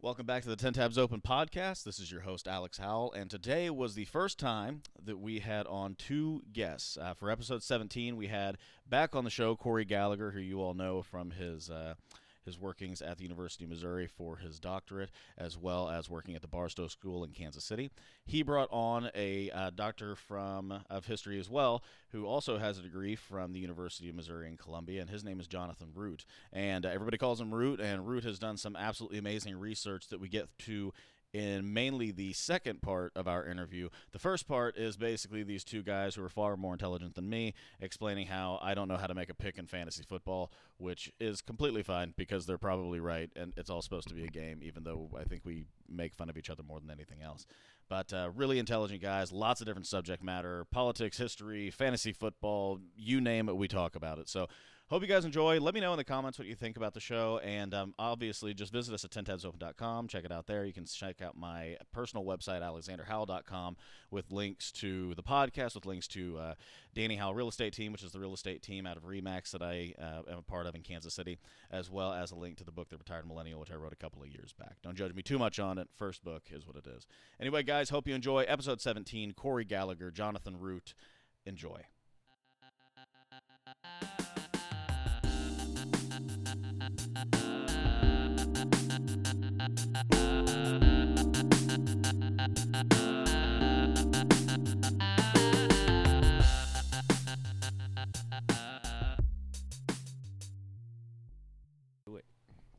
Welcome back to the 10 Tabs Open podcast. This is your host, Alex Howell, and today was the first time that we had on two guests. Uh, for episode 17, we had back on the show Corey Gallagher, who you all know from his. Uh, his workings at the University of Missouri for his doctorate, as well as working at the Barstow School in Kansas City. He brought on a uh, doctor from of history as well, who also has a degree from the University of Missouri in Columbia, and his name is Jonathan Root. And uh, everybody calls him Root, and Root has done some absolutely amazing research that we get to in mainly the second part of our interview. The first part is basically these two guys who are far more intelligent than me explaining how I don't know how to make a pick in fantasy football, which is completely fine because they're probably right and it's all supposed to be a game, even though I think we make fun of each other more than anything else. But uh, really intelligent guys, lots of different subject matter politics, history, fantasy football, you name it, we talk about it. So, Hope you guys enjoy. Let me know in the comments what you think about the show. And um, obviously, just visit us at 10tabsopen.com. Check it out there. You can check out my personal website, alexanderhowell.com, with links to the podcast, with links to uh, Danny Howell Real Estate Team, which is the real estate team out of REMAX that I uh, am a part of in Kansas City, as well as a link to the book, The Retired Millennial, which I wrote a couple of years back. Don't judge me too much on it. First book is what it is. Anyway, guys, hope you enjoy episode 17 Corey Gallagher, Jonathan Root. Enjoy.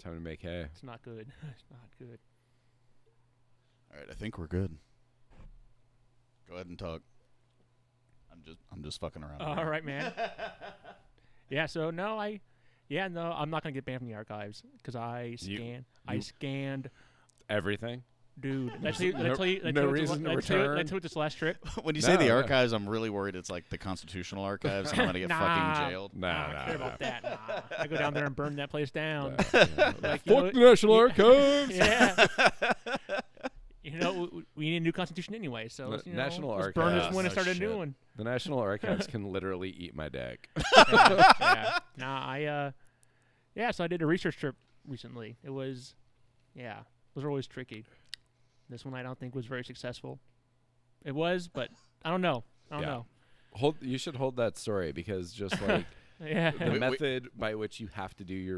Time to make hay. It's not good. It's not good. All right, I think we're good. Go ahead and talk. I'm just I'm just fucking around. All right, man. yeah. So no, I. Yeah, no, I'm not gonna get banned from the archives because I You- scan. I you- scanned, Everything. dude. That's you. No- That's you. That's no you. reason to That's you. return. That's you. This last trip. when you say the No, no. archives, I'm really worried it's like the constitutional archives and I'm gonna get Nah. fucking jailed. Nah, I don't nah, care about that. Nah. I go down there and burn that place down. Like, you know Fuck what- the National you- Archives. yeah. you know, w- w- we need a new constitution anyway. So Na- let's, you know, National let's burn this Archives. one and No start a new shit. one. The National Archives can literally eat my deck. yeah. Nah, I uh yeah, so I did a research trip recently. It was yeah, those are always tricky. This one I don't think was very successful. It was, but I don't know. I don't Yeah. know. Hold. You should hold that story because just like Yeah. the We- we- method by which you have to do your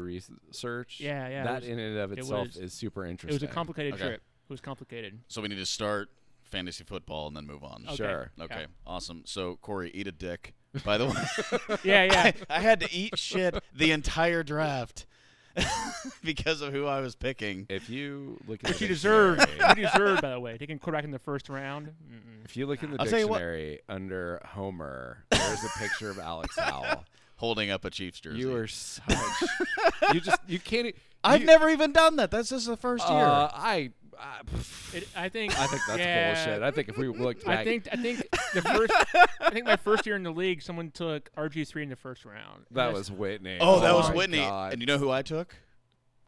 research. Yeah, yeah, it That was- in and of it itself was- is super it interesting. was a complicated Okay. trip. It was complicated. So we need to start fantasy football and then move on. Okay. Sure. Okay, awesome. So Corey, eat a dick. By the way, Yeah, yeah. I, I had to eat shit the entire draft because of who I was picking. If you look, at Which the you deserved. dictionary- you deserved, by the way. Taking quarterback in the first round. Mm-mm. If you look in the I'll tell you what- dictionary under Homer, there's a picture of Alex Howell. Holding up a Chiefs jersey. You are such. you just. You can't. e- I've you- never even done that. This is the first year. Uh, I. I, It, I think I think that's yeah, bullshit. I think if we looked back, I think I think the first I think my first year in the league someone took RG three in the first round. And that that's- was Whitney. oh, that Oh was my Whitney. God. And you know who I took?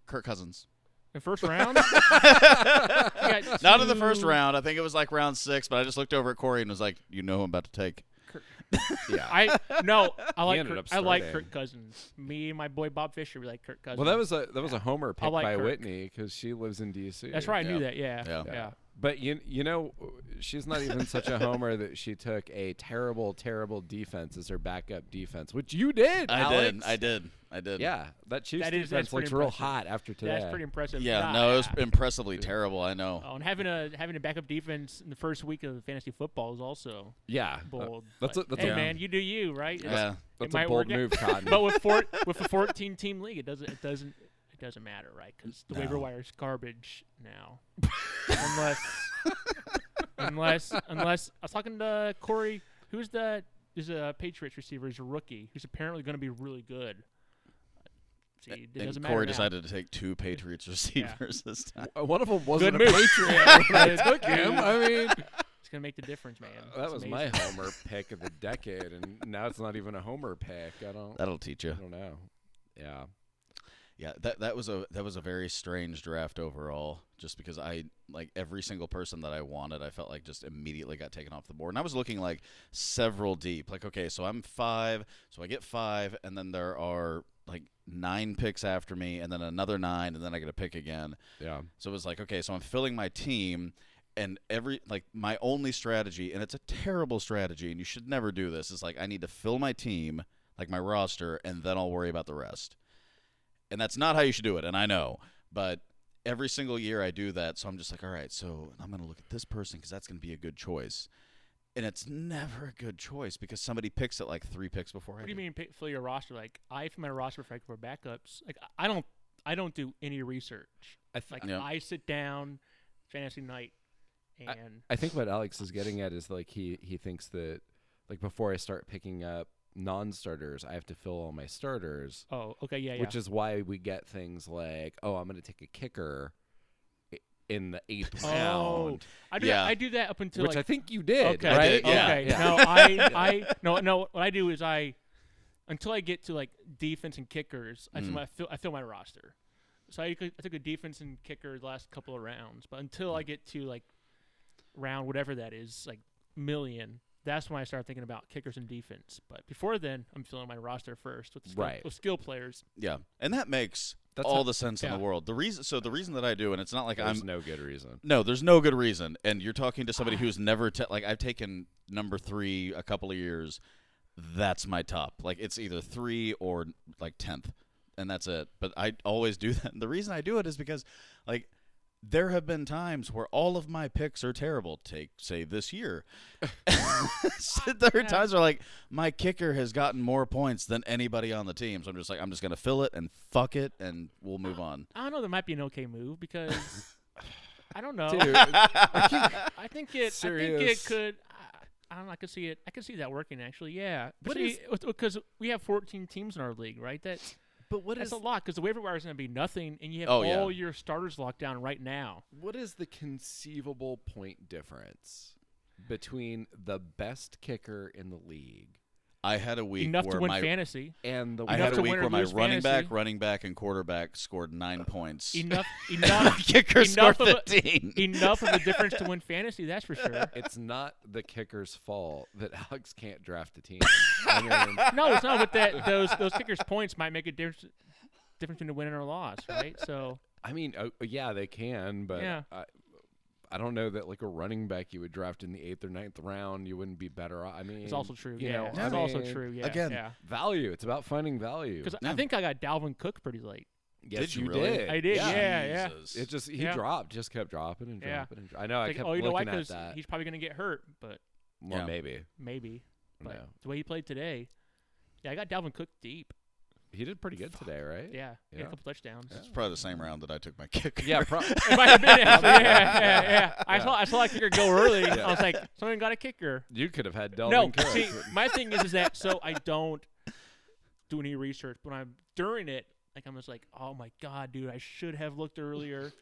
Kirk Cousins. the first round? You got Not in the first two- round. I think it was like round six, but I just looked over at Corey and was like, "You know, who I'm about to take." yeah. I no, I like ended Kirk, up I like starting. Kirk Cousins. Me and my boy Bob Fisher we like Kirk Cousins. well, that was a that was a homer pick like by Kirk. Whitney because she lives in D.C. that's right. I Yeah. knew that. Yeah, Yeah. yeah. Yeah. But you you know she's not even such a homer that she took a terrible terrible defense as her backup defense, which you did. I Alex. did. I did. I did. Yeah, that Chiefs That is- that's defense pretty looks real impressive. hot after today. That's pretty impressive. Yeah. Nah. No, it was impressively terrible. I know. Oh, and having a having a backup defense in the first week of fantasy football is also yeah, uh, bold. that's but, a, that's hey a man, you do you right? It's- yeah. that's a might bold work out. move, Cotton. But with four, with a 14 team league, it doesn't it doesn't it doesn't matter, right? Because the waiver No. wire is garbage now, unless unless unless I was talking to Corey, who's the is a Patriots receiver, he's a rookie, who's apparently going to be really good. See, it doesn't And matter. Corey now. decided to take two Patriots receivers this time. Uh, One of them wasn't Good a move. Patriot when I Good took him. move. I mean, it's going to make the difference, man. that It's was my amazing. homer pick of the decade, and now it's not even a homer pick. I don't. That'll teach you. I don't know. Yeah. Yeah. That that was a that was a very strange draft overall. Just because I like every single person that I wanted, I felt like just immediately got taken off the board. And I was looking like several deep. Like, okay, so I'm five, so I get five, and then there are like nine picks after me, and then another nine, and then I get a pick again. Yeah. So it was like, okay, so I'm filling my team, and every like my only strategy, and it's a terrible strategy, and you should never do this. Is like I need to fill my team, like my roster, and then I'll worry about the rest. And that's not how you should do it, and I know, but every single year I do that. So I'm just like, all right, so I'm gonna look at this person because that's gonna be a good choice. And it's never a good choice because somebody picks it like three picks before I What do you mean pick, fill your roster? Like I fill my roster for, like, for backups. Like I- I don't I don't do any research. I th- Like Yeah. I sit down, fantasy night, and I think what Alex is getting at is like he he thinks that like before I start picking up non-starters, I have to fill all my starters, oh okay yeah yeah. which is why we get things like, oh, I'm going to take a kicker i- in the eighth oh round, I do Yeah. that, I do that up until which like I think you did, Okay. I right? did, yeah. Okay. No, Yeah. I, I, no, no. What I do is I, until I get to like defense and kickers, Mm. I, fill, I fill, I fill my roster. So I, could- I took a defense and kicker the last couple of rounds, but until I get to like round whatever that is, like million, that's when I start thinking about kickers and defense. But before then, I'm filling my roster first with skill, Right. with skill players. Yeah, and that makes That's all how- the sense in yeah. the world. The reason, so the reason that I do, and it's not like There's I'm no good reason. no, there's no good reason. And you're talking to somebody who's never ta- like I've taken number three a couple of years. That's my top. Like it's either three or like tenth, and that's it. But I always do that. And the reason I do it is because like there have been times where all of my picks are terrible. Take say this year, So there are times where like my kicker has gotten more points than anybody on the team. So I'm just like I'm just gonna fill it and fuck it, and we'll move on. I don't know. There might be an okay move because I don't know. Dude, I think it. I think it Serious. could. I, I don't know. I could see it. I could see that working actually. Yeah. What But because we have 14 teams in our league, right? That's but what that's is a lot because the waiver wire is going to be nothing, and you have Oh, all yeah. your starters locked down right now. what is the conceivable point difference between the best kicker in the league I had a week Enough where to win my fantasy. and the I Enough had to a week win or where my lose running back, fantasy. running back, and quarterback scored nine points. Enough. And Enough. kicker scored enough of a- fifteen. enough of a difference to win fantasy. That's for sure. it's not the kicker's fault that Alex can't draft a team. I mean, No, it's not. But that those those kickers points might make a difference. Difference between a win and a loss, right? So I mean, uh, yeah, they can, but Yeah. I, I don't know that like a running back you would draft in the eighth or ninth round, you wouldn't be better. off. I mean, it's also true. you Yeah, know, it's I also mean, true. Yeah, again, yeah. Value. It's about finding value. Because I No. think I got Dalvin Cook pretty late. Yes, did you really? did. I did, yeah. Jesus. It just he Yeah. dropped, just kept dropping and Yeah. dropping. And dro- I know. I Like, kept oh, you know why? looking at Because that. he's probably going to get hurt, but Well, Yeah. maybe. maybe. But no, the way he played today, yeah, I got Dalvin Cook deep. he did pretty good today, right? Yeah, he had Yeah. a couple touchdowns. It's probably the same round that I took my kicker. Yeah. Pro- it might have been actually. Yeah, yeah, yeah. I Yeah. saw I saw that kicker go early. Yeah. I was like, someone got a kicker. you could have had Delvin no, Cook. see, my thing is, is that so I don't do any research, but I'm during it. Like I'm just like, oh my god, dude, I should have looked earlier.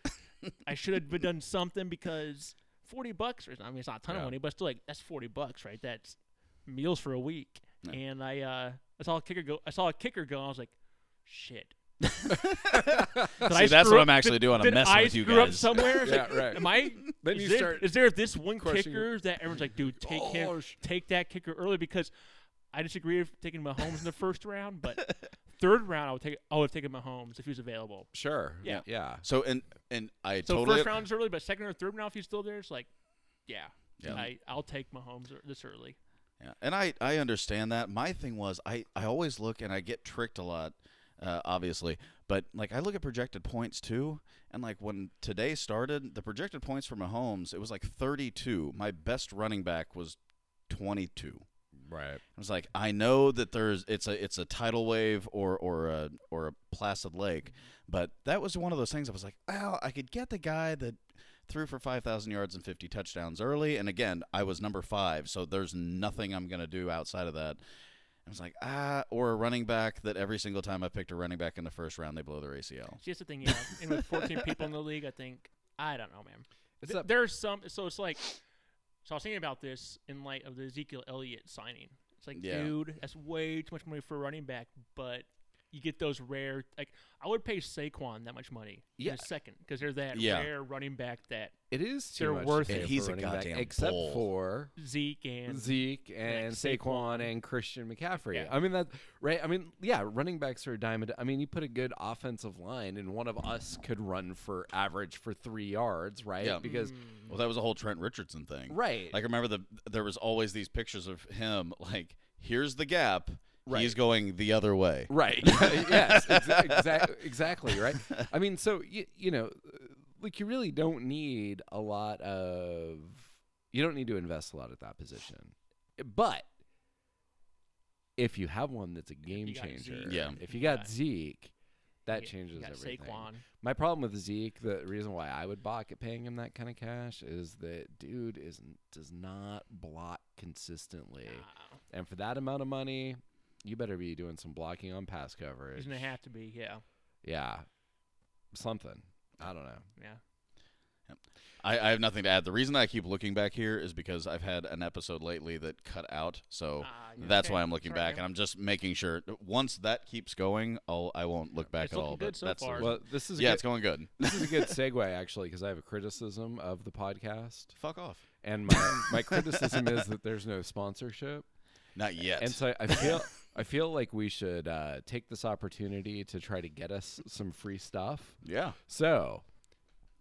I should have done something because forty bucks. Or, I mean, it's not a ton Yeah. of money, but still, like that's forty bucks, right? That's meals for a week. Yeah. And I, uh, I saw a kicker go. I saw a kicker go. And I was like, shit. See, Did that's screw what up- I'm actually doing. I'm did messing I with you screw up guys. somewhere? It's like, yeah, right. Am I? Then is you there- start is there this one questioning your- kicker that everyone's like, dude, take him, Oh, sh- take that kicker early because I disagree with taking Mahomes in the first round, but third round I would take I would have taken Mahomes if he was available. Sure. Yeah. Yeah. so and and I So totally first round's early, but second or third round if he's still there, it's like, yeah, Yeah. I, I'll take Mahomes er- this early. Yeah, and I I understand that. My thing was I I always look and I get tricked a lot, uh, obviously. But like I look at projected points too, and like when today started, the projected points for Mahomes it was like 32. My best running back was 22. Right. I was like, I know that there's it's a it's a tidal wave or or a or a placid lake, but that was one of those things. I was like, oh, I could get the guy that threw for five thousand yards and fifty touchdowns early, and again, I was number five, so there's nothing I'm gonna do outside of that. I was like, ah, or a running back that every single time I picked a running back in the first round, they blow their ACL. See, that's the thing, yeah. and with 14 people in the league, I think I don't know, man. It's Th- that- there's some. So it's like. So I was thinking about this in light of the Ezekiel Elliott signing. It's like, Yeah. dude, that's way too much money for a running back, but you get those rare. Like I would pay Saquon that much money Yeah. in a second because they're that Yeah. rare running back that It is too They're much worth to pay it. for He's a running back, goddamn except bull. for Zeke and Zeke and Saquon. Saquon, and Christian McCaffrey. Yeah. I mean that right. I mean yeah, running backs are a diamond. I mean you put a good offensive line, and one of us could run for average for three yards, right? Yeah. Mm. Because Hmm. Well, that was a whole Trent Richardson thing. right, Like I remember the there was always these pictures of him like here's the gap. He's Right. going the other way. Right. yes. Exa- exac- exactly. Right. I mean, so you, you know, like you really don't need a lot of you don't need to invest a lot at that position, but if you have one that's a game you got changer, Zeke, Yeah. If you you got got- Zeke, you that get- you changes got everything. Saquon. My problem with Zeke, the reason why I would balk at paying him that kind of cash is that dude is does not block consistently. Nah, And for that amount of money, you better be doing some blocking on pass coverage. he's gonna have to be. Yeah, Yeah. Something. I don't know. yeah. I, I have nothing to add. The reason I keep looking back here is because I've had an episode lately that cut out, so Ah, yeah, that's okay. why I'm looking Sorry, back, and man. I'm just making sure. Once that keeps going, I'll I won't look back It's at all. looking good but so that's the far. reason. Well, this is a yeah, good, it's going good. this is a good segue actually because I have a criticism of the podcast, Fuck off. and my my criticism is that there's no sponsorship, Not yet. and so I feel I feel like we should uh, take this opportunity to try to get us some free stuff. yeah. So,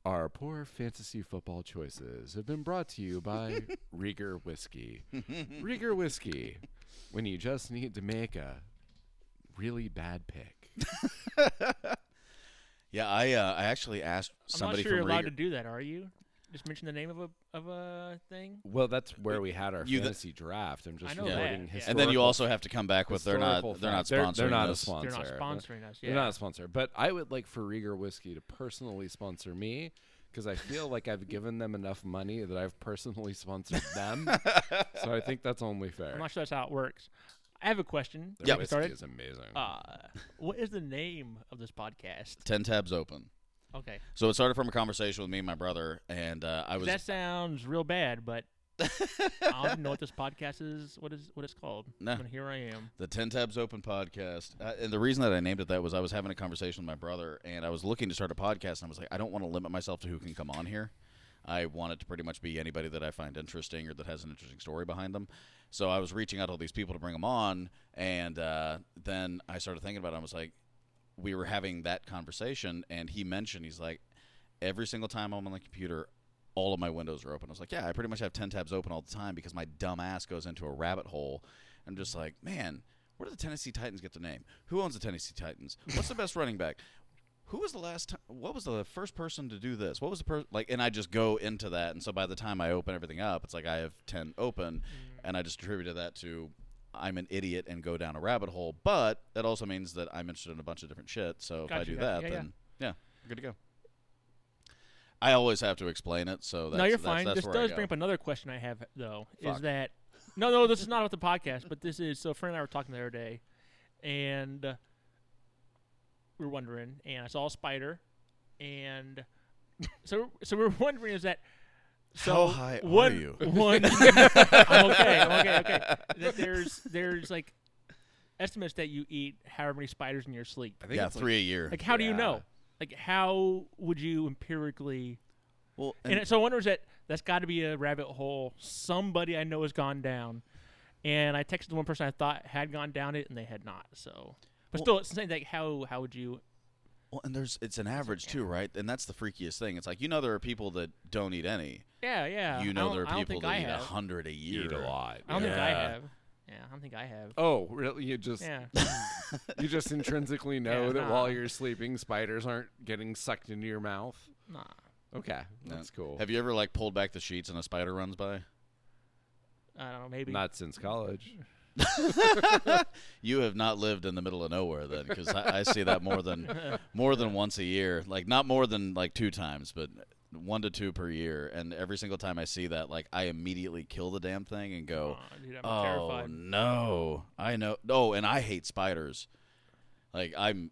our poor fantasy football choices have been brought to you by Rieger Whiskey. Rieger Whiskey, when you just need to make a really bad pick. Yeah, I uh, I actually asked I'm somebody not sure you're from allowed Rieger- to do that, are you? Just mention the name of a of a thing. Well, that's where we had our You th- fantasy draft. I'm just know that, reporting yeah. and then you historical- also have to come back with they're not historical they're not fact. They're, sponsoring they're not a this. sponsor. They're not sponsoring us. Yeah. They're not a sponsor, but I would like for Rieger Whiskey to personally sponsor me because I feel like I've given them enough money that I've personally sponsored them. so I think that's only fair. I'm not sure that's how it works. I have a question. Their Yeah. whiskey Started? is amazing. Uh, what is the name of this podcast? Ten tabs open. Okay, So it started from a conversation with me and my brother, and uh, I was that sounds real bad, but I don't even know what this podcast is. What is what it's called? Nah. And here I am. The Ten Tabs Open podcast, uh, and the reason that I named it that was I was having a conversation with my brother, and I was looking to start a podcast, and I was like, I don't want to limit myself to who can come on here. I want it to pretty much be anybody that I find interesting or that has an interesting story behind them. So I was reaching out to all these people to bring them on, and uh, then I started thinking about it. I was like, we were having that conversation, and he mentioned he's like, every single time I'm on the computer, all of my windows are open. I was like, yeah, I pretty much have 10 tabs open all the time because my dumb ass goes into a rabbit hole. I'm just like, man, where did the Tennessee Titans get the name? Who owns the Tennessee Titans? What's the best running back? Who was the last time? What was the first person to do this? What was the person like? And I just go into that, and so by the time I open everything up, it's like I have ten open, and I just attributed that to I'm an idiot and go down a rabbit hole. But that also means that I'm interested in a bunch of different shit. So if I Gotcha, do gotcha. that, Yeah, yeah. then yeah. we're good to go. I always have to explain it, so that's, no, you're that's- fine. That's, this where I does go. bring up another question I have though. Fuck. Is that no, no, this is not about the podcast, but this is so. A friend and I were talking the other day, and uh, we were wondering, and I saw a spider, and so so we were wondering is that How so high are what you? one I'm okay, I'm okay, okay. That there's there's like estimates that you eat however many spiders in your sleep. I think yeah, it's like- three a year. Like how do you Yeah. know? Like how would you empirically well, and, so I wonder is that that's got to be a rabbit hole. Somebody I know has gone down, and I texted one person I thought had gone down it, and they had not. So, but Well- still, it's saying like how how would you? Well, and there's it's an average too, right? And that's the freakiest thing. It's like you know there are people that don't eat any. Yeah, yeah. you I know don't- there I are don't people think that I eat a have. hundred a year. Eat a lot. I don't think I Yeah. have. Yeah, I don't think I have. Oh, really? You just Yeah, you just intrinsically know Yeah, that nah. while you're sleeping, spiders aren't getting sucked into your mouth. nah. Okay, No. that's cool. Have you ever like pulled back the sheets and a spider runs by? I don't know. Maybe. Not since college. You have not lived in the middle of nowhere then, because I, I see that more than more than once a year. Like not more than like two times, but one to two per year. And every single time I see that, like I immediately kill the damn thing and go, Aw, dude, I'm oh terrified. no, I know. Oh, and I hate spiders. Like I'm,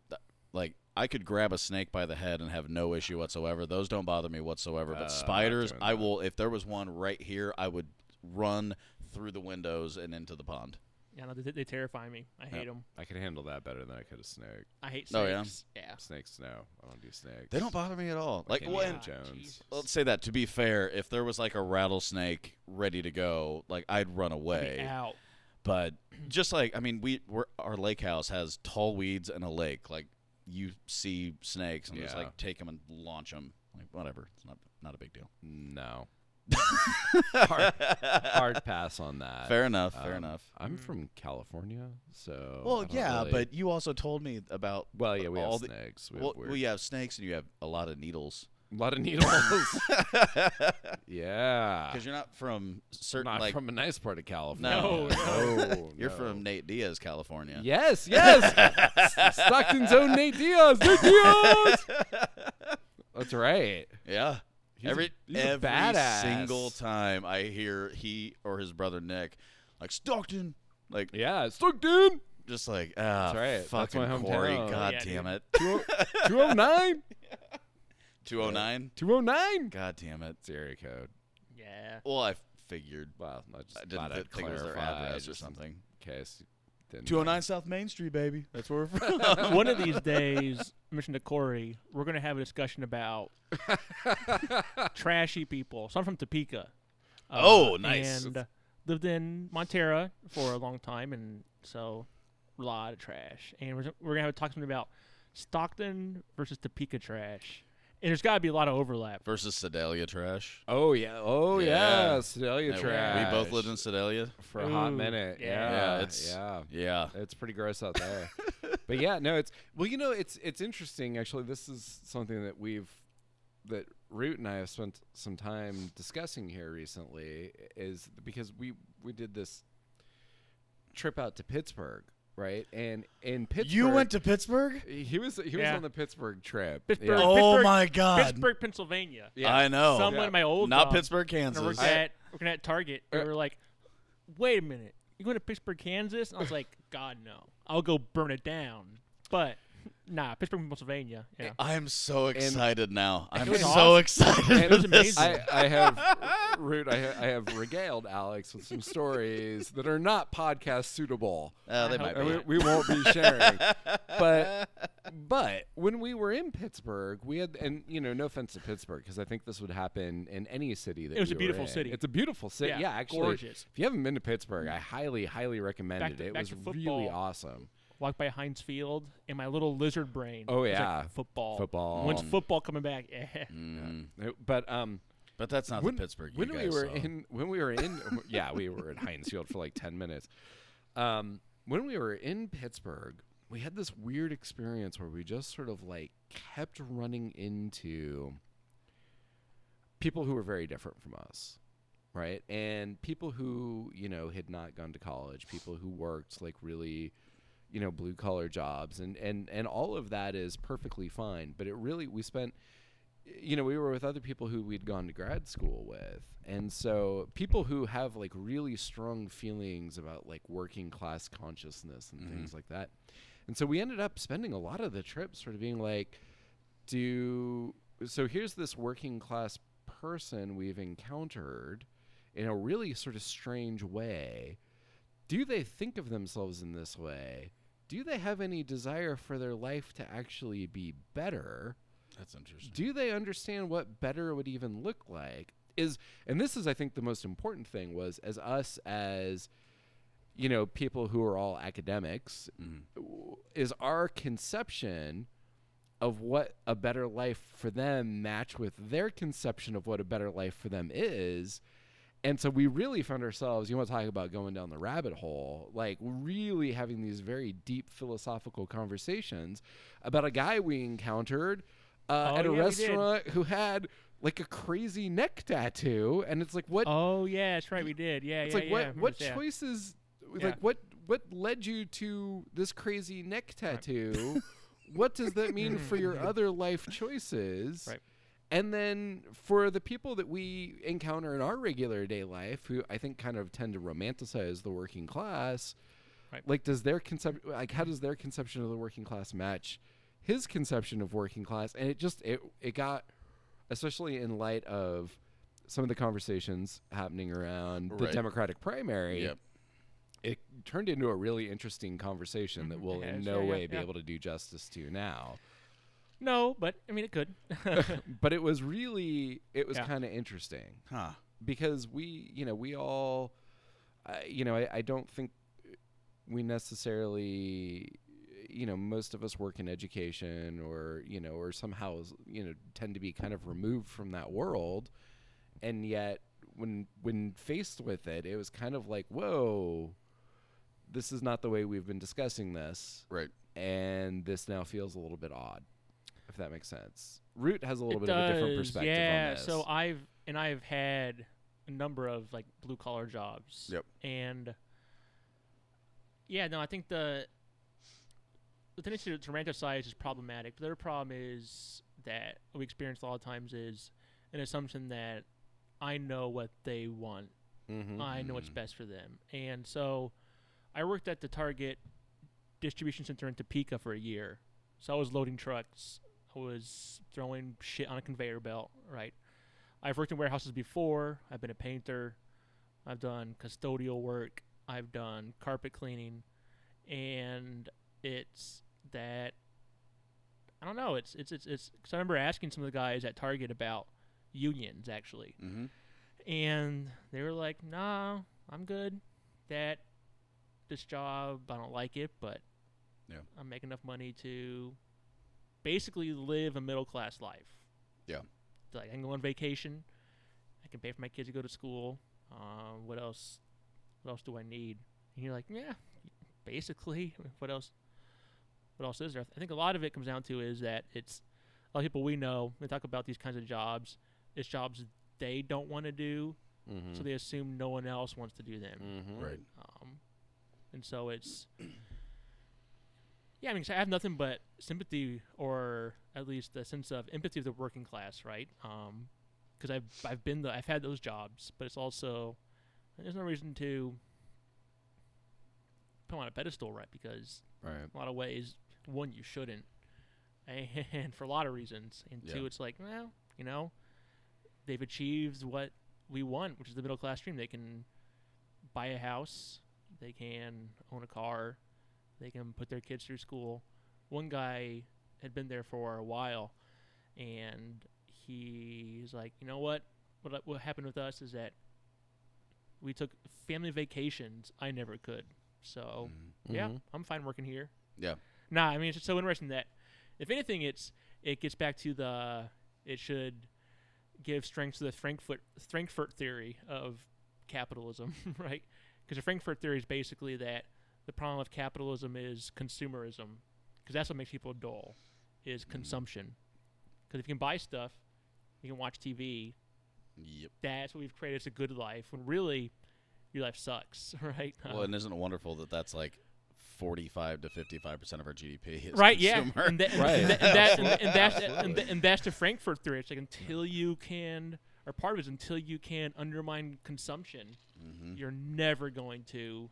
like I could grab a snake by the head and have no issue whatsoever. Those don't bother me whatsoever. But Uh, I'm not spiders, doing I that. will. If there was one right here, I would run through the windows and into the pond. Yeah, no, they, they terrify me. I hate Yep. them. I could handle that better than I could a snake. I hate Oh, yeah? snakes. yeah. Snakes, no. I don't do snakes. They don't bother me at all. Like Indiana when God, Jones. Jesus. let's say that to be fair, if there was like a rattlesnake ready to go, like I'd run I'd be away. out. but just like I mean, we we're, our lake house has tall weeds and a lake. Like you see snakes and just Yeah. like take them and launch them. Like whatever, it's not not a big deal. No. hard, hard pass on that. Fair enough. Fair Um, enough. I'm Mm. from California, so. I Well, don't yeah, really- but you also told me about Well, yeah, we have all the- snakes. We well, have well, weird. you have snakes and you have a lot of needles. A lot of needles. Because yeah. you're not from certain Ah. Not like from a nice part of California. No, no. you're no. from Nate Diaz, California. Yes, yes. S- Stockton's own Nate Diaz. Nate Diaz. That's right. Yeah. He's a- every he's a every badass. single time I hear he or his brother Nick, like Stockton, like Yeah, Stockton. just like ah, That's right. That's my fucking Corey, hometown. Oh, god Yeah, damn it, 209. two oh nine, 209. god damn it. It's area code. Yeah. Well, I figured Well, I just I thought didn't I'd think it was their clarify, address or just something. In case. you didn't Two oh know. nine South Main Street, baby. That's where we're from. One of these days, mission to Corey, we're gonna have a discussion about trashy people. So I'm from Topeka. uh, Oh, nice. And lived in Montera for a long time, and so a lot of trash. And we're, we're gonna have to talk something about Stockton versus Topeka trash. And there's got to be a lot of overlap. Versus Sedalia trash. Oh yeah. Oh Yeah. yeah. Sedalia Yeah, trash. we- We both lived in Sedalia. for a hot Ooh, minute. yeah. Yeah. Yeah, Yeah. it's- Yeah. It's pretty gross out there. but yeah, no, it's well, you know, it's it's interesting actually. This is something that we've that Root and I have spent some time discussing here recently is because we we did this trip out to Pittsburgh, right? And in Pittsburgh to Pittsburgh? he was he was Yeah. on the Pittsburgh trip. Pittsburgh. Yeah. Oh, my god. Pittsburgh, Pennsylvania. Yeah. Oh, I know. Someone yeah. in my old Not job, Pittsburgh, And I worked Kansas. at working at Target. They Uh, were like, "Wait a minute, you going to Pittsburgh, Kansas?" And I was like, "God no, I'll go burn it down." But nah, Pittsburgh, Pennsylvania. Yeah, I am so excited now. I'm was so awesome. excited. And It was amazing. I, I have root. I, ha- I have regaled Alex with some stories that are not podcast suitable. Uh, they I might hope- and be. we, we won't be sharing. but but when we were in Pittsburgh, we had and you know no offense to Pittsburgh because I think this would happen in any city that It was a we were beautiful in. city. It's a beautiful city. Yeah, Yeah, actually, gorgeous. Mm. if you haven't been to Pittsburgh, I highly highly recommend Back it. to- it back was to really football. awesome. walked by Heinz Field in my little lizard brain. Oh, was like, yeah. football. Football. When's football coming back? Yeah. Mm, Uh, But um, But that's not when, the Pittsburgh you when guys we were saw. in when we were in yeah we were at Heinz Field for like 10 minutes um, when we were in Pittsburgh we had this weird experience where we just sort of like kept running into people who were very different from us right and people who you know had not gone to college people who worked like really you know blue collar jobs and and and all of that is perfectly fine but it really we spent you know, we were with other people who we'd gone to grad school with. And so people who have like really strong feelings about like working class consciousness and things like that. And so we ended up spending a lot of the trip sort of being like, do so here's this working class person we've encountered in a really sort of strange way. Do they think of themselves in this way? Do they have any desire for their life to actually be better? That's interesting. do they understand what better would even look like is and this is i think the most important thing was as us as you know people who are all academics Mhm. w- is our conception of what a better life for them match with their conception of what a better life for them is and so we really found ourselves you want to talk about going down the rabbit hole like really having these very deep philosophical conversations about a guy we encountered uh, Oh, at a yeah, we did. restaurant who had like a crazy neck tattoo and it's like what Oh yeah, that's right. We did. Yeah, it's yeah, like yeah. what I remember what this, yeah. choices Yeah. like what what led you to this crazy neck tattoo? what does that mean for your other life choices? Mm-hmm. Right. And then for the people that we encounter in our regular day life, who I think kind of tend to romanticize the working class, Right. like does their conception, like how does their conception of the working class match his conception of working class? And it just it it got, especially in light of some of the conversations happening around the Right. Democratic primary, Yep. it turned into a really interesting conversation that we'll Yeah, in sure, no Mm-hmm. yeah, way be yeah. able to do justice to now. No, but I mean it could. But it was really it was Yeah. kind of interesting Huh. because we you know we all uh, you know I, I don't think we necessarily you know most of us work in education or you know or somehow is- you know tend to be kind of removed from that world and yet when when faced with it it was kind of like whoa this is not the way we've been discussing this Right. and this now feels a little bit odd if that makes sense root has a little it bit of a different does, perspective yeah, on this So I've and I've had a number of like blue collar jobs. Yep. And yeah, no, I think the the tendency to romanticize is problematic. But the other problem is that we experience a lot of times is an assumption that I know what they want. Mhm. I know what's best for them. And so I worked at the Target distribution center in Topeka for a year. So I was loading trucks, I was throwing shit on a conveyor belt, right? I've worked in warehouses before. I've been a painter. I've done custodial work. I've done carpet cleaning. And it's that I don't know. It's it's it's it's cuz I remember asking some of the guys at Target about unions actually Mm-hmm. and they were like, "Nah, I'm good. That this job, I don't like it, but Yeah. I'm making enough money to basically live a middle class life. Yeah. like I can go on vacation, I can pay for my kids to go to school. Um, what else? What else do I need?" And you're like, "Yeah, basically. What else? What else is there?" I think a lot of it comes down to is that it's a lot of people we know. They talk about these kinds of jobs. It's jobs they don't want to do, Mhm. so they assume no one else wants to do them. Mhm. Right. Um, and so it's yeah, I mean, 'cause I have nothing but sympathy, or at least a sense of empathy of the working class, right? Because I've I've been the I've had those jobs, but it's also there's no reason to put 'em on a pedestal, right? Because Right. a lot of ways. One, you shouldn't, and for a lot of reasons. And Yeah. two, it's like, well, you know, they've achieved what we want, which is the middle class dream. They can buy a house, they can own a car, they can put their kids through school. One guy had been there for a while, and he's like, you know what? What uh, what happened with us is that we took family vacations. I never could, so. Mm-hmm. Yeah, Mhm. I'm fine working here. Yeah. Nah, I mean it's just so interesting that if anything it's it gets back to the it should give strength to the Frankfurt Frankfurt theory of capitalism, right? Because the Frankfurt theory is basically that the problem of capitalism is consumerism, because that's what makes people dull, is Mm-hmm. consumption. Because if you can buy stuff, you can watch TV. Yep. That's what we've created as a good life. When really, your life sucks, right? Well, and isn't it wonderful that that's like forty-five to fifty-five percent of our GDP? Is right yeah Consumer. and, that, and, Right. that- and that- and- and Absolutely. that's and, Absolutely. th- and that's the frankfurt theory it's like until you can or part of it is until you can undermine consumption Mm-hmm. Mhm. you're never going to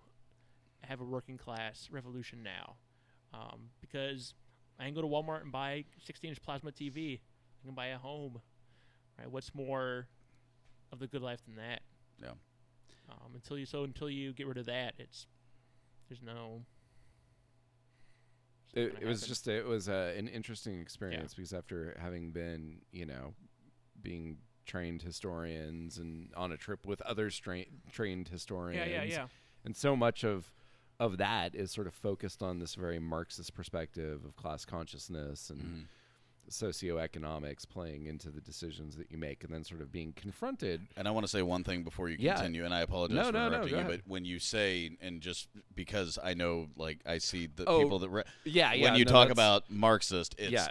have a working class revolution now um, because i can go to walmart and buy 16 inch plasma tv i can buy a home right what's more of the good life than that Yeah. um, until you so until you get rid of that it's there's no it's not It, gonna it was happen. just a, it was a, an interesting experience because after having been you know being trained historians and on a trip with other stra- trained yeah historians yeah yeah and so much of of that is sort of focused on this very Marxist perspective of class consciousness and Mhm. socioeconomics playing into the decisions that you make and then sort of being confronted And I want to say one thing before you Yeah. continue, and I apologize No, for no, no, interrupting go you, ahead. but when you say, and just because I know, like, I see the Oh, people that re- yeah when you talk about Marxist, it's yeah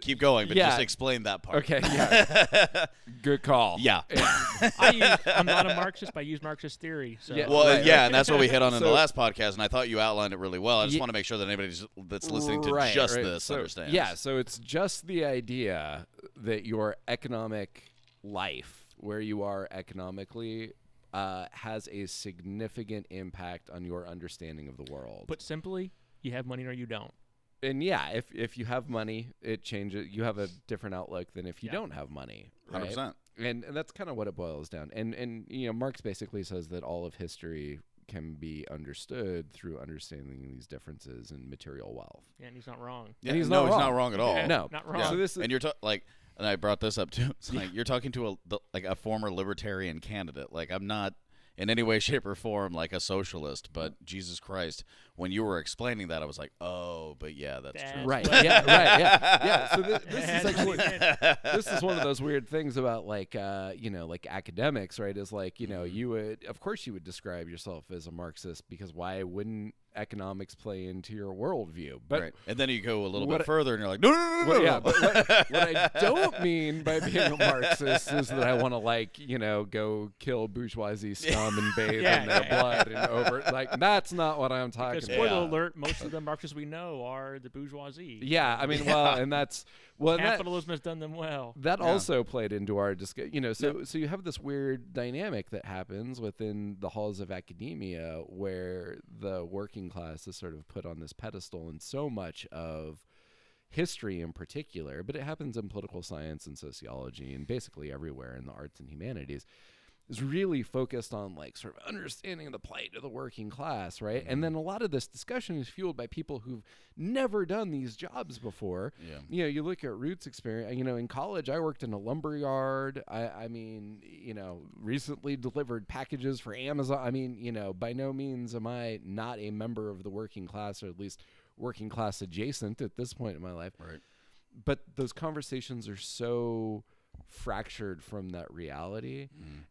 keep going, but just Yeah. explain that part. okay yeah good call Yeah. I use, I'm not a Marxist, but I use Marxist theory. So Yeah. Well, Right, yeah, right. and that's what we hit on in the So- last podcast, and I thought you outlined it really well. I just Ye- want to make sure that anybody just- that's listening to Right, just right. this So- understands. Yeah, so it's just the idea that your economic life, where you are economically, uh, has a significant impact on your understanding of the world. put simply, you have money or you don't. and yeah, if if you have money, it changes. You have a different outlook than if you Yeah. don't have money. hundred right? percent. and, and that's kind of what it boils down and and you know marx basically says that all of history can be understood through understanding these differences in material wealth. Yeah, and he's not wrong. And he's no, not he's not wrong. wrong at all. Yeah, No. not Yeah. wrong. So this is- and you're ta- like, and I brought this up too. It's like you're talking to a the, like a former libertarian candidate. Like I'm not in any way, shape, or form like a socialist, but Jesus Christ, when you were explaining that, I was like, oh, but yeah, that's That's true. Right. what- Yeah. Right. Yeah. Yeah. So this, this That's is what actually he did. this is one of those weird things about like uh, you know like academics right is like you know you would of course you would describe yourself as a marxist because why wouldn't economics play into your worldview but right. And then you go a little What I- bit further, and you're like, no, no, no, no, Well, no, yeah, no. but what, what I don't mean by being a Marxist is that I want to like you know go kill bourgeoisie scum and bathe Yeah, in their yeah. blood and over like that's not what I'm talking Because about. spoiler Yeah. alert: most of the Marxists we know are the bourgeoisie. Yeah, I mean, well, and that's well, and that, Capitalism has done them well. that Yeah. also played into our discussion. You know, so so you have this weird dynamic that happens within the halls of academia where the working class is sort of put on this pedestal, and so much of history in particular, but it happens in political science and sociology and basically everywhere in the arts and humanities. Is really focused on like sort of understanding the plight of the working class, right? And then a lot of this discussion is fueled by people who've never done these jobs before, Yeah. you know, you look at Root's experience. You know, in college, I worked in a lumber yard. I, I mean, you know, recently delivered packages for Amazon. I mean, you know, by no means am I not a member of the working class, or at least working class adjacent at this point in my life. Right. But those conversations are so fractured from that reality.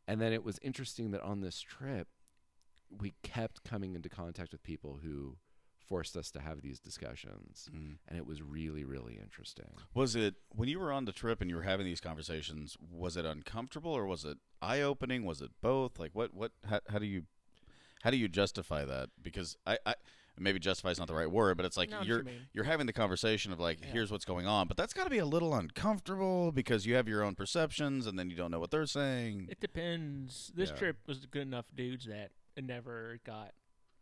And then it was interesting that on this trip, we kept coming into contact with people who forced us to have these discussions Mm. and it was really really interesting Was it when you were on the trip and you were having these conversations? Was it uncomfortable or was it eye opening? Was it both? Like what? What? How, how do you? How do you justify that? Because I, I maybe justify is not the right word, but it's like No, I know what you you're mean. you're having the conversation of like, Yeah. here's what's going on, but that's got to be a little uncomfortable because you have your own perceptions and then you don't know what they're saying. It depends. This Yeah. trip was good enough dudes that it never got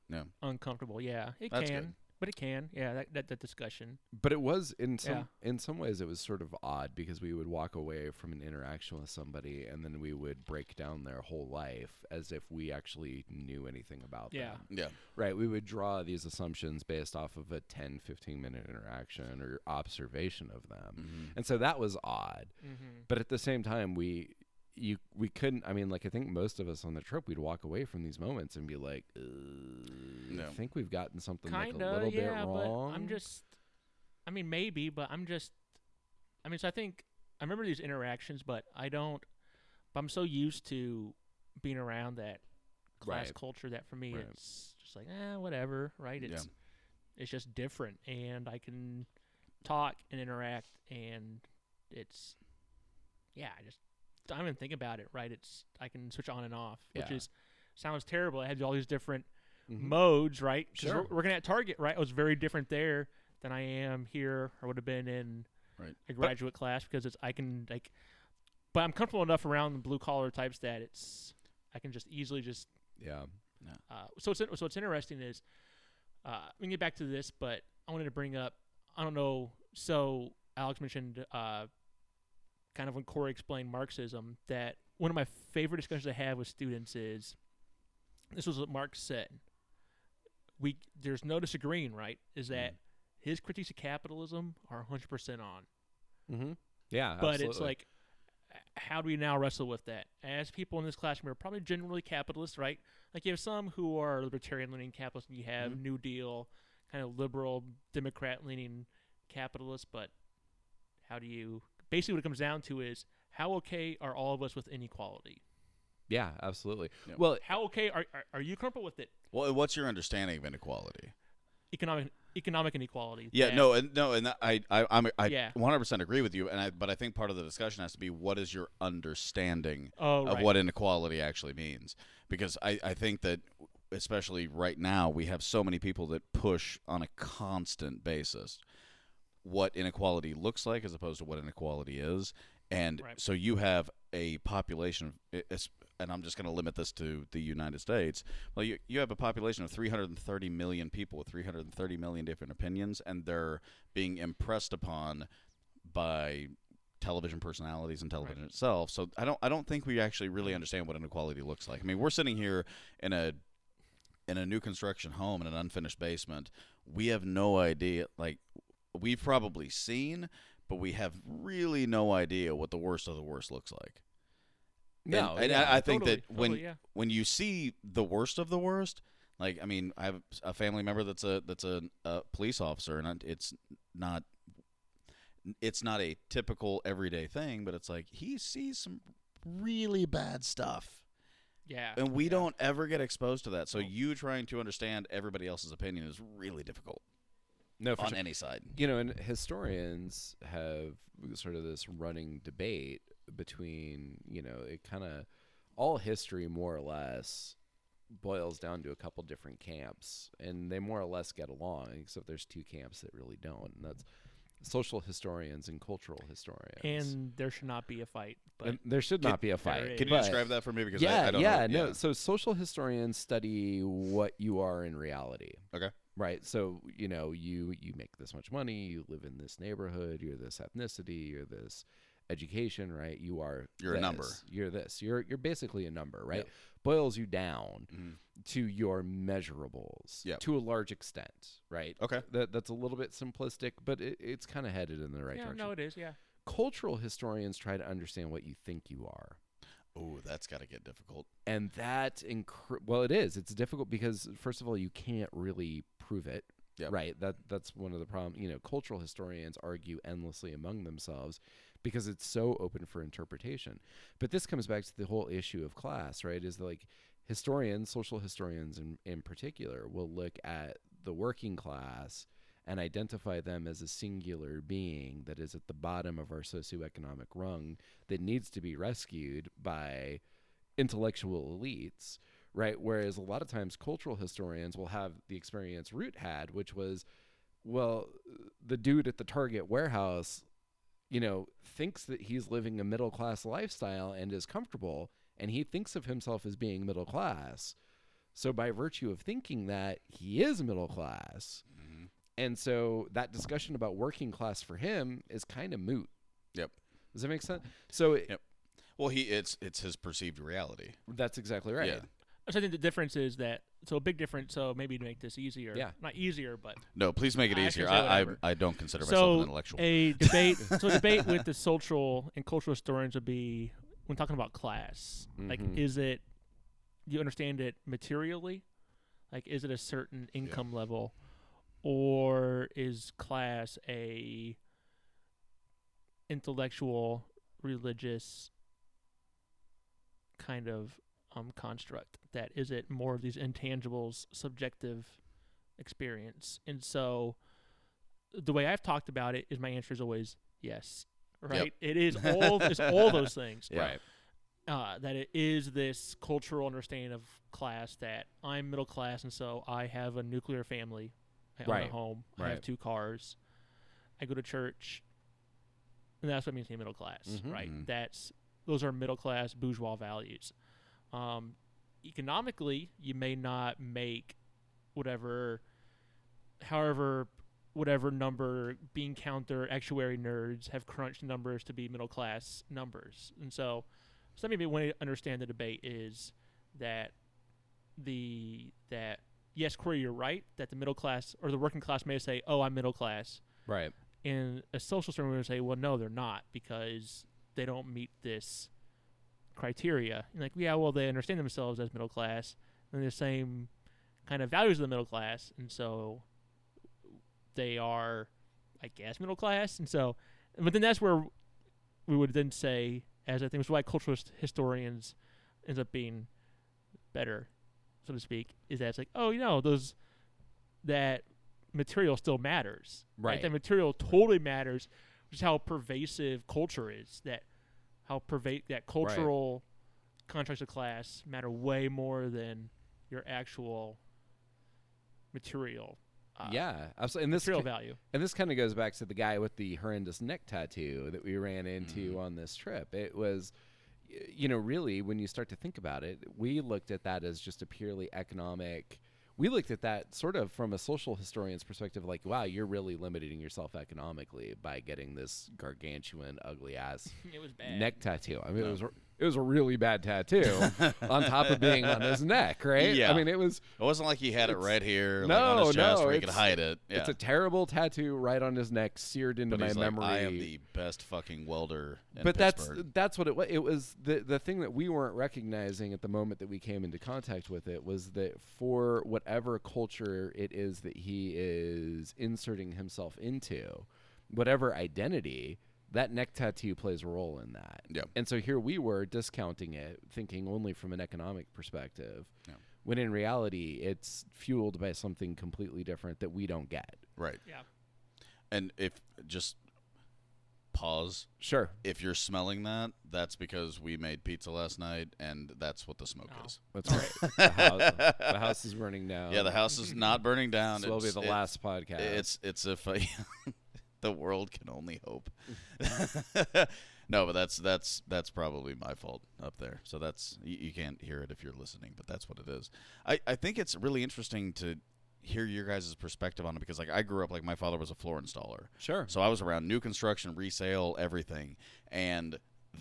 No. uncomfortable. Yeah, it That's can, good. but it can. Yeah, that that, that discussion. but it was in some Yeah. in some ways it was sort of odd because we would walk away from an interaction with somebody and then we would break down their whole life as if we actually knew anything about Yeah. them Yeah. right we would draw these assumptions based off of a 10 15 minute interaction or observation of them mm-hmm. and so that was odd Mm-hmm. but at the same time we you we couldn't i mean like i think most of us on the trip we'd walk away from these moments and be like "Uh, i think we've gotten something Kinda, like a little yeah. bit wrong But I'm just. I mean, maybe, but I'm just. I mean, so I think I remember these interactions, but I don't. But I'm so used to being around that class Right. culture that for me Right. it's just like eh, whatever, right? Yeah. It's it's just different, and I can talk and interact, and it's yeah, I just I don't even think about it, right? It's I can switch on and off, which Yeah. is sounds terrible. I had all these different Mhm. modes, right? 'Cause Sure. we're working at Target, right? I was very different there than I am here or would have been in Right. a graduate class because it's I can like but I'm comfortable enough around the blue collar types that it's I can just easily just yeah uh, so it's in- so it's interesting is uh, we can get back to this, but I wanted to bring up I don't know. So Alex mentioned uh, kind of when Corey explained Marxism that one of my favorite discussions I have with students is this was what Marx said. We there's no disagreeing, right? Is that his critiques of capitalism are 100 percent on mm-hmm. yeah but it's absolutely. like h- how do we now wrestle with that as people in this class we're probably generally capitalists right like you have some who are libertarian leaning capitalists and you have Mm-hmm. new deal kind of liberal democrat leaning capitalists but how do you basically what it comes down to is how okay are all of us with inequality yeah absolutely Yeah. well how okay are, are, are you comfortable with it Well, what's your understanding of inequality? economic economic inequality Yeah, that- no, and no, and I, I, I'm, I, Yeah. one hundred percent agree with you. And I, but I think part of the discussion has to be what is your understanding oh of right. what inequality actually means. Because I, I think that, especially right now, we have so many people that push on a constant basis what inequality looks like as opposed to what inequality is. And Right. so you have a population, of- it's- and I'm just going to limit this to the United States. Well, you, you have a population of 330 million people with 330 million different opinions, and they're being impressed upon by television personalities and television itself. So I don't I don't think we actually really understand what inequality looks like. I mean, we're sitting here in a in a new construction home in an unfinished basement, we have no idea. Like, we've probably seen, but we have really no idea what the worst of the worst looks like. No, and, and yeah. I, I think that Totally, when totally, yeah. when you see the worst of the worst, like I mean, I have a family member that's a that's a, a police officer, and it's not it's not a typical everyday thing, but it's like he sees some really bad stuff, Yeah. and we yeah. don't ever get exposed to that. So Nope. you trying to understand everybody else's opinion is really difficult no, for on sure. any side. you know, and historians have sort of this running debate between, you know, it kind of all history more or less boils down to a couple different camps, and they more or less get along, except there's two camps that really don't, and that's social historians and cultural historians. And there should not be a fight. But And there should Could- not be a fight. is. Can you but- describe that for me? Because yeah, I, I don't yeah, know. no. So social historians study what you are in reality. Okay. Right. So you know, you you make this much money, you live in this neighborhood, you're this ethnicity, you're this education, right? You are You're a number. this, You're this. You're you're basically a number, right? Boils you down Mhm. to your measurables Yep. to a large extent, right? Okay. That that's a little bit simplistic, but it, it's kind of headed in the right yeah, direction. no, it is. Yeah. Cultural historians try to understand what you think you are Oh, that's got to get difficult. and that incre- well it is it's difficult because first of all you can't really prove it Yep. right that that's one of the problem you know cultural historians argue endlessly among themselves because it's so open for interpretation but this comes back to the whole issue of class right is like historians social historians in, in particular will look at the working class and identify them as a singular being that is at the bottom of our socioeconomic rung that needs to be rescued by intellectual elites, right? Whereas a lot of times cultural historians will have the experience Root had, which was, well, the dude at the Target warehouse, you know, thinks that he's living a middle class lifestyle and is comfortable, and he thinks of himself as being middle class. So by virtue of thinking that he is middle class, Mhm. and so that discussion about working class for him is kind of moot. Yep. Does that make sense? So it- Yep. Well, he it's it's his perceived reality. that's exactly right. Yeah. So I think the difference is that so a big difference. So maybe to make this easier. Yeah. Not easier, but No, please make it I easier. can say I, I, whatever. I don't consider myself so an intellectual. a debate. so a debate with the social and cultural historians would be when talking about class. Like, Mm-hmm. Mhm. is it? Do you understand it materially? Like, is it a certain income level, or is class a intellectual, religious kind of um, construct? That is it more of these intangibles, subjective experience, and so the way I've talked about it is my answer is always yes. Right? It is all it's all those things. Yeah. Right. Uh, that it is this cultural understanding of class that I'm middle class and so I have a nuclear family. I own Right. a home. I have Right. two cars. I go to church. And that's what means to be middle class, Mhm. right? Mhm. That's those are middle class bourgeois values. Um, economically, you may not make whatever, however, whatever number bean counter actuary nerds have crunched numbers to be middle class numbers. And so, so maybe one way to understand the debate is that the that yes, Corey, you're right that the middle class or the working class may say, "Oh, I'm middle class," Right. and a social survey would say, "Well, no, they're not because they don't meet this criteria." And like, yeah, well, they understand themselves as middle class and the same kind of values of the middle class, and so they are, I guess, middle class. And so, but then that's where we would then say, as I think is why cultural hist- historians ends up being better, so to speak, is that it's like, oh, you know, those that material still matters. Right. That material totally matters, which is how pervasive culture is. That how pervade that cultural contracts of class matter way more than your actual material. Uh, yeah, absolutely. And this material ki- value. and this kind of goes back to the guy with the horrendous neck tattoo that we ran into Mm-hmm. on this trip. It was, y- you know, really when you start to think about it, we looked at that as just a purely economic. We looked at that sort of from a social historian's perspective, like, wow, you're really limiting yourself economically by getting this gargantuan, ugly ass It was bad. neck tattoo. I mean, it was r- it was a really bad tattoo on top of being on his neck, right? Yeah. I mean, it was It wasn't like he had it It's- right here, like No, on his chest, no, where he could it's- hide it. Yeah. it's a terrible tattoo right on his neck, seared into but my he's like, memory. I am the best fucking welder. In but that's Pittsburgh." that's what it was. It was the the thing that we weren't recognizing at the moment that we came into contact with it was that for whatever culture it is that he is inserting himself into, whatever identity, that neck tattoo plays a role in that. Yeah. And so here we were discounting it, thinking only from an economic perspective, Yeah. when in reality it's fueled by something completely different that we don't get. right. Yeah. And if just pause, Sure. if you're smelling that, that's because we made pizza last night, and that's what the smoke Oh. is. That's right. the, house, the house is burning down. Yeah, the house is not burning down. This will be It's- the it- last podcast. It's it's if I, the world can only hope. no, but that's that's that's probably my fault up there. So that's you, you can't hear it if you're listening, but that's what it is. I I think it's really interesting to hear your guys' perspective on it because like I grew up like my father was a floor installer. sure. So I was around new construction, resale, everything. And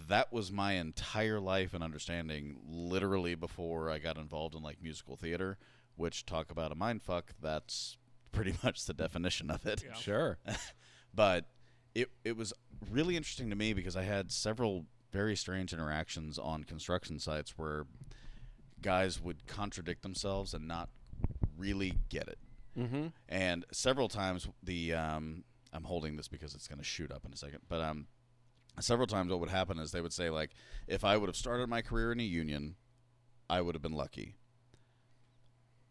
that was my entire life and understanding literally before I got involved in like musical theater, which talk about a mind fuck, that's pretty much the definition of it. Yeah. Sure. But it it was really interesting to me because I had several very strange interactions on construction sites where guys would contradict themselves and not really get it. Mm-hmm. And several times the um, I'm holding this because it's going to shoot up in a second, but um, several times what would happen is they would say like, if I would have started my career in a union, I would have been lucky.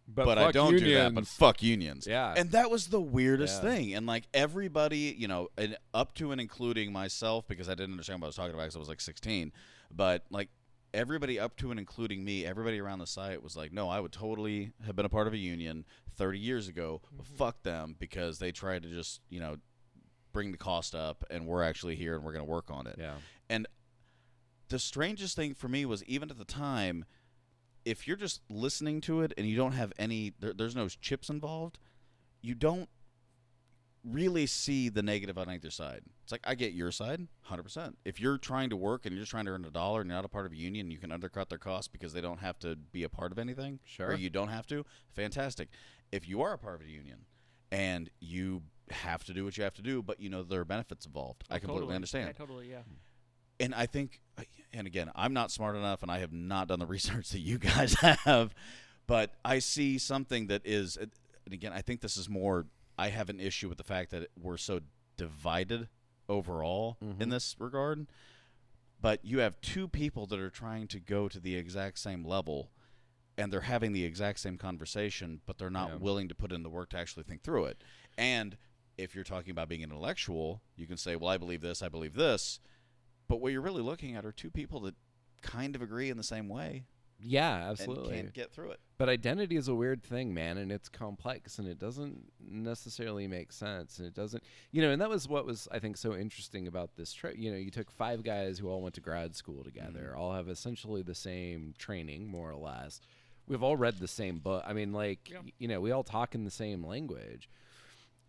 But, I fuck don't do that. But unions. fuck unions. yeah. And that was the weirdest Yeah. thing. And like everybody, you know, and up to and including myself, because I didn't understand what I was talking about because I was like 16. But like everybody up to and including me, everybody around the site was like, no, I would totally have been a part of a union 30 years ago. But Mm-hmm. fuck them because they tried to just, you know, bring the cost up and we're actually here and we're going to work on it yeah. the strangest thing for me was even at the time, if you're just listening to it and you don't have any, there, there's no chips involved, you don't really see the negative on either side. It's like, I get your side, 100%. If you're trying to work and you're just trying to earn a dollar and you're not a part of a union, you can undercut their costs because they don't have to be a part of anything Sure. or you don't have to, fantastic. If you are a part of a union and you have to do what you have to do, but you know there are benefits involved, I completely Oh, Totally. understand Yeah, totally. Yeah. and I think, uh, and again, I'm not smart enough, and I have not done the research that you guys have, but I see something that is, and again, I think this is more. I have an issue with the fact that we're so divided overall in Mhm. this regard. But you have two people that are trying to go to the exact same level, and they're having the exact same conversation, but they're not Yeah. willing to put in the work to actually think through it. And if you're talking about being intellectual, you can say, "Well, I believe this, I believe this," but what you're really looking at are two people that kind of agree in the same way Yeah, absolutely. and can't get through it. But identity is a weird thing, man, and it's complex and it doesn't necessarily make sense and it doesn't you know, and that was what was I think so interesting about this trip. You know, you took five guys who all went to grad school together, all have essentially the same training, more or less. We've all read the same book. I mean, like Yeah. y- you know, we all talk in the same language.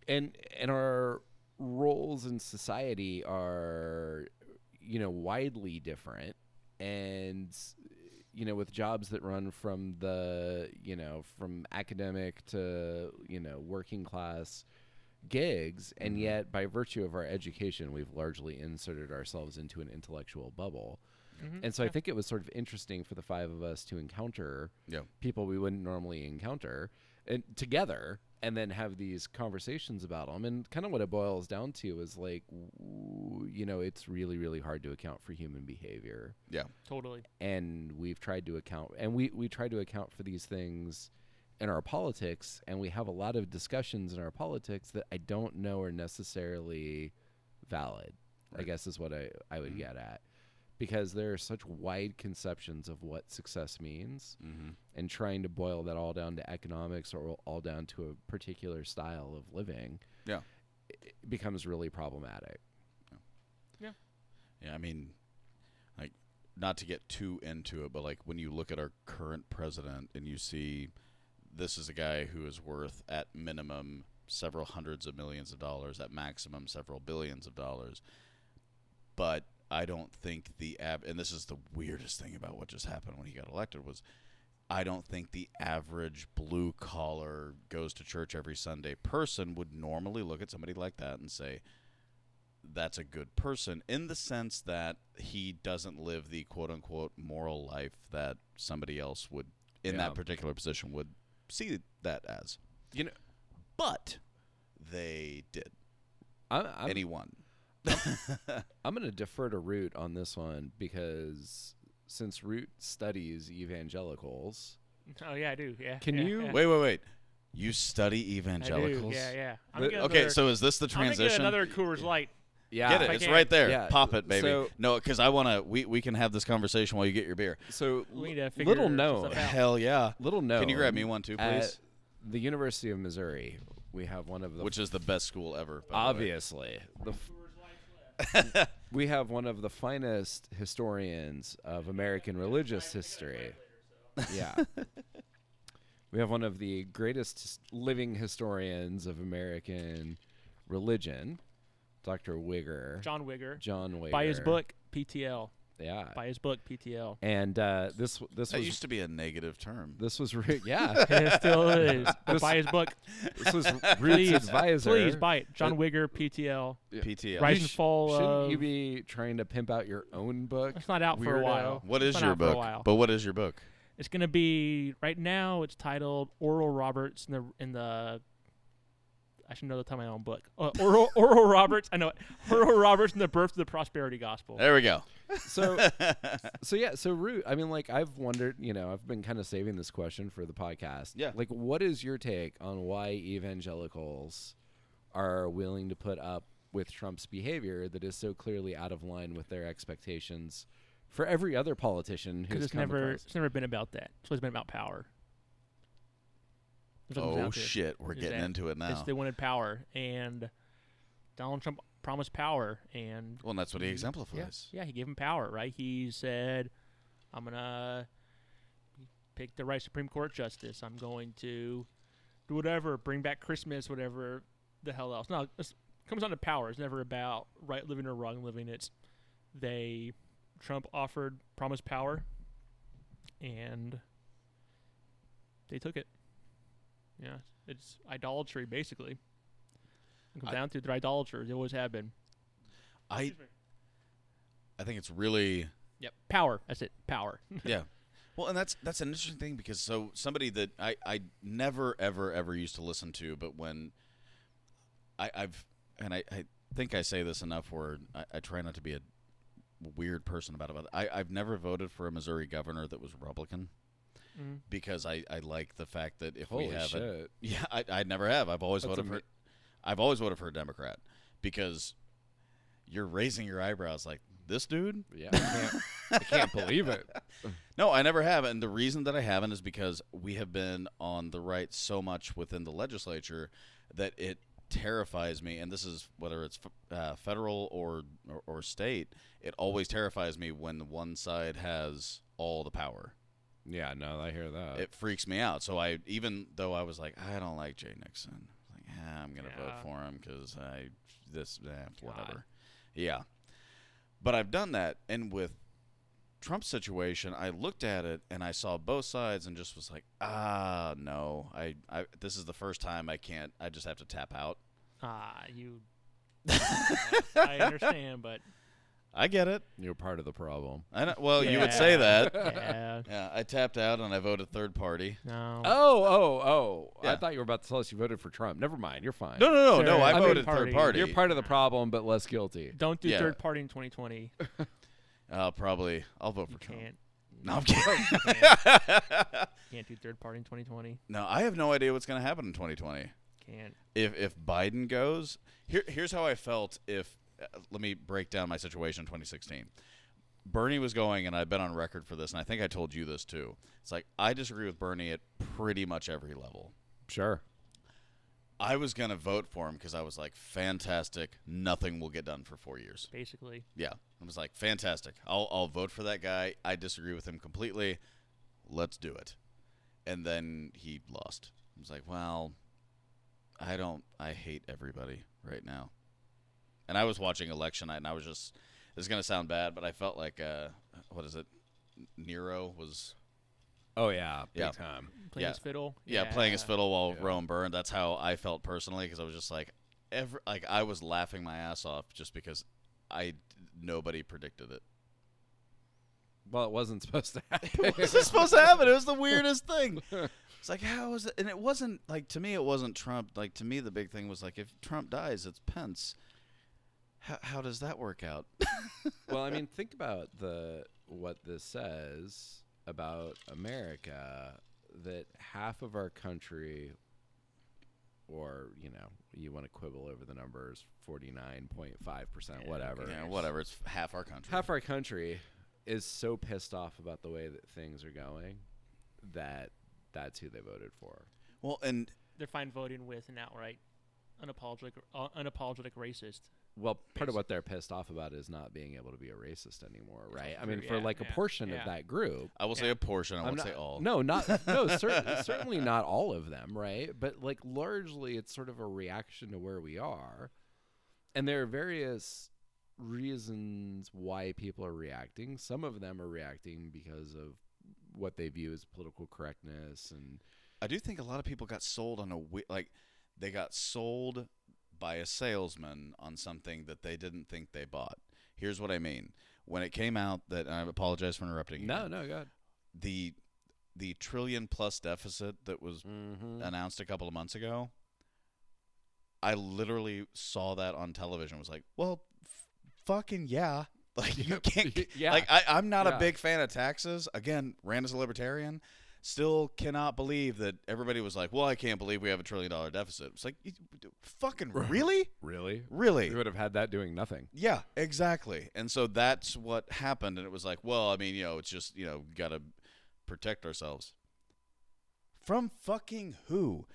And and our roles in society are you know, widely different and you know with jobs that run from the you know from academic to you know working class gigs and Mhm. yet by virtue of our education we've largely inserted ourselves into an intellectual bubble Mhm. and so i Yeah. think it was sort of interesting for the five of us to encounter Yeah. people we wouldn't normally encounter and together and then have these conversations about them and kind of what it boils down to is like w- you know it's really really hard to account for human behavior Totally. and we've tried to account and we we try to account for these things in our politics and we have a lot of discussions in our politics that I don't know are necessarily valid I Right. guess is what I I would Mhm. get at because there are such wide conceptions of what success means Mm-hmm. and trying to boil that all down to economics or all down to a particular style of living Yeah. it- it becomes really problematic Yeah, I mean, like, not to get too into it, but like when you look at our current president and you see this is a guy who is worth at minimum several hundreds of millions of dollars, at maximum several billions of dollars, but I don't think the ab and this is the weirdest thing about what just happened when he got elected was I don't think the average blue collar goes to church every Sunday person would normally look at somebody like that and say that's a good person in the sense that he doesn't live the quote unquote moral life that somebody else would in Yeah. that particular position would see that as. You know, But they did. I'm I'm, Anyone. I'm going to defer to Root on this one because since Root studies evangelicals, Oh yeah, I do. Yeah. Can yeah, you- Yeah. Wait, wait, wait. You study I do, evangelicals? Yeah, yeah. I'm gonna But- get Okay, another, so is this the I'm gonna get transition? another Coors Light. yeah, Get it. I It's can. right there. Yeah. Pop it, baby. So- no, because I want to. We, we can have this conversation while you get your beer. So We l- need to figure little some known, stuff out. Hell yeah. little known. Can you grab me one too, please? At the University of Missouri, we have one of the Which is the best school ever. by the way. obviously the f- we have one of the finest historians of American religious history. Yeah. We have one of the greatest his- living historians of American religion, Dr. Wigger. John Wigger. John Wigger. Buy his book PTL. Yeah. Buy his book PTL. And uh, this this That was used to be a negative term. this was Root. Yeah. It still is. But buy his book. this was Root's Please, advisor. please buy it. John Wigger PTL. PTL. Rise You and sh- fall Shouldn't of. you be trying to pimp out your own book? it's not out for a Weirdo. while. What It's is been your out for a book? while. But what is your book? It's gonna be right now. It's titled Oral Roberts in the in the. I should know the time my own book. Uh, Oral Oral Roberts. I know it. Oral Roberts and the Birth of the Prosperity Gospel. There we go. So so yeah, so Root, I mean like I've wondered, you know, I've been kind of saving this question for the podcast. Yeah. Like what is your take on why evangelicals are willing to put up with Trump's behavior that is so clearly out of line with their expectations for every other politician Because who's it's come never across? it's never been about that. It's always been about power. That's what it comes oh down to. shit, we're Is getting that- into it It's now. they wanted power, and Donald Trump promised power, and Well, and that's what he Yeah. exemplifies. Mm-hmm. Yeah, he gave him power, right? He said, "I'm gonna pick the right Supreme Court justice. I'm going to do whatever, bring back Christmas, whatever the hell else." No, it's- it comes down to power. It's never about right living or wrong living. It's they Trump offered promised power, and they took it. Yeah, it's idolatry basically. It comes I- down to they're idolaters. They always have been. I I think it's really Yep, power. That's it. Power. yeah. Well, and that's that's an interesting thing because so somebody that I I never ever ever used to listen to, but when I I've and I I think I say this enough where I, I try not to be a weird person about it. But I I've never voted for a Missouri governor that was Republican Mm. because I I like the fact that if Holy we have shit. a yeah I I never have I've always That's voted ama- for I've always voted for a Democrat because you're raising your eyebrows like this dude Yeah, I can't, I can't believe it. No, I never have, and the reason that I haven't is because we have been on the right so much within the legislature that it terrifies me. And this is whether it's f- uh, federal or, or or state, it always terrifies me when one side has all the power. Yeah, no, I hear that. It freaks me out. So I, even though I was like, I don't like Jay Nixon, I was like ah, I'm gonna vote Yeah. for him because I this eh, God. whatever. Yeah, but I've done that, and with Trump's situation, I looked at it and I saw both sides and just was like, ah, no, I, I this is the first time I can't. I just have to tap out. Ah, you. I understand, but I get it. You're part of the problem. I know, well, you would say that. yeah, Yeah, I tapped out and I voted third party. no. Oh, oh, oh. I Yeah. thought you were about to tell us you voted for Trump. Never mind. You're fine. No, no, no, Sure. no. I, I mean, voted party. third party. You're part of the problem, but less guilty. Don't do yeah. third party in 2020. You uh, probably. I'll vote for Trump. can't. No, I'm kidding. You can't. Can't do third party in 2020. No, I have no idea what's going to happen in 2020. Can't. If if Biden goes, here here's how I felt if uh, let me break down my situation in 2016. Bernie was going and I've been on record for this and I think I told you this too. It's like I disagree with Bernie at pretty much every level. Sure. I was going to vote for him cuz I was like fantastic, nothing will get done for 4 years. Basically, Yeah. I was like fantastic. I'll I'll vote for that guy. I disagree with him completely. Let's do it. And then he lost. I was like, well, I don't I hate everybody right now. And I was watching election night and I was just is going to sound bad, but I felt like uh, what is it? Nero was Oh yeah, big Yeah. time. Playing Yeah. his fiddle. yeah, playing his fiddle while Yeah. Rome burned. That's how I felt personally because I was just like every like I was laughing my ass off just because I nobody predicted it. Well, it wasn't supposed to happen. What was this supposed to happen? It was the weirdest thing. It's like how is it? And it wasn't like to me. It wasn't Trump. Like to me, the big thing was like if Trump dies, it's Pence. How how does that work out? well, I mean, think about the what this says about America that half of our country or, you know, you want to quibble over the numbers, 49.5%, whatever. Yeah, whatever. It's half our country. Half our country is so pissed off about the way that things are going that that's who they voted for. well, and They're fine voting with an outright unapologetic uh, unapologetic racist. Well, part of what they're pissed off about is not being able to be a racist anymore, right? I mean, true, for yeah, like a yeah, portion yeah. of that group, I will say Yeah. a portion. I I'm won't not, say all. No, not no. Cer- certainly not all of them, right? But like largely, it's sort of a reaction to where we are, and there are various reasons why people are reacting. Some of them are reacting because of what they view as political correctness, and I do think a lot of people got sold on a wi- like they got sold by a salesman on something that they didn't think they bought. Here's what I mean. When it came out that and I apologize for interrupting you. no, no, God, The the trillion plus deficit that was announced a couple of months ago. I literally saw that on television. Was like, well, f- fucking yeah. Like you Yep. can't. Yeah. Like I, I'm not a Yeah. big fan of taxes. Again, ran as a libertarian. Still cannot believe that everybody was like, well, I can't believe we have a trillion dollar deficit. It's like, you- fucking really, really. really. We would have had that doing nothing. Yeah, exactly. And so that's what happened. And it was like, well, I mean, you know, it's just, you know, got to protect ourselves. From fucking who?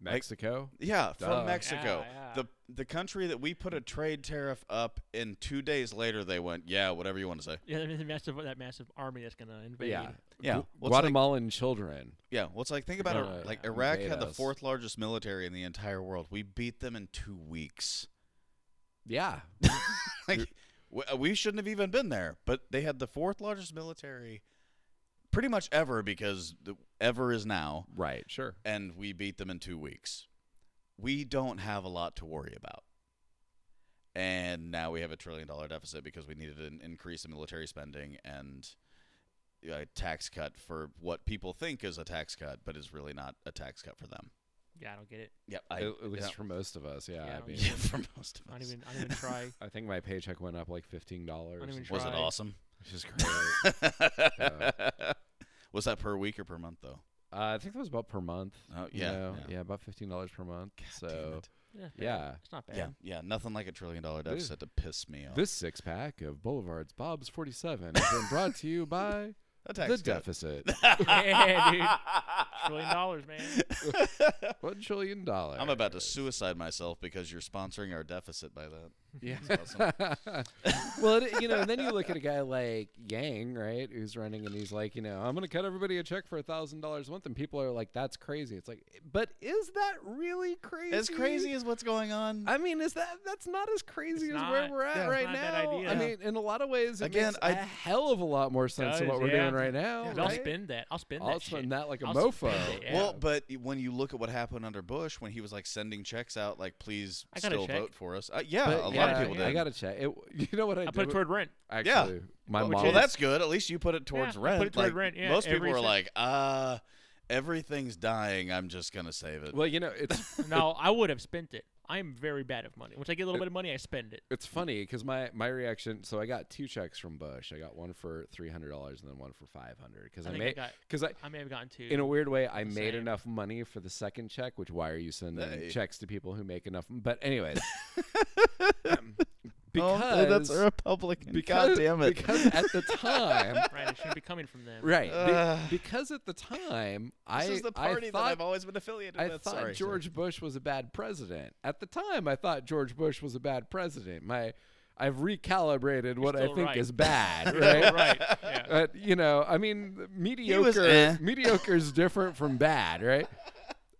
Mexico. Yeah, Duh. from Mexico. Yeah, yeah. The the country that we put a trade tariff up and 2 days later they went, "Yeah, whatever you want to say." Yeah, I mean, the massive that massive army that's gonna invade. yeah. Yeah. Gu- Well, it's like- Guatemalan children. Yeah, well, it's like think about Yeah, it. Like Iraq had the invade Uh, us. fourth largest military in the entire world. We beat them in 2 weeks. Yeah. Like we, uh, we shouldn't have even been there, but they had the fourth largest military pretty much ever because the, ever is now Right. Sure. and we beat them in 2 weeks. We don't have a lot to worry about. And now we have a trillion dollar deficit because we needed an increase in military spending and a tax cut for what people think is a tax cut, but is really not a tax cut for them. Yeah, I don't get it. Yeah, At, at least yeah. for most of us. Yeah. Yeah, I I mean, yeah, for most of I don't us. even. I don't even try. I think my paycheck went up like fifteen dollars. Don't even Was it try. awesome? Which is great. was that per week or per month though? uh, I think that was about per month. Oh you yeah, know? yeah. yeah, about fifteen dollars per month. Damn so it. Yeah, it's bad. Yeah. it's not bad. yeah, yeah, nothing like a trillion dollar This- deficit to piss me off. this six pack of Boulevard's Bob's Forty Seven has been brought to you by A tax the cut. deficit. yeah, dude. Trillion dollars, man. One trillion dollars. I'm about to suicide myself because you're sponsoring our deficit by that. Yeah. That's awesome. well, it, you know, and then you look at a guy like Yang, right, who's running, and he's like, you know, I'm going to cut everybody a check for a thousand dollars a month, and people are like, that's crazy. It's like, but is that really crazy? as crazy as what's going on, I mean, is that that's not as crazy It's as where not. we're at Yeah. right It's not a bad now? idea. I Yeah. mean, in a lot of ways, it Again, makes I- a hell of a lot more sense than Does, what we're yeah. doing right now. I'll Oh, right? spend that. I'll spend I'll that. spend shit. that like a I'll mofo. spend it, yeah. Well, but when you look at what happened under Bush, when he was like sending checks out, like please I got a still check. vote for us. Uh, yeah, But a lot yeah, of people yeah. did. I gotta check. It, you know what I, I did put it with- toward rent. Yeah. Actually, my well, mom. well, that's good. At least you put it towards Yeah, I put rent. it toward Like, rent, yeah, most people every are cent. like, uh, everything's dying. I'm just gonna save it. well, you know, it's no, I would have spent it. I am very bad at money. Once I get a little bit of money, I spend it. It's funny because my my reaction. So I got two checks from Bush. I got one for three hundred dollars and then one for five hundred. Because I I, think I made got- because I, I may have gotten two. in a weird way, I made same. enough money for the second check. Which why are you sending Hey. checks to people who make enough? But anyways, Oh, because that's a Republican. because God damn it. because at the time. right, it shouldn't be coming from them. Right, be- Ugh. because at the time I this is the I party that thought I've always been affiliated I with. thought Sorry, George Bush was a bad president. At the time, I thought George Bush was a bad president. My, I've recalibrated what I still think right. is bad, Oh, right? right. Yeah. But you know, I mean, mediocre. was, eh. Mediocre is different from bad, right?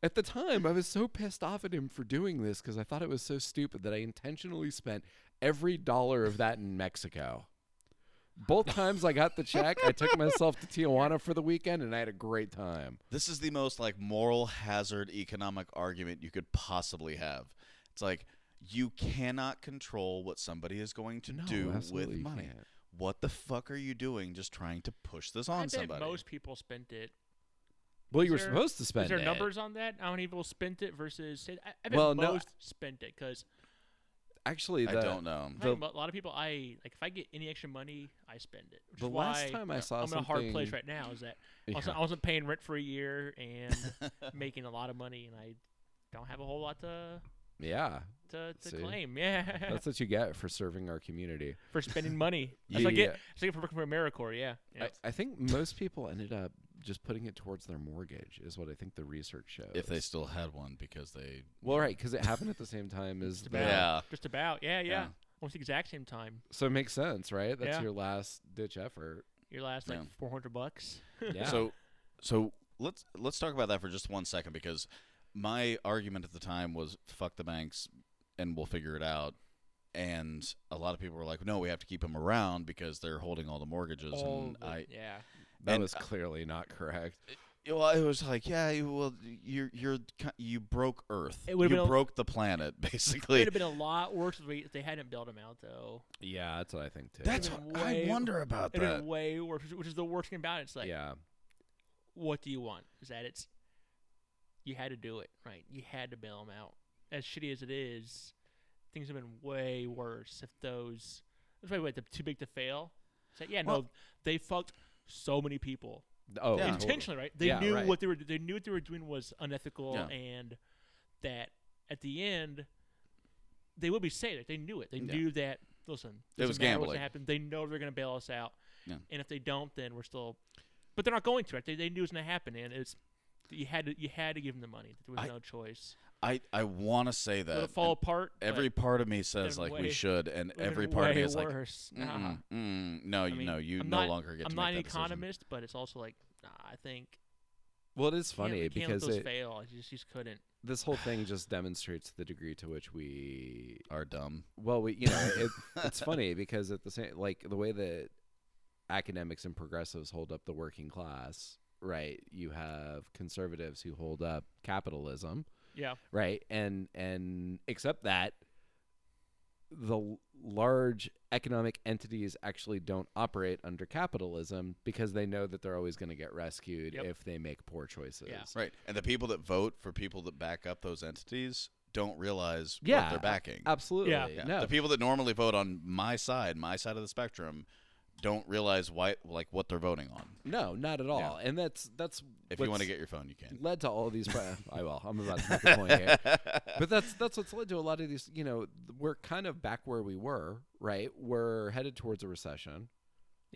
At the time, I was so pissed off at him for doing this because I thought it was so stupid that I intentionally spent every dollar of that in Mexico. Both times I got the check, I took myself to Tijuana for the weekend and I had a great time. This is the most like moral hazard economic argument you could possibly have. It's like you cannot control what somebody is going to No, do with absolutely you money. can't. What the fuck are you doing just trying to push this I on bet somebody? most people spent it. Well, Is you were there- supposed to spend Is there it. numbers on that? How many people spent it versus? Say, I, I bet Well, no, I- most spent it because Actually, I the- don't know. The- a lot of people. I like if I get any extra money, I spend it. Which The is last why time I saw I'm in a hard place something- right now. Is that Yeah. also, I wasn't paying rent for a year and making a lot of money, and I don't have a whole lot to Yeah, to, to See? claim. Yeah, that's what you get for serving our community. for spending money. That's what I Yeah. get. That's what I get for working for AmeriCorps. Yeah. yeah. I, I think most people ended up just putting it towards their mortgage, is what I think the research shows. If they still had one because they well, right, because it happened at the same time as Just the. about. Yeah. Just about. Yeah, yeah. Yeah. Almost the exact same time. So it makes sense, right? That's Yeah. your last ditch effort. Your last like Yeah. 400 bucks. Yeah. So so let's let's talk about that for just one second because my argument at the time was fuck the banks and we'll figure it out. And a lot of people were like, "No, we have to keep them around because they're holding all the mortgages." All and the- I, Oh, yeah. that and- was clearly not correct. well, it was like, "Yeah, you- well, you're you're ki- you broke Earth. It you would've been a- broke the planet, It basically." would have been a lot worse if, we, if they hadn't bailed him out, though. Yeah, that's what I think too. That's would've what been I way- wonder about It would have that. been way worse, which is the worst thing about it. It's like, yeah. what do you want? Is that it's you had to do it, right? You had to bail them out. As shitty as it is, things have been way worse. If those, that's why wait, the too big to fail. It's like, yeah, no, Well- they fucked so many people Oh, Yeah. totally. intentionally, right? They Yeah, knew right. what they were. They knew what they were doing was unethical, Yeah. and that at the end, they will be saved. Like, they knew it. They Yeah. knew that. Listen, It doesn't was matter What's gambling. gonna happen? They know they're going to bail us out, Yeah. and if they don't, then we're still. But they're not going to. Right? They, they knew it was going to happen, and it's you had to you had to give them the money. There was I- no choice. I I want to say that It'll and fall apart. but every part of me would've says like we way- should, and it would've every been part of me way is like, worse. Nah. Mm-mm, mm, Mm-hmm. no, you Uh-huh. mean, no, you I'm no not- longer get I'm to not make an that decision. economist, but it's also like nah, I think Well, it is can't- funny we can't because let those it, fail. I just, just couldn't. this whole thing just demonstrates the degree to which we are dumb. well we you know it, it's funny because at the same like the way that academics and progressives hold up the working class right you have conservatives who hold up capitalism Yeah. right and and except that the l- large economic entities actually don't operate under capitalism because they know that they're always going to get rescued Yep. if they make poor choices Right. And the people that vote for people that back up those entities don't realize Yeah, what they're backing. absolutely Yeah. no The people that normally vote on my side, my side of the spectrum, don't realize why like what they're voting on. No, not at all. And that's that's If you want to what's get your phone, you can. led to all these. Pro- I will. I'm about to make a point here, but that's that's what's led to a lot of these. You know, th- we're kind of back where we were. Right, we're headed towards a recession.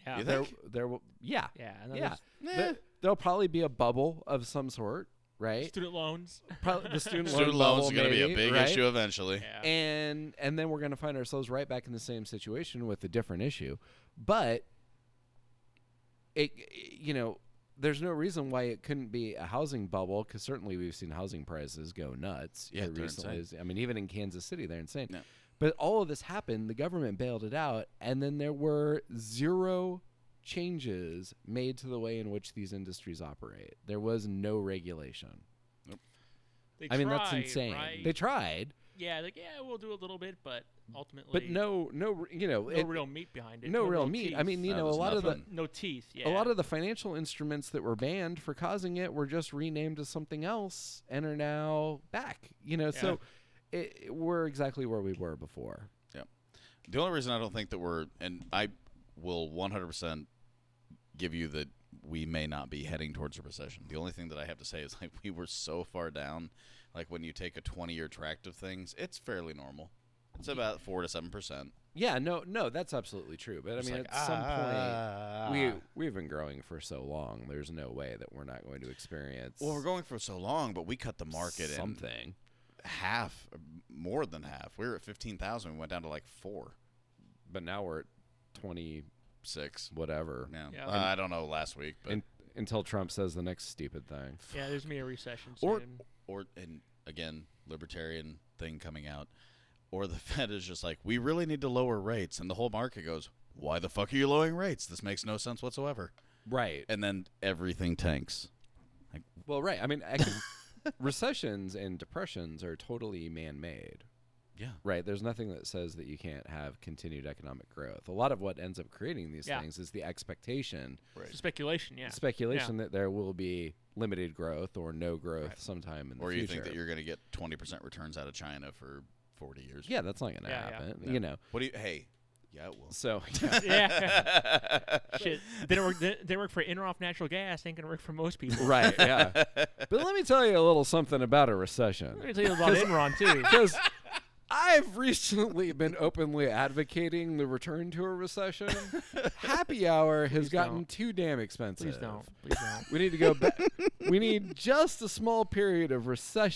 Yeah. You There, think? Eh. there will. Yeah, Yeah. and then yeah. there's There, will probably be a bubble of some sort. Right, Student loans. Probably the student, Student loans loan bubble are going to be a maybe, big right? issue eventually. Yeah. and and then we're going to find ourselves right back in the same situation with a different issue but it you know there's no reason why it couldn't be a housing bubble because certainly we've seen housing prices go nuts Yeah, here they're recently i mean even in kansas city they're insane Yeah. but all of this happened the government bailed it out and then there were zero changes made to the way in which these industries operate there was no regulation They i mean that's tried, insane right? they tried yeah, like yeah, we'll do a little bit, but ultimately, but no no re- you know no it, real meat behind it. no, real real meat. Teeth. I mean, you No, know, a there's lot of nothing. no teeth. Yeah. the a lot of the financial instruments that were banned for causing it were just renamed as something else and are now back. You know, so it, it- we're exactly where we were before. The only reason I don't think that we're and I will 100% give you that we may not be heading towards a recession. The only thing that I have to say is like we were so far down. Like when you take a 20-year tract of things, it's fairly normal. It's about four to seven percent. Yeah, no, no, that's absolutely true. But I mean, at some ah. point, we we've been growing for so long. There's no way that we're not going to experience well, we're going for so long, but we cut the market in something. half, more than half. We were at fifteen thousand. We went down to like four, But now we're at twenty six. whatever Yeah, Yeah. Uh, I don't know. Last week, but in, until Trump says the next stupid thing. yeah, there's gonna be a recession soon. or or and again libertarian thing coming out or the Fed is just like, we really need to lower rates, and the whole market goes, why the fuck are you lowering rates? This makes no sense whatsoever. Right. And then everything tanks. Well, right. I mean, ec- recessions and depressions are totally man-made. Yeah. Right. There's nothing that says that you can't have continued economic growth. A lot of what ends up creating these Yeah. things is the expectation, Right. Speculation, yeah. speculation that there will be limited growth or no growth Right. sometime in the Or you future. think that you're going to get 20% returns out of China for 40 years. yeah, that's not going to Yeah, yeah. happen. No. You know. What do you, hey, yeah, it will. So yeah. Shit. Didn't work, didn't didn't work for Enroff Natural Gas. Ain't going to work for most people. right, yeah. But let me tell you a little something about a recession. I'm going to tell you about Enron, too. because I've recently been openly advocating the return to a recession. Happy hour has Please gotten don't. too damn expensive. Please don't. Please don't. We need to go back. we need just a small period of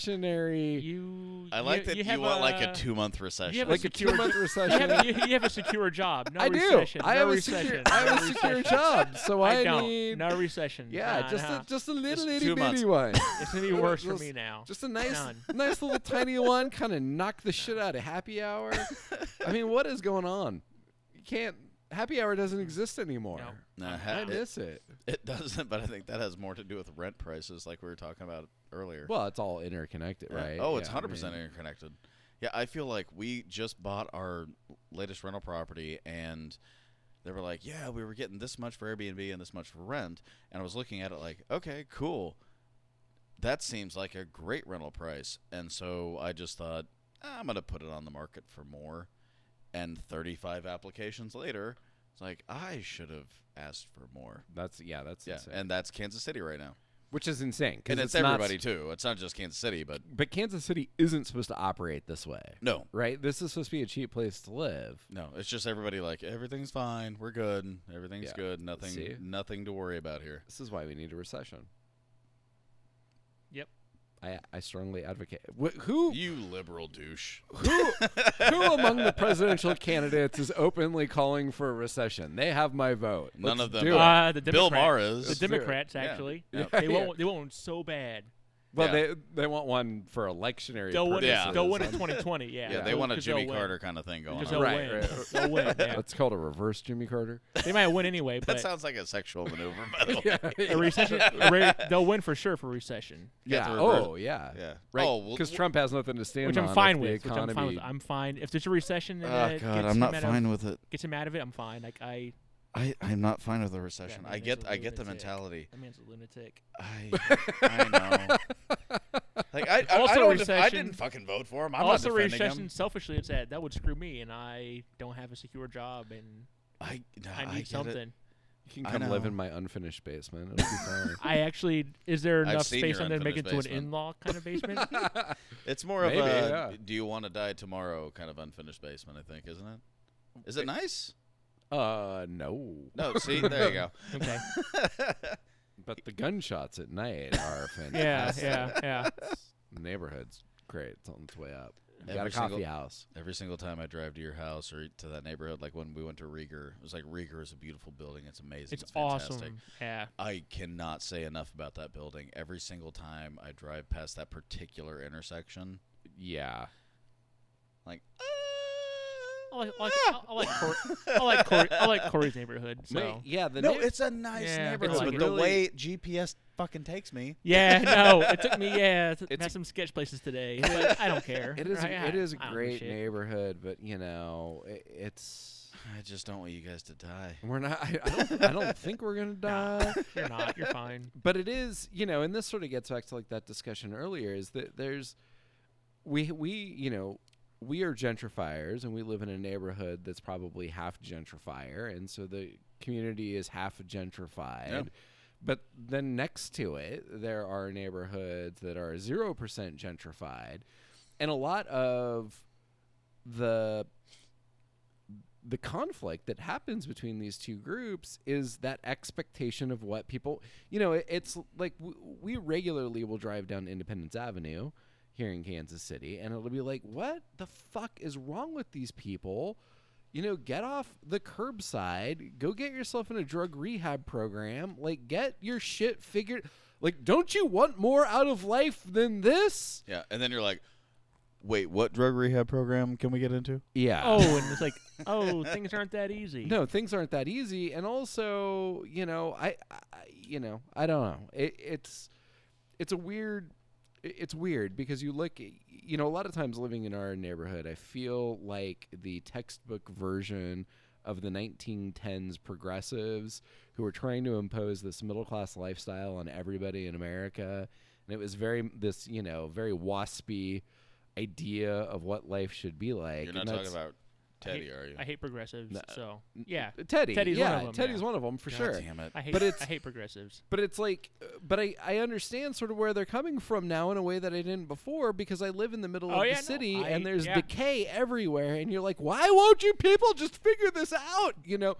recessionary, You. I like you, that you, have want like a a two month recession. have like a secure- two month You recession. have, you, you have a secure job. No I do. recession. I no have a recession. secure. I have no a secure recession. job, so I, I, don't. need. no recession. yeah, Nah, just nah. a just a little Just itty two months. bitty one. it's gonna be worse for just- me now. Just a nice, None. nice little tiny one. Kind of knock the shit out of happy hour. I mean, what is going on? You can't. Happy hour doesn't exist anymore. Nah, ha- I it, miss it. it doesn't, but I think that has more to do with rent prices, like we were talking about earlier. Well, it's all interconnected, Yeah. right? Oh, it's Yeah, I hundred percent mean, interconnected. Yeah, I feel like we just bought our latest rental property, and they were like, "Yeah, we were getting this much for Airbnb and this much for rent." And I was looking at it like, "Okay, cool. That seems like a great rental price." And so I just thought, "Ah, "I'm gonna put it on the market for more." And thirty-five applications later, it's like I should have asked for more. That's yeah, that's Yeah, insane. and that's Kansas City right now, Which is insane because and it's, not- everybody too. It's not just Kansas City, but but Kansas City isn't supposed to operate this way, no, right? This is supposed to be a cheap place to live. No, it's just everybody like everything's fine, we're good, everything's Yeah. good, nothing, See? nothing to worry about here. This is why we need a recession. Yep. I, I strongly advocate. Wh- who You liberal douche. who who among the presidential candidates is openly calling for a recession? They have my vote. None Let's of them do it. are. Uh, the Bill Democrats, Maher The is. do it. Democrats Yeah. actually. Yeah. They Yeah. won't. They won't so bad. Well, Yeah. they they want one for electionary. They'll win. Yeah. Yeah. They'll win in purposes. 2020. Yeah. yeah, they want a Because they'll Jimmy win. Carter kind of thing going Because on. they'll Right, win. right. They'll win. Yeah. It's called a reverse Jimmy Carter. They might win anyway, That but sounds like a sexual maneuver, by the way. yeah. a recession. a re- they'll win for sure for recession, Yeah, the reverse- Oh, yeah. Yeah. Right. Oh, well, Because Trump has nothing to stand which on. I'm It's fine the with. Which Economy. Ah, I'm fine with. I'm fine. If there's a recession, and uh, Oh it God, gets I'm him not out fine Of, with it. gets him out of it. I'm fine. Like I, I, I'm not fine with the recession. man, I he's get a I get the lunatic. mentality. that man's a lunatic. I, I know. Like I, I, I Also don't. def- I recession- didn't fucking vote for him. I'm also, not defending recession. him. Selfishly, it's that that would screw me, and I don't have a secure job, and I, no, I Ah, I need get it. something. You can I come live know. in my unfinished basement. It'll be fine. I actually is there I've enough seen space your on there to make it unfinished to basement. an in-law kind of basement? It's more of Maybe, a yeah. do you want to die tomorrow kind of unfinished basement, I think, isn't it? Is it nice? uh, no. No, see, there you go. okay. But the gunshots at night are Yeah, fantastic. yeah, yeah. The neighborhood's great. It's on its way up. You got Every a coffee single- house. Every single time I drive to your house or to that neighborhood, like when we went to Rieger, it was like Rieger is a beautiful building. It's amazing. It's, It's fantastic. awesome. Yeah. I cannot say enough about that building. Every single time I drive past that particular intersection, Yeah. like, "Ah!" I like, I like, I like, Cor- I like, Corey, I like Corey's neighborhood. So. Wait, yeah. The no, neigh- it's a nice Yeah, I neighborhood, like but it. the Really- way GPS fucking takes me, Yeah, no, it took me. Yeah, to It's- had some sketch places today. But I don't care. It is. Right? A, I- it is a I don't give great shit. neighborhood, but you know, i it's I just don't want you guys to die. we're not. I, I, don't, I don't think we're gonna die. You're not. You're fine. But it is. You know, and this sort of gets back to like that discussion earlier. Is that there's we we you know we are gentrifiers and we live in a neighborhood that's probably half gentrifier, and so the community is half gentrified. Yeah. But then next to it, there are neighborhoods that are 0% gentrified. And a lot of the the conflict that happens between these two groups is that expectation of what people, you know, it, it's like w- we regularly will drive down Independence Avenue here in Kansas City and it'll be like, what the fuck is wrong with these people? You know, get off the curbside, go get yourself in a drug rehab program, like get your shit figured. Like, don't you want more out of life than this? Yeah, and then you're like, Wait, what drug rehab program can we get into? Yeah. Oh, and it's like, oh, things aren't that easy. No, things aren't that easy, and also, you know, I, I you know, I don't know. It, it's, it's a weird, i- it's weird because you look, you know, a lot of times living in our neighborhood, I feel like the textbook version of the 1910s progressives who were trying to impose this middle class lifestyle on everybody in America, and it was very this, you know, very waspy idea of what life should be like. You're not and talking that's- about Teddy, hate- are you? I hate progressives. So yeah, Teddy. Teddy's one yeah, of 'em, Teddy's yeah. one of them for God sure. damn it. I hate. But it's- I hate progressives. But it's like, uh, but I, I understand sort of where they're coming from now in a way that I didn't before because I live in the middle Oh, of yeah, no, the city I- and there's yeah. decay everywhere. And you're like, why won't you people just figure this out? You know?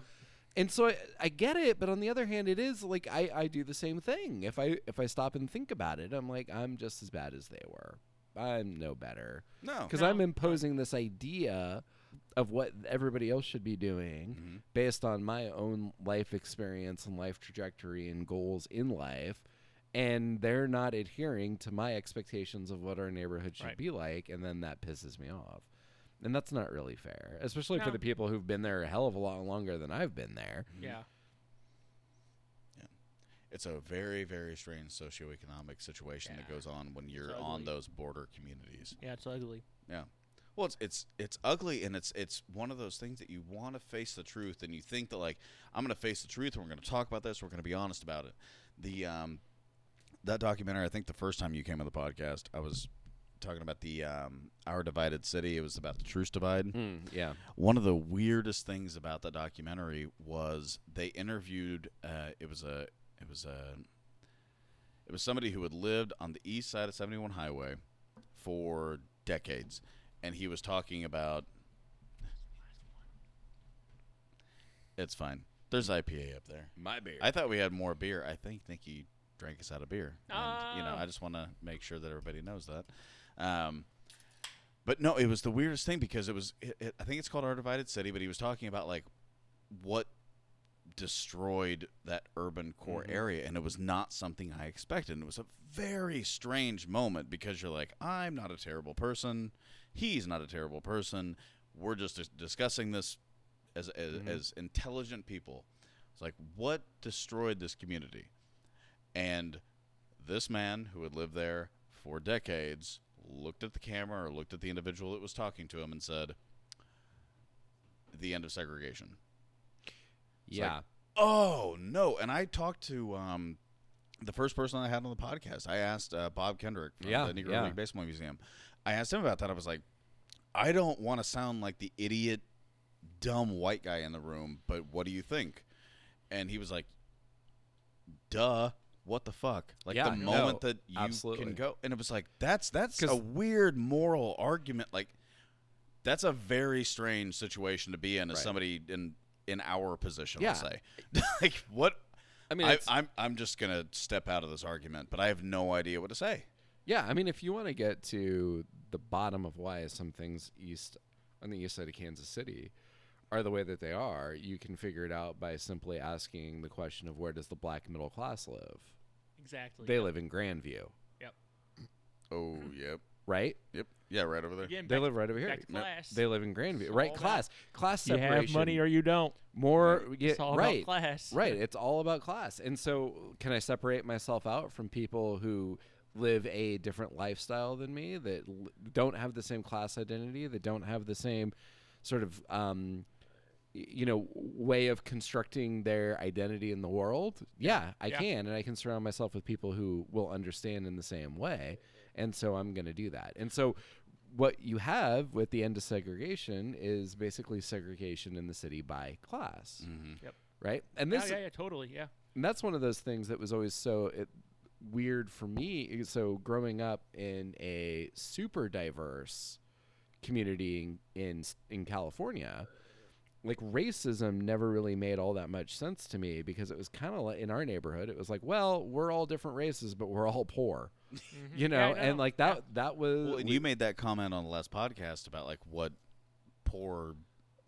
And so I, I get it. But on the other hand, it is like I, I do the same thing. If I, if I stop and think about it, I'm like, I'm just as bad as they were. I'm no better no. because No. I'm imposing this idea of what everybody else should be doing Mm-hmm. based on my own life experience and life trajectory and goals in life. And they're not adhering to my expectations of what our neighborhood should Right. be like. And then that pisses me off. And that's not really fair, especially for No. the people who've been there a hell of a lot longer than I've been there. Yeah. It's a very, very strange socioeconomic situation that Yeah. goes on when you're It's on ugly. those border communities. Yeah, it's ugly. Yeah. Well, it's it's it's ugly, and it's it's one of those things that you want to face the truth, and you think that like I'm going to face the truth, and we're going to talk about this, we're going to be honest about it. The um, that documentary, I think the first time you came on the podcast, I was talking about the um, our divided city. It was about the truce divide. yeah. One of the weirdest things about the documentary was they interviewed. Uh, it was a. It was a. It was somebody who had lived on the east side of 71 Highway for decades, and he was talking about. It's fine. There's IPA up there. My beer. I thought we had more beer. I think Nikki drank us out of beer. And, you know, Oh. I just want to make sure that everybody knows that. Um, but no, it was the weirdest thing because it was. It, it, I think it's called Our Divided City, but he was talking about like what destroyed that urban core area, and it was not something I expected. And it was a very strange moment because you're like, I'm not a terrible person. He's not a terrible person. We're just dis- discussing this as as, as intelligent people. It's like what destroyed this community, and this man who had lived there for decades looked at the camera or looked at the individual that was talking to him and said, "The end of segregation." yeah. Oh no! And I talked to um, the first person I had on the podcast. I asked uh, Bob Kendrick from Yeah, the Negro yeah. League Baseball Museum. I asked him about that. I was like, I don't want to sound like the idiot, dumb white guy in the room, but what do you think? And he was like, Duh. What the fuck? Like Yeah, the no, moment that you absolutely. can go, and it was like that's that's a 'Cause- weird moral argument. Like that's a very strange situation to be in as Right. somebody in in our position. Let's Yeah. say like what I I mean, mean, I, it's- I'm I'm just gonna step out of this argument, but I have no idea what to say. Yeah, I mean, if you want to get to the bottom of why some things east on the east side of Kansas City are the way that they are, you can figure it out by simply asking the question of where does the black middle class live? Exactly. They live in Grandview, Yep. Oh, yep, right? yep, yeah, right over there. Again, They back- live right over here. back to No, class. They live in Grandview, right? all Class, class you separation. have money or you don't. more, yeah, It's all right? about class. Right. It's all about class. And so, can I separate myself out from people who live a different lifestyle than me, that l- don't have the same class identity, that don't have the same sort of, um, y- you know, way of constructing their identity in the world? Yeah, I Yeah. can. And I can surround myself with people who will understand in the same way. And so, I'm going to do that. And so, what you have with the end of segregation is basically segregation in the city by class Mm-hmm. Yep. right? And Yeah, this Mm-hmm. yeah, yeah, totally. Yeah. and that's one of those things that was always so it, weird for me. eh, So growing up in a super diverse community in, in s- in California, like racism never really made all that much sense to me because it was kind of like in our neighborhood, it was like, well, we're all different races, but we're all poor, you know, Mm-hmm. Yeah, I and know. like that that was Well, and you made that comment on the last podcast about like what poor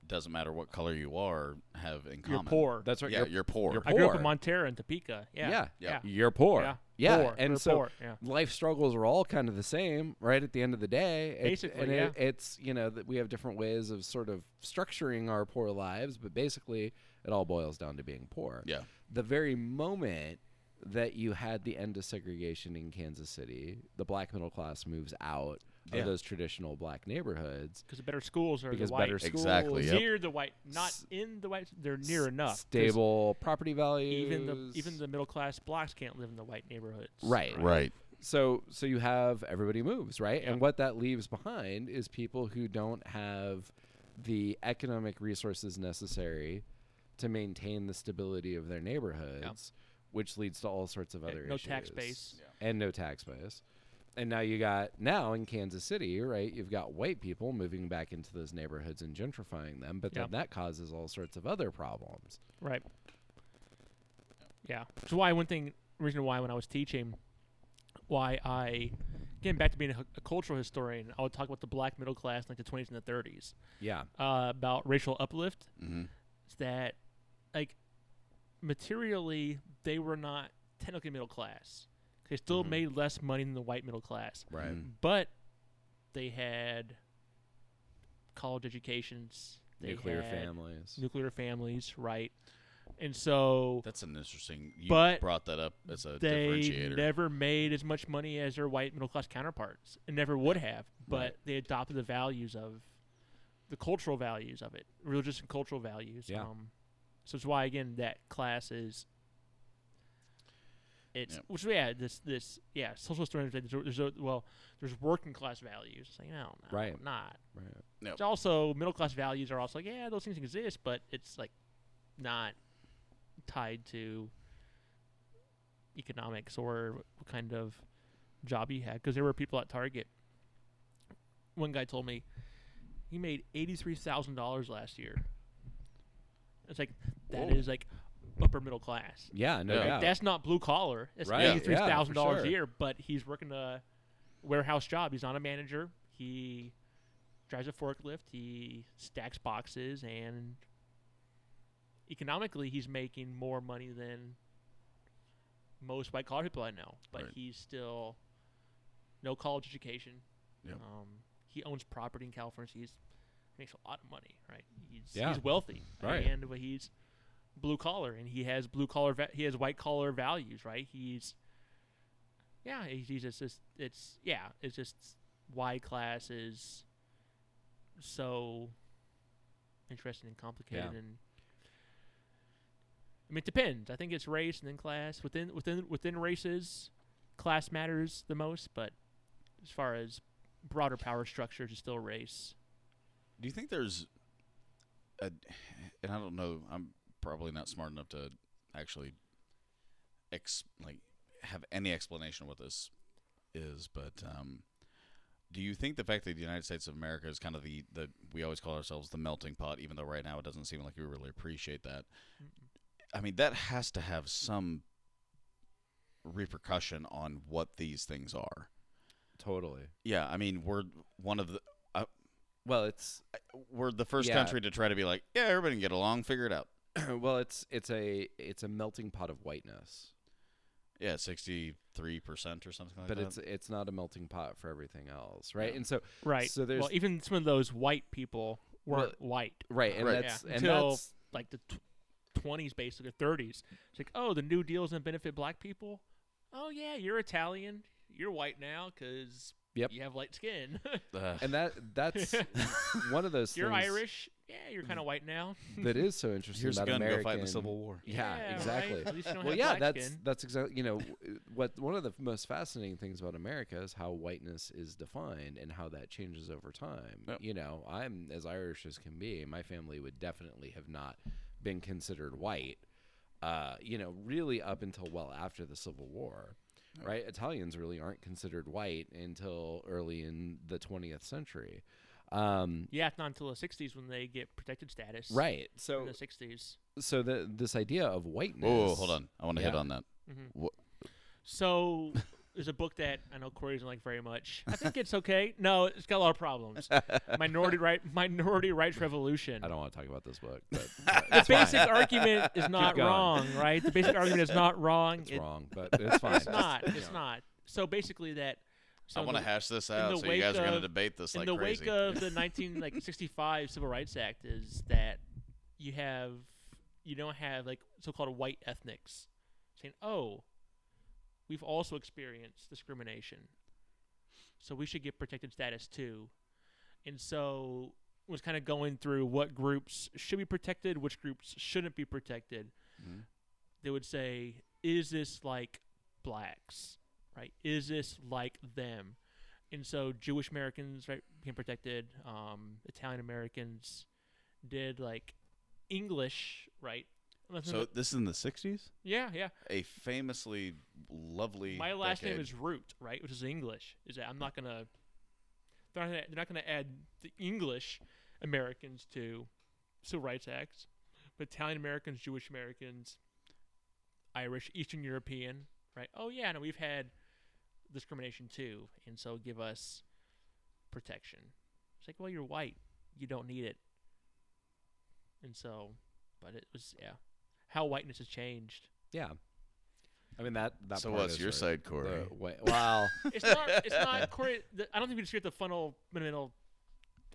doesn't matter what color you are, have in You're common. poor. That's right. Yeah, you're, you're, poor. you're I grew up poor. in Montana and Topeka. Yeah. Yeah. Yeah. you're poor. Yeah. Poor. And We're so poor. Yeah. life struggles are all kind of the same, right? At the end of the day, It- Basically, and it- it's you know that we have different ways of sort of structuring our poor lives, but basically, it all boils down to being poor. Yeah. The very moment that you had the end of segregation in Kansas City, the black middle class moves out Yeah. of those traditional black neighborhoods Because better schools are because the white. better schools, Exactly, Yep. Near the white, not S- in the white. They're near enough. There's- stable property values, Even the even the middle class blocks can't live in the white neighborhoods. Right. Right. so so you have everybody moves right and what that leaves behind is people who don't have the economic resources necessary to maintain the stability of their neighborhoods which leads to all sorts of Yeah, other no issues tax base. and no tax base and now you got now in Kansas City, right? You've got white people moving back into those neighborhoods and gentrifying them, Yep. but then that causes all sorts of other problems. Right. Yeah. Which is why one thing, reason why when I was teaching, why I, getting back to being a, h- a cultural historian, I would talk about the black middle class in like the 20s and the 30s, Yeah, uh, about racial uplift. Mm-hmm. It's that, like, materially, they were not technically middle class. They still Mhm. made less money than the white middle class, right. Mhm. but they had college educations, they Nuclear had families. nuclear families, right? And so That's an interesting. You But brought that up as a they differentiator. never made as much money as their white middle class counterparts and never would have but Right. they adopted the values of the cultural values of it religious and cultural values Yeah. um, so it's why again that class is it's Yep. which yeah this this yeah social historians there's, a- there's a, well there's working class values saying no no Right. not right. It's also middle class values are also like yeah those things exist but it's like not tied to economics or what kind of job he had because there were people at target one guy told me he made $83000 last year it's like that is Whoa. like upper middle class Yeah, no Yeah. Like doubt. that's not blue collar that's Right, yeah, for $83000 sure. a year but he's working a warehouse job he's not a manager he drives a forklift he stacks boxes and economically he's making more money than most white collar people I know, but Right. he's still no college education. Yep. Um, he owns property in California. So he's he makes a lot of money, right? He's, Yeah. he's wealthy, Right. And but he's blue collar, and he has blue collar, va- he has white collar values, right? He's yeah, he's, he's just, just it's yeah, it's just why class is so interesting and complicated and I mean, it depends. I think it's race and then class. Within within within races, class matters the most. But as far as broader power structures, it's still race. Do you think there's a, and I don't know, I'm probably not smart enough to actually ex, like have any explanation of what this is, but um, do you think the fact that the United States of America is kind of the, the we always call ourselves the melting pot, even though right now it doesn't seem like we really appreciate that. I mean, that has to have some repercussion on what these things are. Totally. Yeah, I mean, we're one of the Well, it's we're the first Yeah. country to try to be like, yeah, everybody can get along, figure it out. well, it's it's a it's a melting pot of whiteness, Yeah, sixty three percent or something like but that. it's it's not a melting pot for everything else, right? Yeah. And so Right. So there's- well, even some of those white people weren't white. right, and Right. that's yeah. and Until that's like the twenties, basically the thirties. It's like, oh, the New Deal's gonna benefit black people. Oh yeah, you're Italian. You're white now because Yep. you have light skin. Ugh. and that that's one of those you're things Irish. Yeah, you're kind Mm-hmm. of white now. that is so interesting here's a about gun to American. go fight in the Civil War. Yeah, right? exactly. At least you don't well, have yeah, black that's skin. that's exactly you know what one of the most fascinating things about America is how whiteness is defined and how that changes over time. Yep. You know, I'm as Irish as can be. My family would definitely have not been considered white. Uh, you know, really up until well after the Civil War, right? Italians really aren't considered white until early in the 20th century. Um, Yeah, it's not until the '60s when they get protected status. right. In So the '60s. so the this idea of whiteness. Whoa, whoa, hold on. I want to hit Yeah. on that. Mhm. Wha- So there's a book that I know Corey doesn't like very much. I think it's okay. No, it's got a lot of problems. Minority right, minority rights revolution. I don't want to talk about this book, but The basic argument is not going. wrong, right? The basic argument is not wrong. it's It- wrong. But it's fine. It's not. It's not. So basically, that. So I in want to the- hash this in out. the So you guys wake are going to of- debate this in like the crazy. wake of the 1965 Civil Rights Act is that you have you don't have like so-called white ethnics saying, "Oh, we've also experienced discrimination, so we should get protected status too." And so was kind of going through what groups should be protected, which groups shouldn't be protected. Mhm. They would say, "Is this like blacks? Right? Is this like them?" and so Jewish Americans right became protected. Um, Italian Americans did like English right. Unless- so this is in the 60s? yeah, yeah. A famously lovely. My last name decade. is Root, right, which is English. Is that I'm not gonna they're not gonna, they're not gonna add the English Americans to civil rights acts, but Italian Americans, Jewish Americans, Irish, Eastern European, right? Oh yeah, no, we've had discrimination too, and so give us protection. It's like, well, you're white, you don't need it, and so, but it was yeah, how whiteness has changed. Yeah. I mean that. that So part what's is your right. side, The Corey? way- well, it's not it's not Corey. The, I don't think we disagree with the funnel fundamental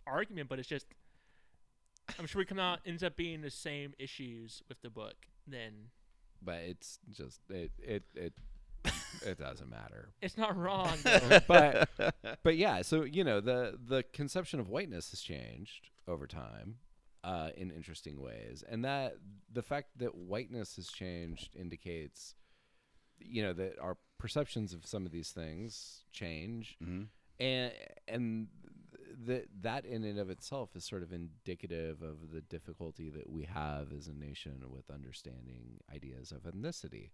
argument, but it's just I'm sure we come out ends up being the same issues with the book. Then but it's just it it it it doesn't matter. it's not wrong. though. But but yeah, so you know the the conception of whiteness has changed over time uh, in interesting ways, and that the fact that whiteness has changed indicates you know that our perceptions of some of these things change Mhm. and and that that in and of itself is sort of indicative of the difficulty that we have as a nation with understanding ideas of ethnicity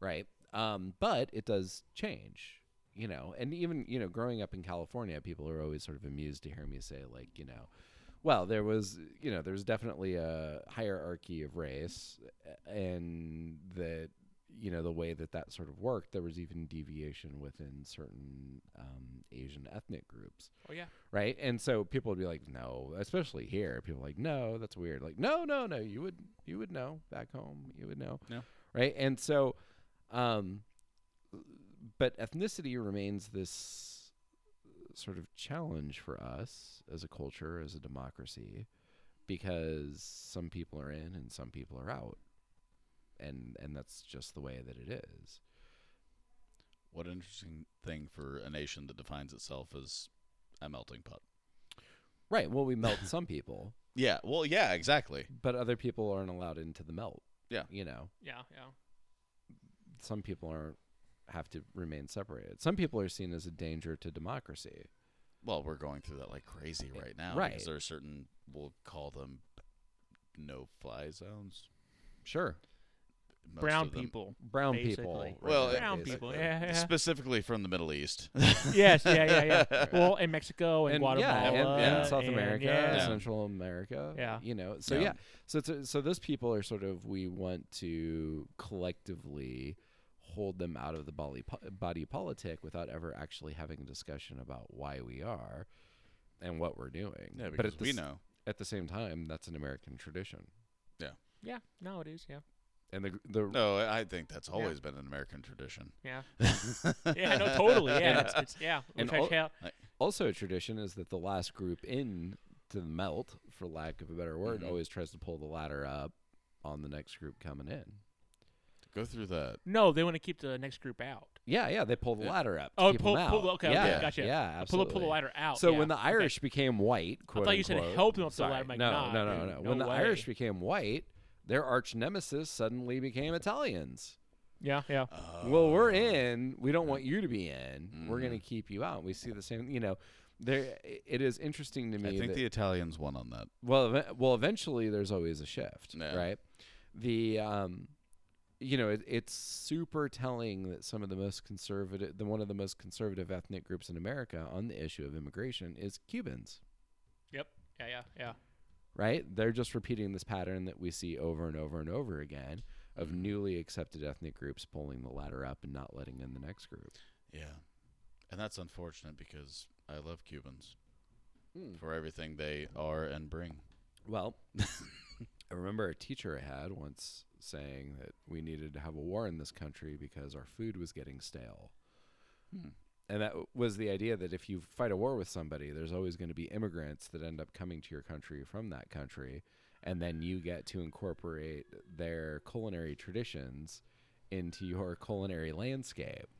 right um, but it does change you know and even you know growing up in california people are always sort of amused to hear me say like you know well there was you know there's definitely a hierarchy of race uh, and that you know the way that that sort of worked there was even deviation within certain um, asian ethnic groups oh yeah, right and so people would be like no especially here people are like no that's weird like no no no you would you would know back home you would know Yeah. right and so um but ethnicity remains this sort of challenge for us as a culture as a democracy because some people are in and some people are out and and that's just the way that it is What an interesting thing for a nation that defines itself as a melting pot. right well we melt some people Yeah. Well, yeah, exactly. but other people aren't allowed into the melt Yeah. you know yeah, yeah. some people aren't have to remain separated. Some people are seen as a danger to democracy. Well, we're going through that like crazy Eh, right now. right. Because there are certain, we'll call them no fly zones. Sure. Most Brown of them- people, Brown people. Basically. right, Well, right, brown basically. people. Yeah, yeah. yeah. Specifically from the Middle East. yes, yeah, yeah, yeah. Well, in Mexico and, And yeah, Guatemala and, yeah. and South and- America, yeah. Yeah. Central America. Yeah. You know. So Yeah. yeah. So it's a- so those people are sort of we want to collectively hold them out of the body po- body politic without ever actually having a discussion about why we are and what we're doing. yeah, but because at the, we s- know. at the same time, that's an American tradition. Yeah, no, it is. Yeah, And the the No, I I think that's always been an American tradition. yeah, yeah. No, totally. Yeah, it's, it's yeah. And Which I all- tell- also a tradition is that the last group in to the melt, for lack of a better word, Mm-hmm. Mhm. always tries to pull the ladder up on the next group coming in. Go through that. no, they want to keep the next group out. Yeah, yeah, they pull the Yeah. ladder up. to Oh, keep 'em pull- out. pull the- okay, okay, yeah, gotcha. Yeah, Pull the absolutely. pull the ladder out. So yeah. when the Okay. Irish became white, quote thought you said unquote- help them up the sorry, ladder. I'm like, no, nah, no, no, dude, no. no When the way. Irish became white, their arch nemesis suddenly became Italians. yeah, yeah, Uh, well, we're Oh. in. We don't want you to be in. We're Mhm. going to Mm-hmm. keep you out. We see the same. You know, there. It is interesting to I me. think that the Italians won on that. well ev- well eventually there's always a shift Yeah. right the um you know it, it's super telling that some of the most conservative the one of the most conservative ethnic groups in america on the issue of immigration is cubans yeah, yeah, yeah. right they're just repeating this pattern that we see over and over and over again of Mhm. newly accepted ethnic groups pulling the ladder up and not letting in the next group Yeah. And that's unfortunate because I love Cubans Mm. Hmm. for everything they are and bring. Well, I remember a teacher I had once saying that we needed to have a war in this country because our food was getting stale. Hmm. And that w- was the idea that if you fight a war with somebody, there's always going to be immigrants that end up coming to your country from that country. And then you get to incorporate their culinary traditions into your culinary landscape.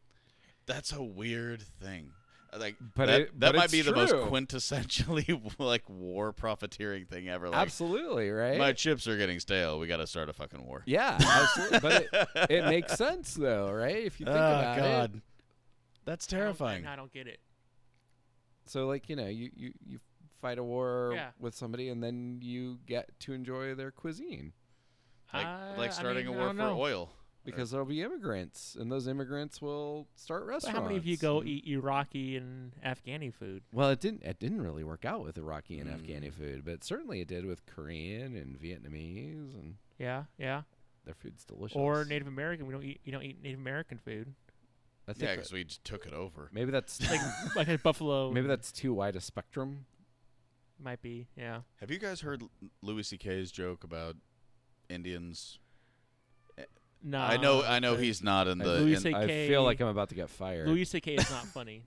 That's a weird thing. Uh, Like, But that, it- that but might it's be the most true. quintessentially like war profiteering thing ever. Like, Absolutely, right? My chips are getting stale. We got to start a fucking war. Yeah, absolutely. but it, it makes sense, though, right? If you think Oh, about it. Ah, that's I don't- terrifying. and I don't get it. So like you know you you, you fight a war Yeah. with somebody and then you get to enjoy their cuisine Like, Uh, like I starting mean, a I war don't for know. oil. because there'll be immigrants and those immigrants will start But restaurants. how many of you go and- eat Iraqi and Afghani food? Well, it didn't it didn't really work out with Iraqi and Afghani Mm. food, but certainly it did with Korean and Vietnamese and Yeah, yeah. their food's delicious. Or Native American. We don't eat. You don't eat Native American food. I Yeah, think that- because we just took it over. maybe that's Like like a buffalo. maybe that's too wide a spectrum. might be. Yeah. Have you guys heard L- Louis C.K.'s joke about Indians? No. I know, I know, he's not in I- the. Louis in- C.K. I feel like I'm about to get fired. Louis C.K. is not funny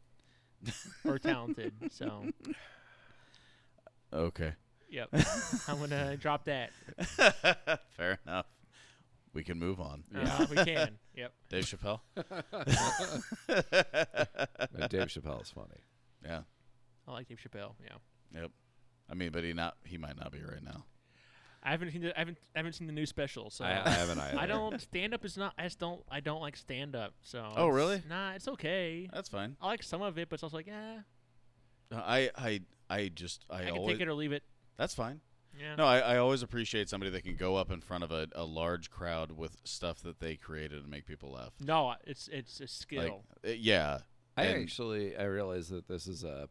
or talented. So, okay, yep. I'm gonna drop that. fair enough. We can move on. Uh, we can. Yep. Dave Chappelle. No, Dave Chappelle's funny. Yeah. I like Dave Chappelle. Yeah. Yep. I mean, but he not he might not be right now. I haven't seen the I haven't I haven't seen the new special. So I, I haven't either. I don't stand up is not I just don't I don't like stand up. So Oh, it's- really? Nah, it's okay. That's fine. I like some of it, but it's also like yeah, No, I I I just I, I, can always take it or leave it. that's fine. Yeah. No, I, I always appreciate somebody that can go up in front of a, a large crowd with stuff that they created and make people laugh. No, it's it's a skill. Like, uh, yeah, I And- actually I realize that this is a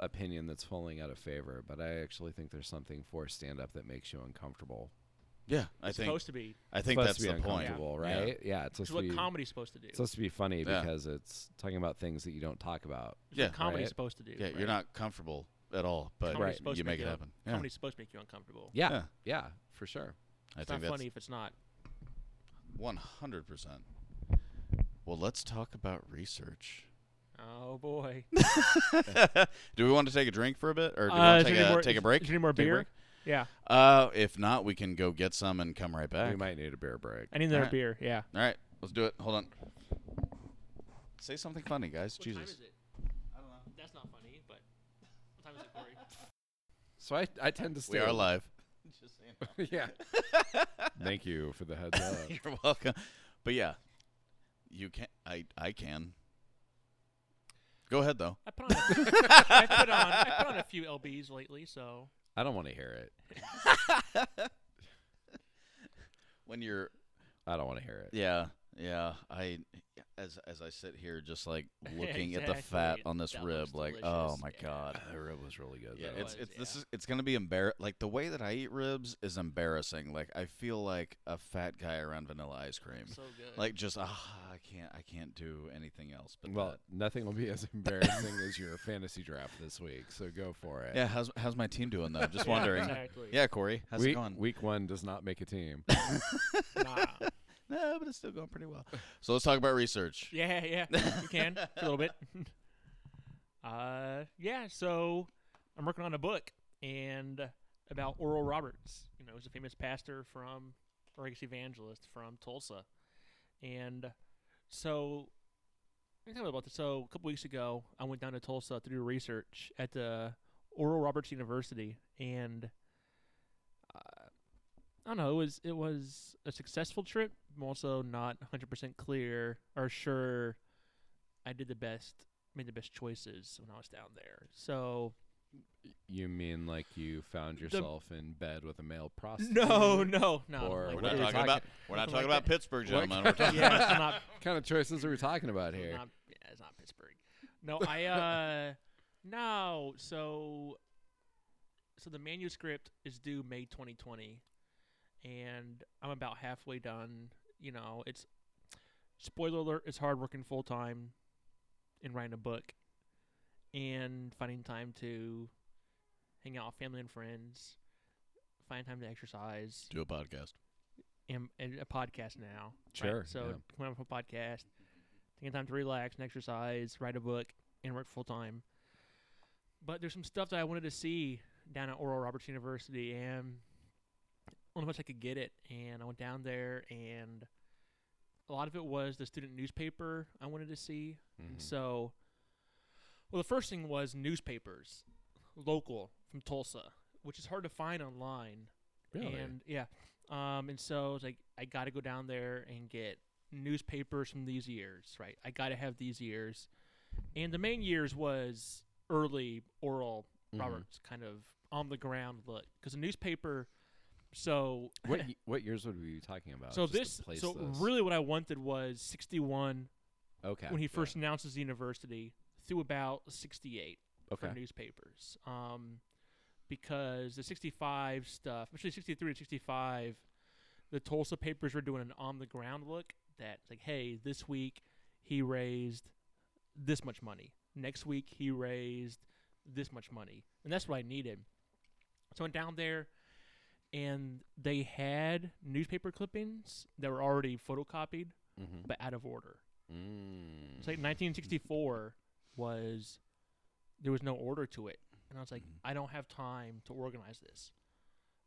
opinion that's falling out of favor, but I actually think there's something for stand up that makes you uncomfortable. yeah. I it's think supposed to be. I think Supposed that's to be the point. uncomfortable, Yeah. right? Yeah, it's It's supposed what to be comedy's supposed to do. it's supposed to be funny Yeah. because it's talking about things that you don't talk about. It's what yeah, comedy's right. supposed to do. Yeah, right? you're not comfortable at all, but Comedy's Right. supposed you to make make it you- happen. Yeah, Comedy's supposed to make you uncomfortable. Yeah. Yeah, Yeah. for sure. I It's think not that's funny if it's not. one hundred percent. Well, let's talk about research. Oh boy. do we want to take a drink for a bit, or do we Uh, want is to there take any a more- take a is- break? Is there any more Take a beer? break? Yeah. Uh, if not, we can go get some and come right back. We might need a beer break. I need another Alright. beer. Yeah. All right, let's do it. Hold on. Say something funny, guys. Jesus. it? I don't know. That's not funny, but what time is it, Corey? So I, I tend to stay We are live. yeah. Thank you for the heads up. You're welcome. But yeah, you can. I I can. Go ahead though. I put on. A, I put on. I put on a few lbs lately, so I don't want to hear it. When you're I don't want to hear it. yeah yeah I as as I sit here just like looking at the fat Exactly. on this That rib looks like oh delicious. my Yeah. god The rib was really good. yeah though. it's was, it's this yeah. is it's gonna be embar like the way that I eat ribs is embarrassing like I feel like a fat guy around vanilla ice cream so good. like just ah I can't I can't do anything else but well, that. nothing will be as embarrassing as your fantasy draft this week, so go for it. Yeah, how's how's my team doing though? Just Yeah, wondering. Exactly. Yeah, Corey, how's week, it going? week one does not make a team. Nah. no, but it's still going pretty well. So let's talk about research. Yeah, yeah. You can for a little bit. Uh, yeah. So I'm working on a book and about Oral Roberts. You know, he's a famous pastor from, or I guess evangelist from Tulsa, and so. Let me tell you about this. So a couple weeks ago, I went down to Tulsa to do research at the Oral Roberts University, and uh, I don't know. It was it was a successful trip. I'm also not 100 percent clear or sure. I did the best, made the best choices when I was down there. So You mean like you found yourself in bed with a male prostitute? no, no, no. Or We're not like, We're we're talking talking- about we're not nothing talking like about Pittsburgh, What gentlemen. We're kind- talking Yeah, it's not, What kind of choices are we talking about it's here? not- yeah, it's not Pittsburgh. No, I uh, no. So, so the manuscript is due May 2020, and I'm about halfway done. You know, it's spoiler alert. It's hard working full time. and writing a book and finding time to hang out with family and friends, find time to exercise, Do a podcast. and, and a podcast now. right? Sure, So yeah. coming up with a podcast, taking time to relax and exercise, write a book, and work full time. But there's some stuff that I wanted to see down at Oral Roberts University, and only much I could get it. And I went down there, and a lot of it was the student newspaper I wanted to see. Mm-hmm. And so, well, the first thing was newspapers, local from Tulsa, which is hard to find online. Mm-hmm. And yeah. Um, and so it's like I got to go down there and get newspapers from these years, right? I got to have these years. And the main years was early oral Mhm. Roberts kind of on the ground look because the newspaper. So Mm-hmm. what y- what years would we be talking about? so just to this place so this? really what I wanted was 61 okay when he yeah, first announces the university through about 68 for okay newspapers. Um, because the 65 stuff, especially 63 and 65, the Tulsa papers were doing an on the ground look that, like, hey, this week he raised this much money. Next week he raised this much money. And that's what I needed. So I went down there and they had newspaper clippings that were already photocopied Mhm. but out of order. Mm. It's like 1964 was there was no order to it, and I was like, I don't have time to organize this.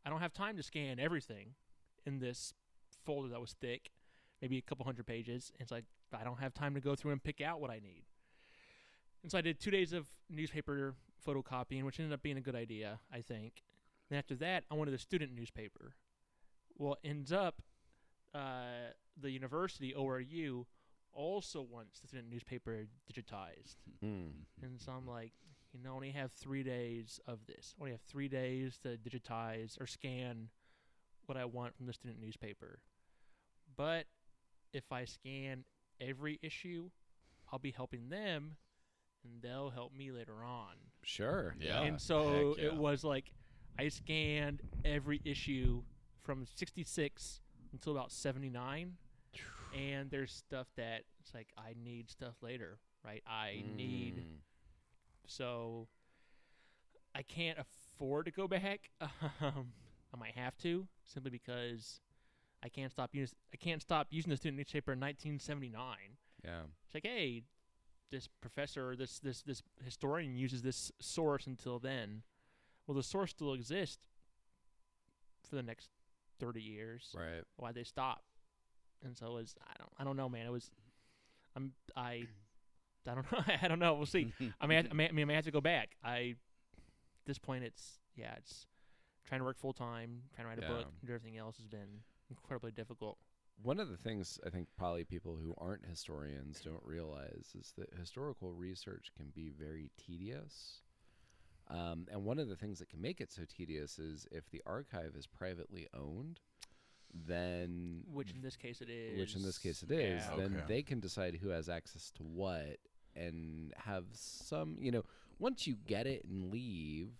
I don't have time to scan everything in this folder that was thick, maybe a couple hundred pages. And it's like I don't have time to go through and pick out what I need. And so I did two days of newspaper photocopying, which ended up being a good idea, I think. And after that, I wanted a student newspaper. Well, it ends up uh, the university ORU also wants the student newspaper digitized. Mm. And so I'm like, you know, I only have three days of this. I only have three days to digitize or scan what I want from the student newspaper. But if I scan every issue, I'll be helping them and they'll help me later on. Sure. Yeah. yeah. Heck and so yeah. it was like I scanned every issue from 66 until about 79 and there's stuff that it's like I need stuff later, right? I need Mm. so I can't afford to go back. Um, I might have to simply because I can't stop using I can't stop using the student newspaper in 1979. Yeah. It's like, hey, this professor, or this this this historian uses this source until then. Well, the source still exists for the next 30 years Right. why they stop. And so it was I don't I don't know, man. It was I'm I I don't know. I don't know. We'll see. I may have, I may I mean, I may have to go back. I at this point it's yeah, it's trying to work full time, trying to write a book, Yeah. and do everything else has been incredibly difficult. One of the things I think probably people who aren't historians don't realize is that historical research can be very tedious. Um, and one of the things that can make it so tedious is if the archive is privately owned, then Which in this case it is Mm. which in this case it is, Yeah. then Okay. they can decide who has access to what and have some, you know, once you get it and leave,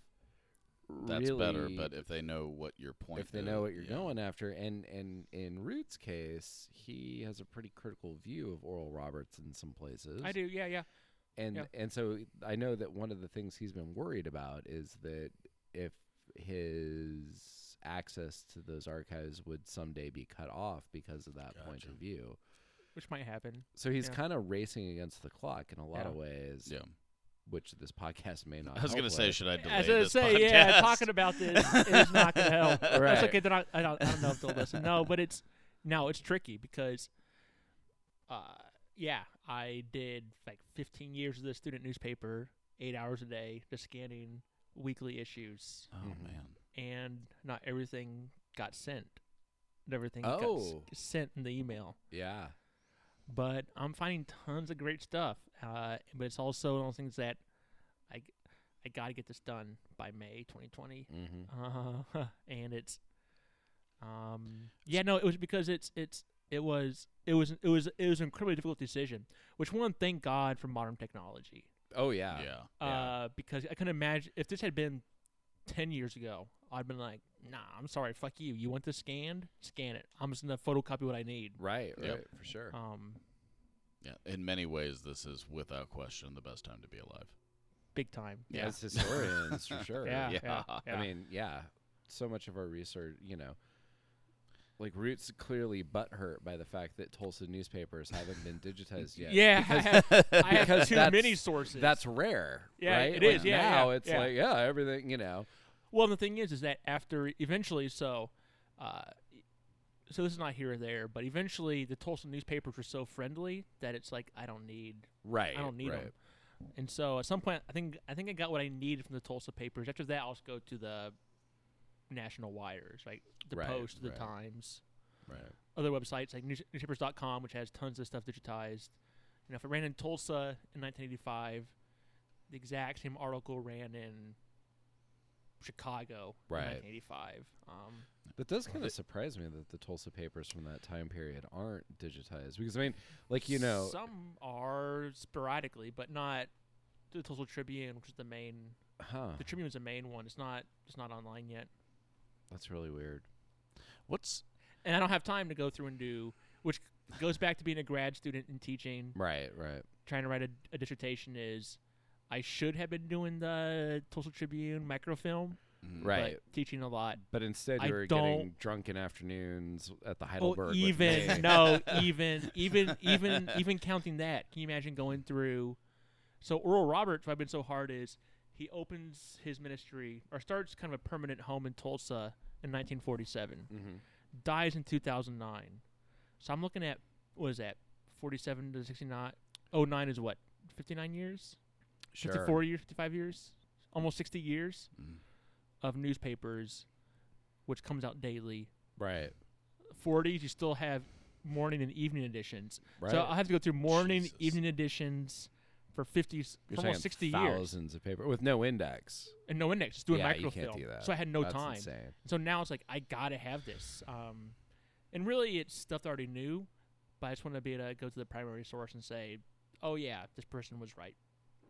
That's better, really- but if they know what your point if they is, know what you're yeah. going after. And and in Root's case, he has a pretty critical view of Oral Roberts in some places. I do, yeah, yeah. And yeah. and so I know that one of the things he's been worried about is that if his access to those archives would someday be cut off because of that point Gotcha. of view. Which might happen. So he's Yeah. kind of racing against the clock in a lot Yeah. of ways, Yeah, which this podcast may not. I was help gonna say, with. should I delay As I this say, yeah, podcast? talking about this is not gonna help. That's Right. okay. Then I, I, don't, I don't know if they'll listen. No, but it's no, it's tricky because, uh, yeah, I did like 15 years of the student newspaper, eight hours a day, just scanning weekly issues, Oh Mhm. man, and not everything got sent. Not everything got s- Oh. sent in the email. yeah, But I'm finding tons of great stuff. Uh, but it's also one of those things that I, g- I got to get this done by May 2020 mm-hmm. uh, and it's um yeah no it was because it's it's it was it was it was it was an incredibly difficult decision which one thank god for modern technology oh yeah, yeah. uh because i can imagine if this had been 10 years ago i'd been like nah i'm sorry fuck you you want this scanned scan it i'm just gonna photocopy what i need right, right, Yep. for sure. um Yeah, in many ways, this is without question the best time to be alive. big time. Yeah. as historians for sure. Yeah, Yeah. yeah. yeah. I mean, yeah, so much of our research, you know, like Root's clearly butthurt by the fact that Tulsa newspapers haven't been digitized yet. yeah. I have, I have because too that's- many sources. That's rare, Yeah, right? it Like, is, yeah, now yeah, it's yeah. like, yeah, everything, you know. Well, the thing is, is that after eventually, so, uh, so this is not here or there, but eventually the Tulsa newspapers were so friendly that it's like I don't need, Right. I don't need right. them. And so at some point, I think I think I got what I needed from the Tulsa papers. After that, I'll just go to the national wires, like the Right, Post, the right. Times, Right. other websites like news- newspapers.com, which has tons of stuff digitized. You know, if it ran in Tulsa in 1985, the exact same article ran in Chicago Right. in 1985. Um, That does kind of surprise me that the Tulsa papers from that time period aren't digitized because I mean, like you know, some are sporadically, but not the Tulsa Tribune, which is the main. huh? The Tribune is the main one. It's not. It's not online yet, That's really weird. What's and I don't have time to go through and do. Which goes back to being a grad student and teaching. Right. Right. trying to write a, a dissertation is I should have been doing the Tulsa Tribune microfilm, mm, but Right. teaching a lot. But instead, I you were getting don't- drunken afternoons at the Oh, Heidelberg. with me. even no, even even even even counting that. Can you imagine going through? So Oral Roberts, why I've been so hard is he opens his ministry or starts kind of a permanent home in Tulsa in 1947, Mhm. dies in 2009. So I'm looking at what is that 47 to 69? 09 is what 59 years. Sure. 54 years, 55 years, almost 60 years Mhm. Mm-hmm. of newspapers, which comes out daily. Right. 40s, you still have morning and evening editions. Right. So I'll have to go through morning, Jesus. evening evening editions for 50, You're talking almost 60 years. thousands of paper with no index. And no index, just doing yeah, you microfilm. can't do that. So I had no That's time. Insane. So now it's like, I got to have this. Um, and really, it's stuff that I already knew, but I just wanted to be able to go to the primary source and say, oh, yeah, this person was right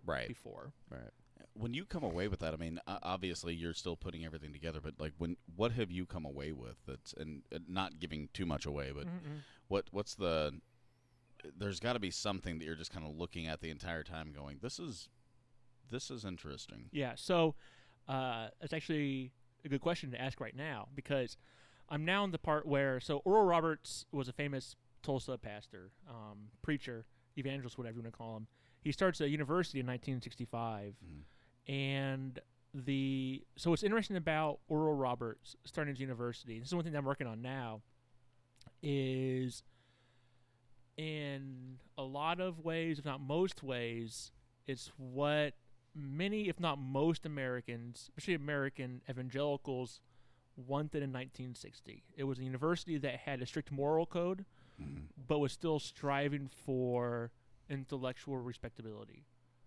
Right. before. Right. when you come away with that? I mean, o- obviously you're still putting everything together, but like, when what have you come away with? That's and uh, not giving too much away, but Mm-mm. what what's the? There's got to be something that you're just kind of looking at the entire time, going, "This is, this is interesting." Yeah. So uh, that's actually a good question to ask right now because I'm now in the part where so Oral Roberts was a famous Tulsa pastor, um, preacher, evangelist, whatever you want to call him. He starts a university in 1965, Mhm. and the so what's interesting about Oral Roberts starting his university. This is one thing that I'm working on now. Is in a lot of ways, if not most ways, it's what many, if not most Americans, especially American evangelicals, wanted in 1960. It was a university that had a strict moral code, Mhm. but was still striving for intellectual respectability.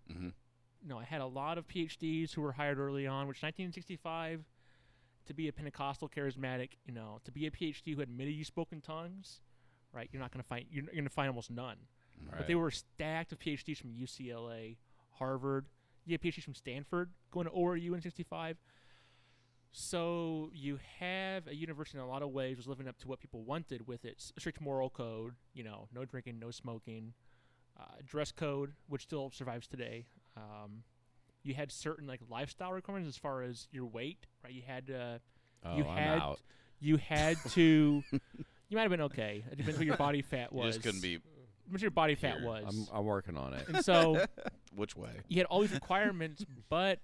Mhm. You know, I had a lot of PhDs who were hired early on, which 1965, to be a Pentecostal charismatic, you know, to be a PhD who admitted you spoke in tongues, right? You're not going to find you're, you're going to find almost none. Right. But they were stacked with PhDs from UCLA, Harvard. You had PhDs from Stanford going to ORU in 65. So you have a university in a lot of ways was living up to what people wanted with its strict moral code, you know, no drinking, no smoking, uh, dress code, which still survives today. Um, you had certain like lifestyle requirements as far as your weight, right? You had to Oh, you I'm had out. you had to. you might have been okay. It depends what your body fat You was. just couldn't be What your body fat here. was. I'm, I'm working on it. and so which way. you had all these requirements, but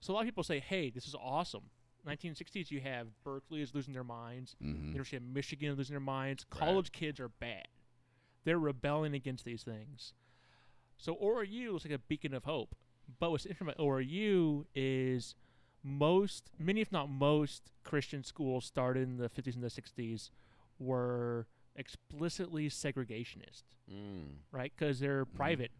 so a lot of people say, "Hey, this is awesome." 1960s, you have Berkeley is losing their minds, Mhm. University of Michigan is losing their minds. Right. College kids are bad; they're rebelling against these things. So ORU looks like a beacon of hope. But what's interesting about ORU is most, many if not most, Christian schools started in the 50s and the 60s were explicitly segregationist, Mm. right? Because they're private.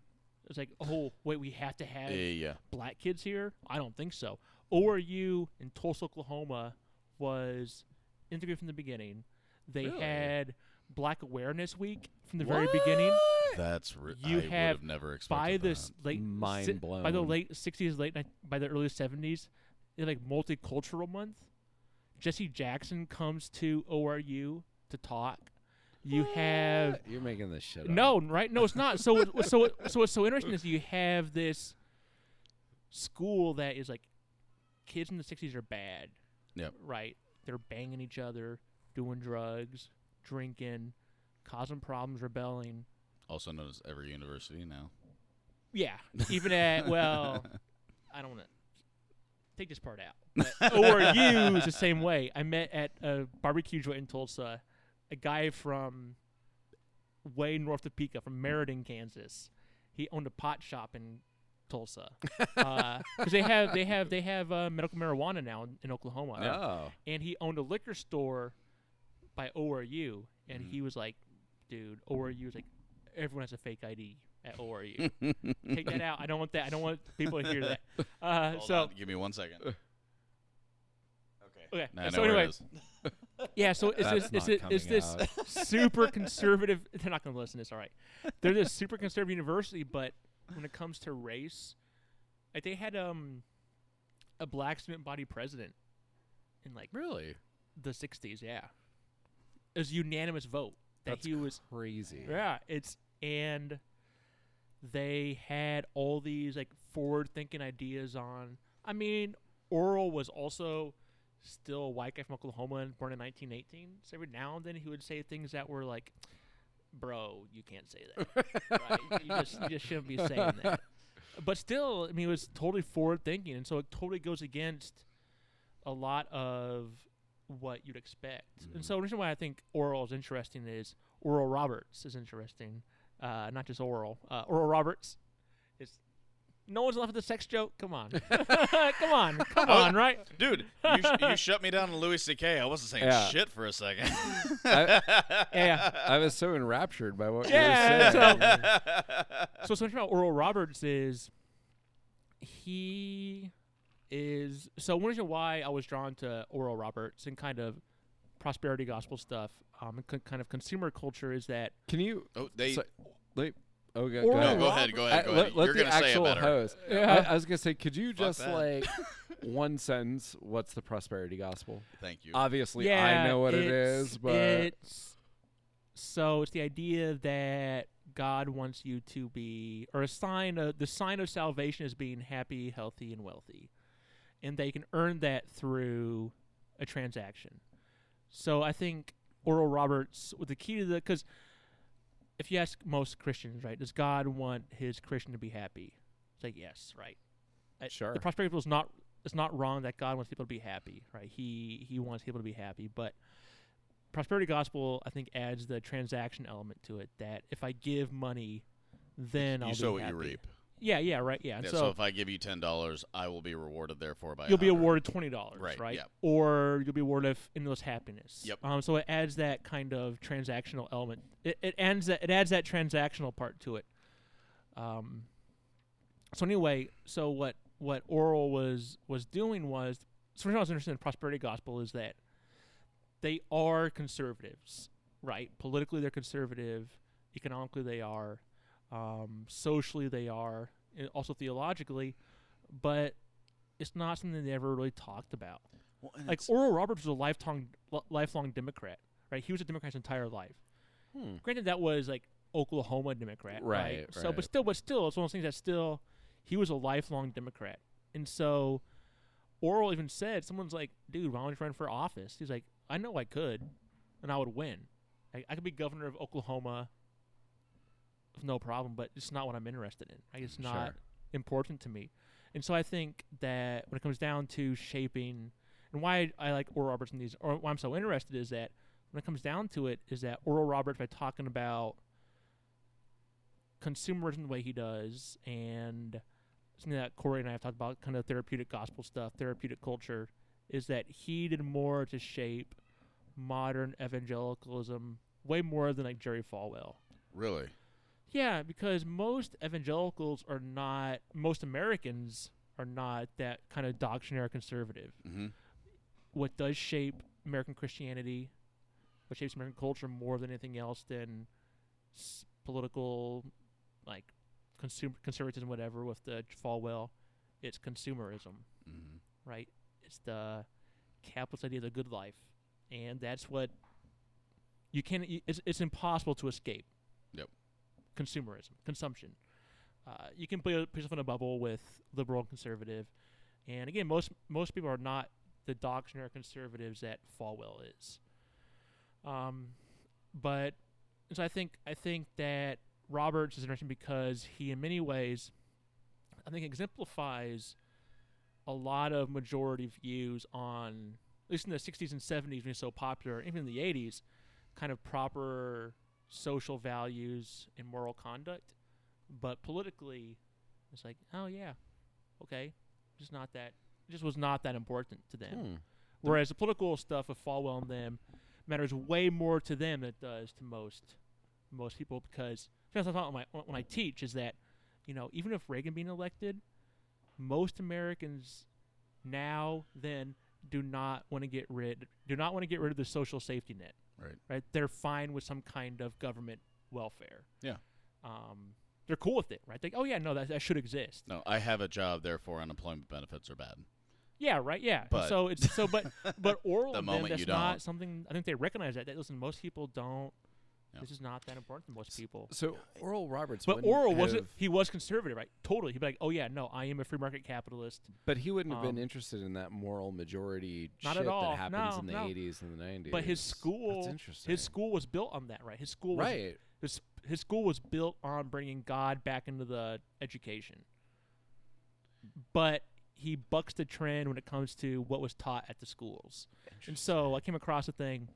It's like, oh, wait, we have to have Mm-hmm. Yeah. black kids here? I don't think so. ORU in Tulsa, Oklahoma was integrated from the beginning. They Really? had Black Awareness Week from the Mm. very beginning. That's ri- You I would have have never expected By the that. s- late Mind si- by the blown. late 60s, late ni- by the early 70s, they had, like multicultural month. Jesse Jackson comes to ORU to talk. You have You're making this shit up. no, right? No, it's not. So, it- so, it- so what's so interesting is you have this school that is like kids in the '60s are bad. Yep. Right. They're banging each other, doing drugs, drinking, causing problems, rebelling. Also known as every university now. Yeah. Even at well, I don't want to take this part out. But ORU is the same way. I met at a barbecue joint in Tulsa, a guy from way north of Topeka, from Meriden, Kansas. He owned a pot shop in Tulsa because they have they have they have uh, medical marijuana now in, in Oklahoma Oh. and he owned a liquor store by ORU, and Mm-hmm. he was like, "Dude, ORU is like everyone has a fake ID at ORU. Take that out. I don't want that. I don't want people to hear that." Uh, Hold so on, give me one second. Okay. okay, Now I know so where it anyway, is. yeah, so it's That's this it's, not it- it's coming this out. super conservative. They're not going to listen. It's all right. They're this super conservative university, but when it comes to race, like they had um a black student body president in like Really? the '60s. Yeah, it was unanimous vote that That's he was crazy. Yeah, it's and they had all these like forward-thinking ideas on. I mean, Oral was also still a white guy from Oklahoma and born in 1918. So every now and then he would say things that were like, "Bro, you can't say that. right? You just you just shouldn't be saying that." But still, I mean, it was totally forward-thinking, and so it totally goes against a lot of what you'd expect. And so the reason why I think Oral is interesting is Oral Roberts is interesting. Uh, not just Oral. Uh, Oral Roberts is. No one's left with a sex joke. Come on, come on, come on, right? Dude, you, sh- you shut me down on Louis C.K. I wasn't saying Yeah. shit for a second. Yeah. I was so enraptured by what Yeah, you were saying. So what's interesting about Oral Roberts is he is so one reason why I was drawn to Oral Roberts and kind of prosperity gospel stuff, um, and c- kind of consumer culture is that Can you? oh, they. so- wait. Okay. Or- no, ahead. go ahead. Go ahead. I- Go ahead. let, let You're the gonna say it actual better. host. Yeah. I, I was gonna say, could you Fuck just that. like one sentence? What's the prosperity gospel? Thank you. Obviously, yeah, I know what it it's- is, but it's so it's the idea that God wants you to be, or a sign of the sign of salvation is being happy, healthy, and wealthy, and they can earn that through a transaction. So I think Oral Roberts with the key to the because if you ask most Christians, right, does God want His Christian to be happy? It's like yes, right. I- Sure. The prosperity gospel is not it's not wrong that God wants people to be happy, right? He He wants people to be happy, but prosperity gospel I think adds the transaction element to it that if I give money, then you I'll sow be what you happy. reap. Yeah, yeah, right, yeah. And Yeah, so, so, if I give you ten dollars, I will be rewarded therefore by. you'll be 100. awarded twenty dollars, Right, right? yep. Or you'll be awarded f- endless happiness. Yep. Um, so it adds that kind of transactional element. It it adds that it adds that transactional part to it. Um. So anyway, so what what Oral was was doing was so what I was interested in prosperity gospel is that they are conservatives, right? Politically, they're conservative. Economically, they are. Um, socially, they are. And also theologically, but it's not something they ever really talked about. Well, and Like it's- Oral Roberts was a lifelong li- lifelong Democrat, right? He was a Democrat his entire life. Hmm. Granted, that was like Oklahoma Democrat, right? Right, So, right. but still, but still, it's one of those things that still he was a lifelong Democrat, and so Oral even said, "Someone's like, dude, why don't you run for office?" He's like, "I know I could, and I would win. Like, I could be governor of Oklahoma, with no problem. But it's not what I'm interested in. Like, it's not Sure. important to me." And so I think that when it comes down to shaping and why I like Oral Roberts in these, or why I'm so interested is that when it comes down to it, is that Oral Roberts by talking about consumerism the way he does, and something that Corey and I have talked about, kind of therapeutic gospel stuff, therapeutic culture, is that he did more to shape modern evangelicalism, way more than like Jerry Falwell. really. Yeah, because most evangelicals are not, most Americans are not that kind of doctrinaire conservative. hmm What does shape American Christianity, what shapes American culture more than anything else than s- political, like consumer conservatism, whatever, with the Falwell, it's consumerism hmm right? It's the capitalist idea of the good life, and that's what You can't. You, it's it's impossible to escape. Yep. Consumerism, consumption. Uh, you can put, put yourself in a bubble with liberal and conservative, and again, most most people are not the doctrinaire conservatives that Falwell is. Um, but so I think I think that Roberts is interesting because he, in many ways, I think exemplifies a lot of majority views on at least in the 60s and 70s when he was so popular, even in the 80s, kind of proper social values and moral conduct. But politically, it's like, oh yeah, okay, just not that, just was not that important to them. Hmm. Whereas the political stuff of Falwell and them matters way more to them than it does to most most people because that's what I when I, when I teach is that you know even if Reagan being elected, most Americans now then do not want to get rid do not want to get rid of the social safety net. Right. Right. They're fine with some kind of government welfare. Yeah. Um, they're cool with it, right? Like, oh yeah, no, that, that should exist. No, I have a job, therefore unemployment benefits are bad. Yeah, right. Yeah. And But- so it's so, but but oral The and them, moment that's you don't. not something. I think they recognize that. That listen, most people don't. Yeah. This is not that important to most people. So Oral Roberts, But wouldn't Oral wasn't. have- He was conservative, right? Totally. He'd be like, "Oh yeah, no, I am a free market capitalist. But he wouldn't have been Um, interested in that moral majority Not at shit all. that happens No, in the no. 80s and the 90s. But his That's school, interesting. his school was built on that, right? His school, was, right? His his school was built on bringing God back into the education. But he bucks the trend when it comes to what was taught at the schools. And so I came across a thing,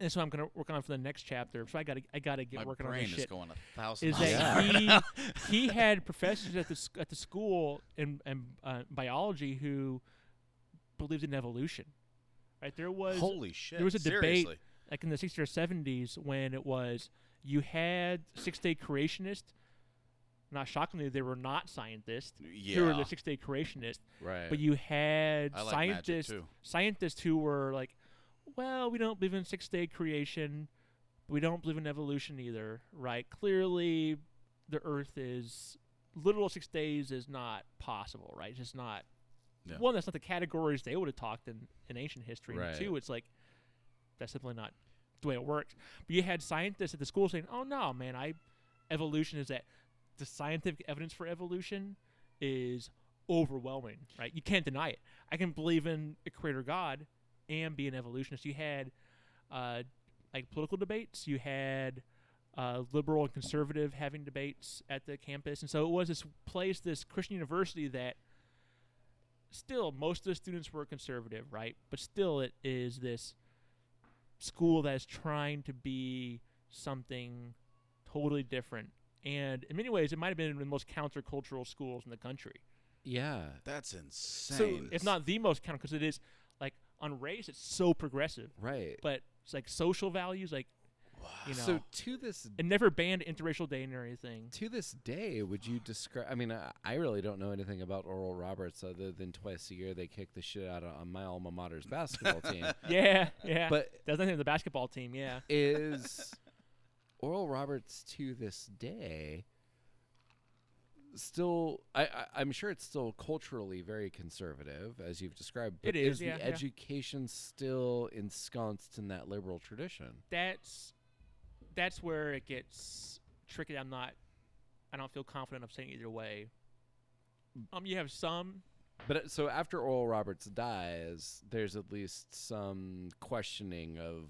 and so I'm gonna work on it for the next chapter. So I gotta I gotta get My working on brain this is shit. going a thousand. Is miles an that hour. he he had professors at the sc- at the school in in uh, biology who believed in evolution, right? There was Holy shit! was a debate- Seriously. like in the 60s or 70s when it was you had six day creationists. Not shockingly, they were not scientists. Yeah. They were the six day creationists, Right. but you had I like magic scientists too. scientists who were like, well, we don't believe in six day creation. We don't believe in evolution either, right? Clearly, the Earth is literal six days is not possible, right? It's just not. Yeah. One, that's not the categories they would have talked in, in ancient history. Right. And two, it's like, that's simply not the way it works. But you had scientists at the school saying, oh, no, man, I evolution is that the scientific evidence for evolution is overwhelming, right? You can't deny it. I can believe in a creator God and be an evolutionist. You had uh, like political debates. You had uh, liberal and conservative having debates at the campus, and so it was this place, this Christian university that still most of the students were conservative, right? But still, it is this school that is trying to be something totally different. And in many ways, it might have been one of the most countercultural schools in the country yeah. That's insane. if not the most counter because it is like on race it's so progressive Right. but it's like social values like you know so to this it never banned interracial dating or anything to this day, would you describe? I mean, I, I really don't know anything about Oral Roberts other than twice a year they kick the shit out of my alma mater's basketball team. yeah yeah But that's nothing to the basketball team yeah is Oral Roberts to this day still I, I I'm sure it's still culturally very conservative as you've described, but It is, the yeah, yeah. education still ensconced in that liberal tradition? that's that's where it gets tricky i'm not i don't feel confident of saying either way um you have some But uh, so after Oral Roberts dies, there's at least some questioning of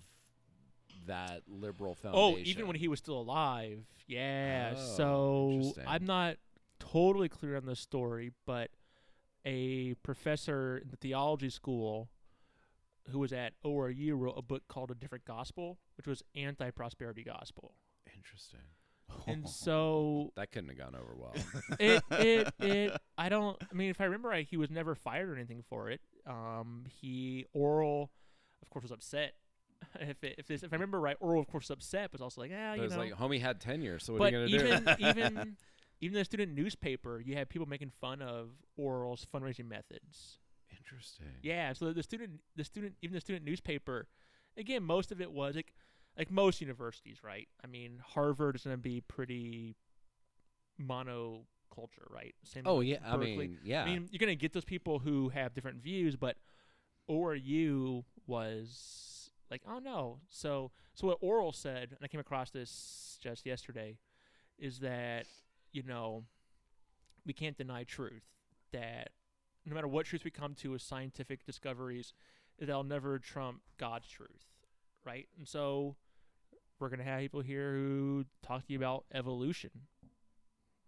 that liberal foundation. oh even when he was still alive yeah Oh, so interesting. i'm not totally clear on the story but a professor in the theology school who was at ORU wrote a book called A Different Gospel, which was anti prosperity gospel. interesting. And so That couldn't have gone over well. it, it, it, I don't, I mean, if I remember right, he was never fired or anything for it. Um, he, Oral, of course, was upset. If it, if, this, if I remember right, Oral, of course, was upset, but was also like, ah, But you it's know. like homie had tenure, so what but are you gonna do? even, even, even the student newspaper, you had people making fun of Oral's fundraising methods. Interesting. Yeah, so the student, the student, even the student newspaper, again, most of it was like, like most universities, right? I mean, Harvard is going to be pretty monoculture, right? Same. Oh with yeah, I Berkeley. mean, yeah. I mean, you're going to get those people who have different views, but ORU was Like, oh no. So, so what Oral said, and I came across this just yesterday, is that you know we can't deny truth. That no matter what truth we come to with scientific discoveries, that'll never trump God's truth, right? And so we're gonna have people here who talk to you about evolution,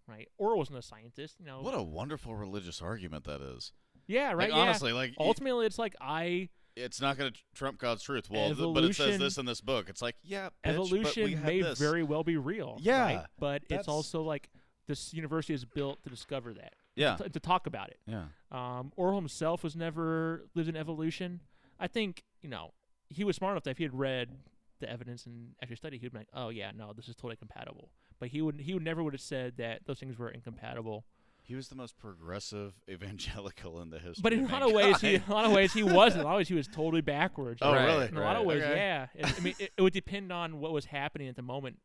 right? Oral wasn't a scientist, you know. What a wonderful religious argument that is. yeah, Oh. Like, right. yeah. Honestly, like y- ultimately, it's like I. it's not going to trump God's truth. Well, th- but it says Evolution- this in this book. It's like, yeah, bitch, but we evolution had may this. very well be real. right? Yeah, but that's- it's also like this university is built to discover that, yeah, to, to talk about it. yeah. Um, Orwell himself was never lived in evolution. I think you know he was smart enough that if he had read the evidence and actually studied, he'd be like, "Oh yeah, no, this is totally compatible." But he would he would never would have said that those things were incompatible. He was the most progressive evangelical in the history. But in of a lot of ways, he in mankind. a lot of ways he wasn't. In a lot of ways, he was totally backwards. Oh, Right, really? in a lot of Right. ways, Okay. yeah. It, I mean, it, it would depend on what was happening at the moment,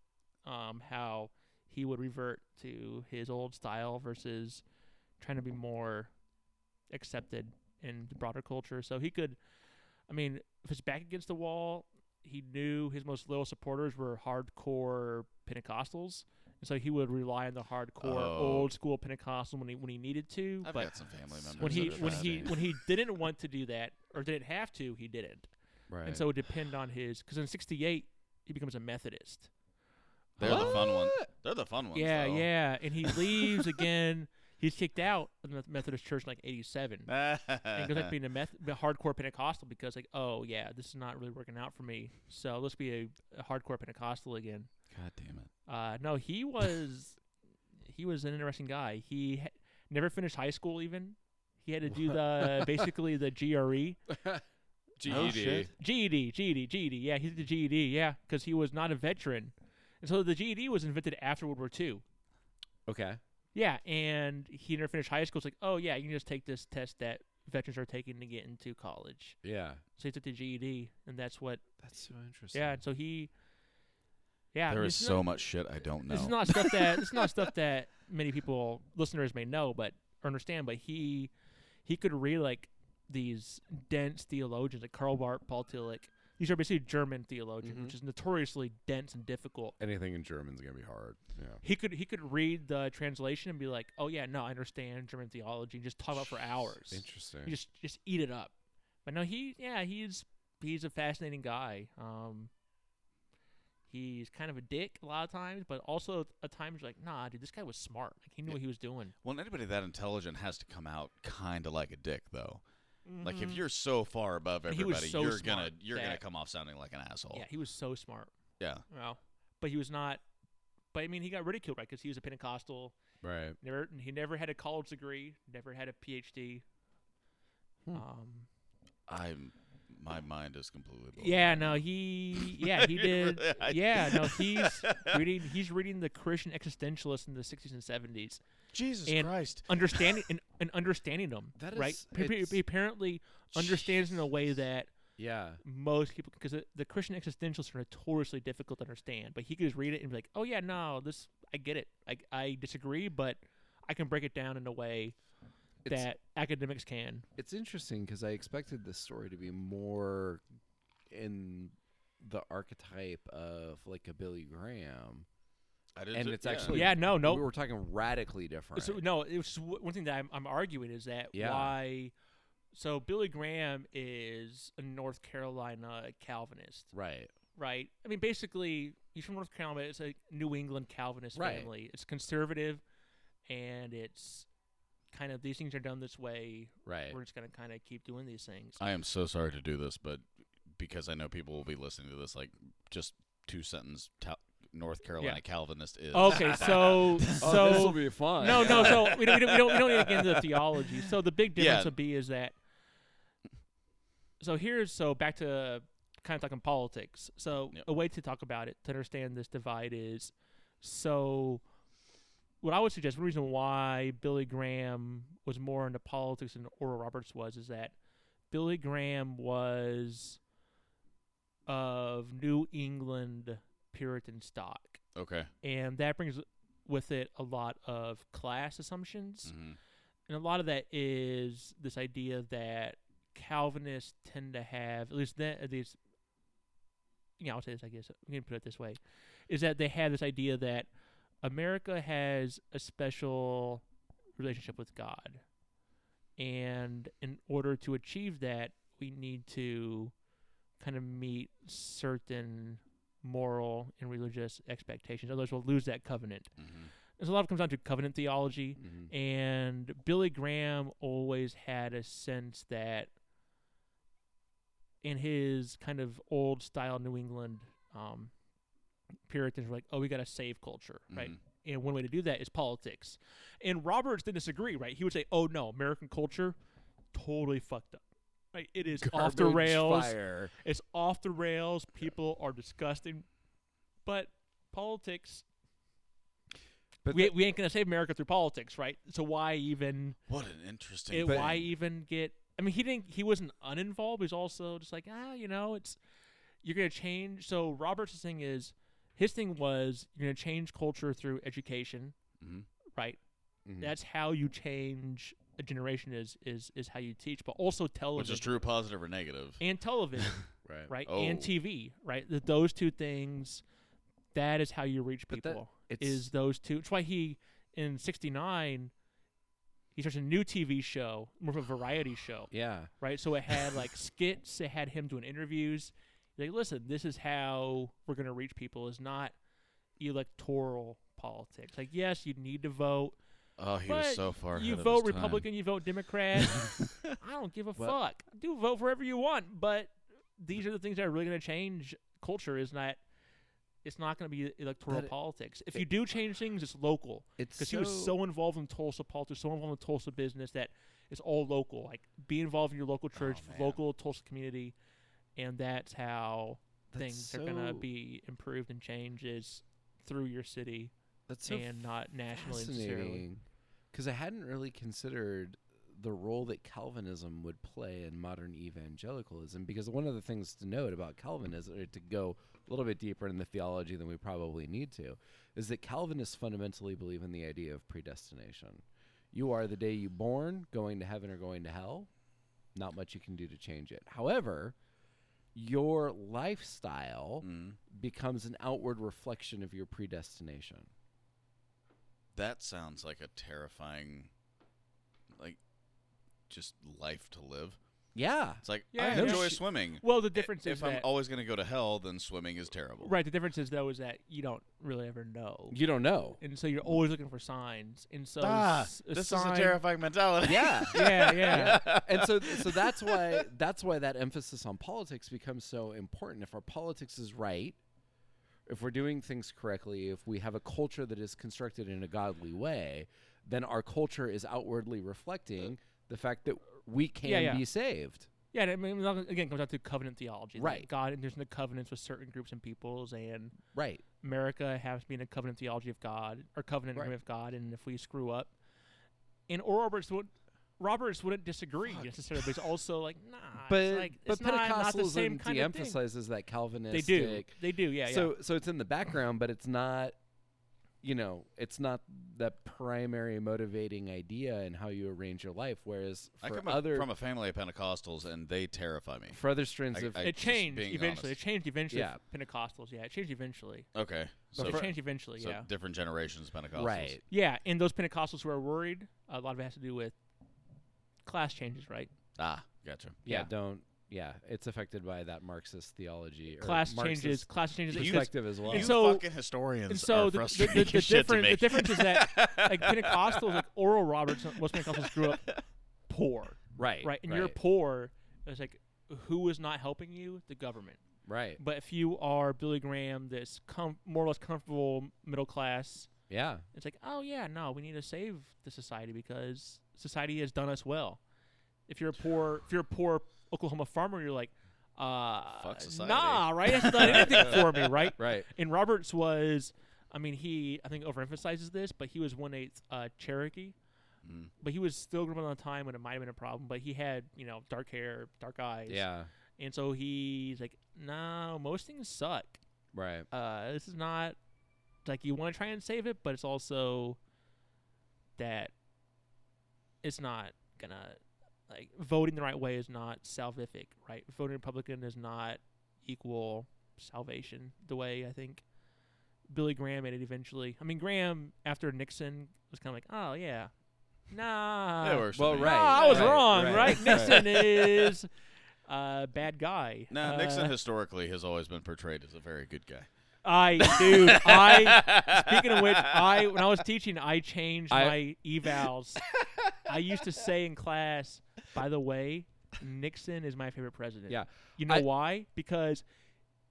um, how he would revert to his old style versus trying to be more accepted in the broader culture. So he could, I mean, if it's back against the wall, he knew his most loyal supporters were hardcore Pentecostals. And so he would rely on the hardcore Oh. old school Pentecostal when he when he needed to. I've but got some family members. when That's he that are when that he age. when he didn't want to do that or didn't have to, he didn't. Right. And so it would depend on his because in '68 he becomes a Methodist. they're the fun ones. What? They're the fun ones. yeah, though. yeah, and he leaves again. He's kicked out of the Methodist Church in like '87. And he goes back to being a meth- a hardcore Pentecostal because like, oh yeah, this is not really working out for me. So let's be a, a hardcore Pentecostal again. God damn it. Uh, no, he was he was an interesting guy. He ha- never finished high school even. He had to do the basically the E. GRE. E Oh, GED. shit. GED, GED, GED. E Yeah, he did the GED. Yeah, because he was not a veteran, and so the GED was invented after World War II. okay. Yeah, and he never finished high school. It's like, oh yeah, you can just take this test that veterans are taking to get into college. Yeah. So he took the GED, and that's what. That's so interesting. Yeah, and so he. Yeah, I There mean, is it's so not- much shit I don't know. This is not stuff that this is not stuff that many people listeners may know, but or understand. But he he could read like these dense theologians like Karl Barth, Paul Tillich. These are basically German theologians, Mhm. which is notoriously dense and difficult. Anything in German's gonna be hard. Yeah. He could he could read the translation and be like, "Oh yeah, no, I understand German theology." and Just talk about for hours. Interesting. You just just eat it up. But no, he yeah, he's he's a fascinating guy. Um, he's kind of a dick a lot of times, but also at times you're like, nah, dude, this guy was smart. Like he knew Yeah. what he was doing. well, anybody that intelligent has to come out kind of like a dick, though. Like if you're so far above And Mm-hmm. he was everybody, so you're gonna smart you're gonna that- come off sounding like an asshole. yeah, he was so smart. Yeah. Well, but he was not. But I mean, he got ridiculed right because he was a Pentecostal. right. Never he never had a college degree. Never had a PhD. Hmm. Um, I'm my mind is completely. blown yeah, right no, now. he yeah he You did. really- I- yeah, no, he's reading. He's reading the Christian existentialists in the '60s and '70s, Jesus and- Christ. understanding and, and understanding them. That right? is- He- he- it's- he apparently understands in a way that Yeah. most people, because the, the Christian existentialists are notoriously difficult to understand, but he could just read it and be like, "Oh yeah, no, this I get it. I I disagree, but I can break it down in a way It's- that academics can." It's interesting because I expected this story to be more in the archetype of like a Billy Graham. I did and too- it's yeah. actually- Yeah, no, no, We were talking radically different. So no, it was just w- one thing that I'm, I'm arguing is that Yeah. why. So Billy Graham is a North Carolina Calvinist, right. right? I mean, basically, he's from North Carolina. It's a New England Calvinist Right. family. It's conservative, and it's kind of these things are done this way. Right. We're just gonna kind of keep doing these things. I am so sorry to do this, but because I know people will be listening to this, like just two sentence ta- North Carolina Calvinist is. okay, so oh, this will so be fun. no, no. So we don't, we don't we don't we don't need to get into the theology. So the big difference Yeah. would be is that. So here's so back to kind of talking politics. So Yep. a way to talk about it to understand this divide is, so what I would suggest the reason why Billy Graham was more into politics than Oral Roberts was is that Billy Graham was of New England Puritan stock Okay. and that brings with it a lot of class assumptions Mhm. and a lot of that is this idea that calvinists tend to have at least then at least you know, I'll say this, I guess, I'm going to put it this way, is that they had this idea that America has a special relationship with God. And in order to achieve that, we need to kind of meet certain moral and religious expectations. Otherwise, we'll lose that covenant. Mm-hmm. There's a lot of comes down to covenant theology hmm and Billy Graham always had a sense that in his kind of old style New England um, Puritans were like, oh, we got to save culture, right? Mm-hmm. mm-hmm. And one way to do that is politics. And Roberts didn't disagree, right? He would say, oh, no, American culture totally fucked up. Right? It is off the Garbage rails. Fire. It's off the rails. People are disgusting. But politics, But we, the- we ain't going to save America through politics, right? So why even What an interesting. it, but- why even get i mean he didn't he wasn't uninvolved he was also just like ah you know it's you're gonna change so roberts thing is his thing was you're gonna change culture through education Mhm. right Mm-hmm. Mhm. that's how you change a generation is is is how you teach but also Which television is true, positive or negative. and television right. right Oh. and tv right Th- those two things that is how you reach But that- people It's is those two. It's why he in '69 he starts a new TV show, more of a variety show, yeah. right? So it had like skits, it had him doing interviews. Like, listen, this is how we're gonna reach people. Is not electoral politics. Like, yes, you need to vote. Oh, he But was so far. you ahead vote of his time. Republican, you vote Democrat. I don't give a Well- fuck. Do vote wherever you want, but these are the things that are really gonna change culture. Is not. It's not going to be electoral That it- politics. If it- you do change things, it's local It's because he was so involved in Tulsa politics, so involved in Tulsa business that it's all local. Like be involved in your local church, man. local Tulsa community, and that's how that's things are gonna so- be improved and changed is through your city That's so and not nationally necessarily. fascinating because I hadn't really considered the role that Calvinism would play in modern evangelicalism. Because one of the things to note about Calvinism, or to go a little bit deeper in the theology than we probably need to, is that Calvinists fundamentally believe in the idea of predestination. You are the day you born, going to heaven or going to hell. Not much you can do to change it. However, your lifestyle Mm. becomes an outward reflection of your predestination. That sounds like a terrifying, like, just life to live. Yeah. It's like Yeah, I no enjoy shit. swimming. Well, the difference if is I'm that always going to go to hell, then swimming is terrible. right. The difference is though is that you don't really ever know, You don't know. and so you're always looking for signs. And so Ah, s- a this sign, is a terrifying mentality. Yeah. Yeah, yeah. and so so that's why that's why that emphasis on politics becomes so important. If our politics is right, if we're doing things correctly, if we have a culture that is constructed in a godly way, then our culture is outwardly reflecting the fact that we Uh, can Yeah, yeah. be saved. Yeah, and I mean, again, it comes down to covenant theology. that Right. God enters into covenants with certain groups and peoples, and Right. America has to be in a covenant theology of God or covenant Right. agreement of God. And if we screw up, and or Roberts would Roberts wouldn't disagree necessarily, but he's also like, nah. But it's like, but it's not, not the same Pentecostalism kind de of thing. emphasizes that They Calvinistic do. They do. Yeah. so so it's in the background, but it's not you know, it's not the primary motivating idea in how you arrange your life. Whereas I for come a- other from a family of Pentecostals, and they terrify me. for other strains I- of I- yeah. like, It just changed being eventually. honest. It changed eventually. Yeah. for Pentecostals. Yeah. It changed eventually. Okay, so, it for- changed eventually. so yeah. different generations of Pentecostals. right, Yeah, and those Pentecostals who are worried, a lot of it has to do with class changes, right? Ah, gotcha. yeah, Yeah. don't, yeah, it's affected by that Marxist theology. Or class Marxist changes, class changes. it's just- perspective as well. And you so- fucking historians and so are the- the- frustrating the- the as shit to difference- me. the difference is that, like Pentecostals, like Oral Roberts, most Pentecostals grew up poor, right, right? And you're poor. It's like who is not helping you? The government. right, But if you are Billy Graham, that's com- more or less comfortable middle class, yeah, it's like, oh yeah, no, we need to save the society because society has done us well. If you're a poor, if you're a poor Oklahoma farmer, you're like, uh, Fuck society. nah, right? That's not anything for me, right? right, And Roberts was, I mean, he I think overemphasizes this, but he was one eighth uh, Cherokee, Mm. but he was still growing on a time when it might have been a problem. But he had you know dark hair, dark eyes, yeah, and so he's like, no, most things suck. right, Uh, this is not like you want to try and save it, but it's also that it's not gonna like voting the right way is not salvific, right? Voting Republican is not equal salvation the way I think Billy Graham made it eventually. I mean, Graham after Nixon was kind of like, oh yeah, nah, uh, That works for well, me. nah, Ah, right. I was right, wrong, right, right? right. Nixon is a bad guy. No, Uh, Nixon historically has always been portrayed as a very good guy. I dude, I speaking of which, I when I was teaching, I changed I- my evals. I used to say in class, by the way, Nixon is my favorite president. Yeah. You know I- why? Because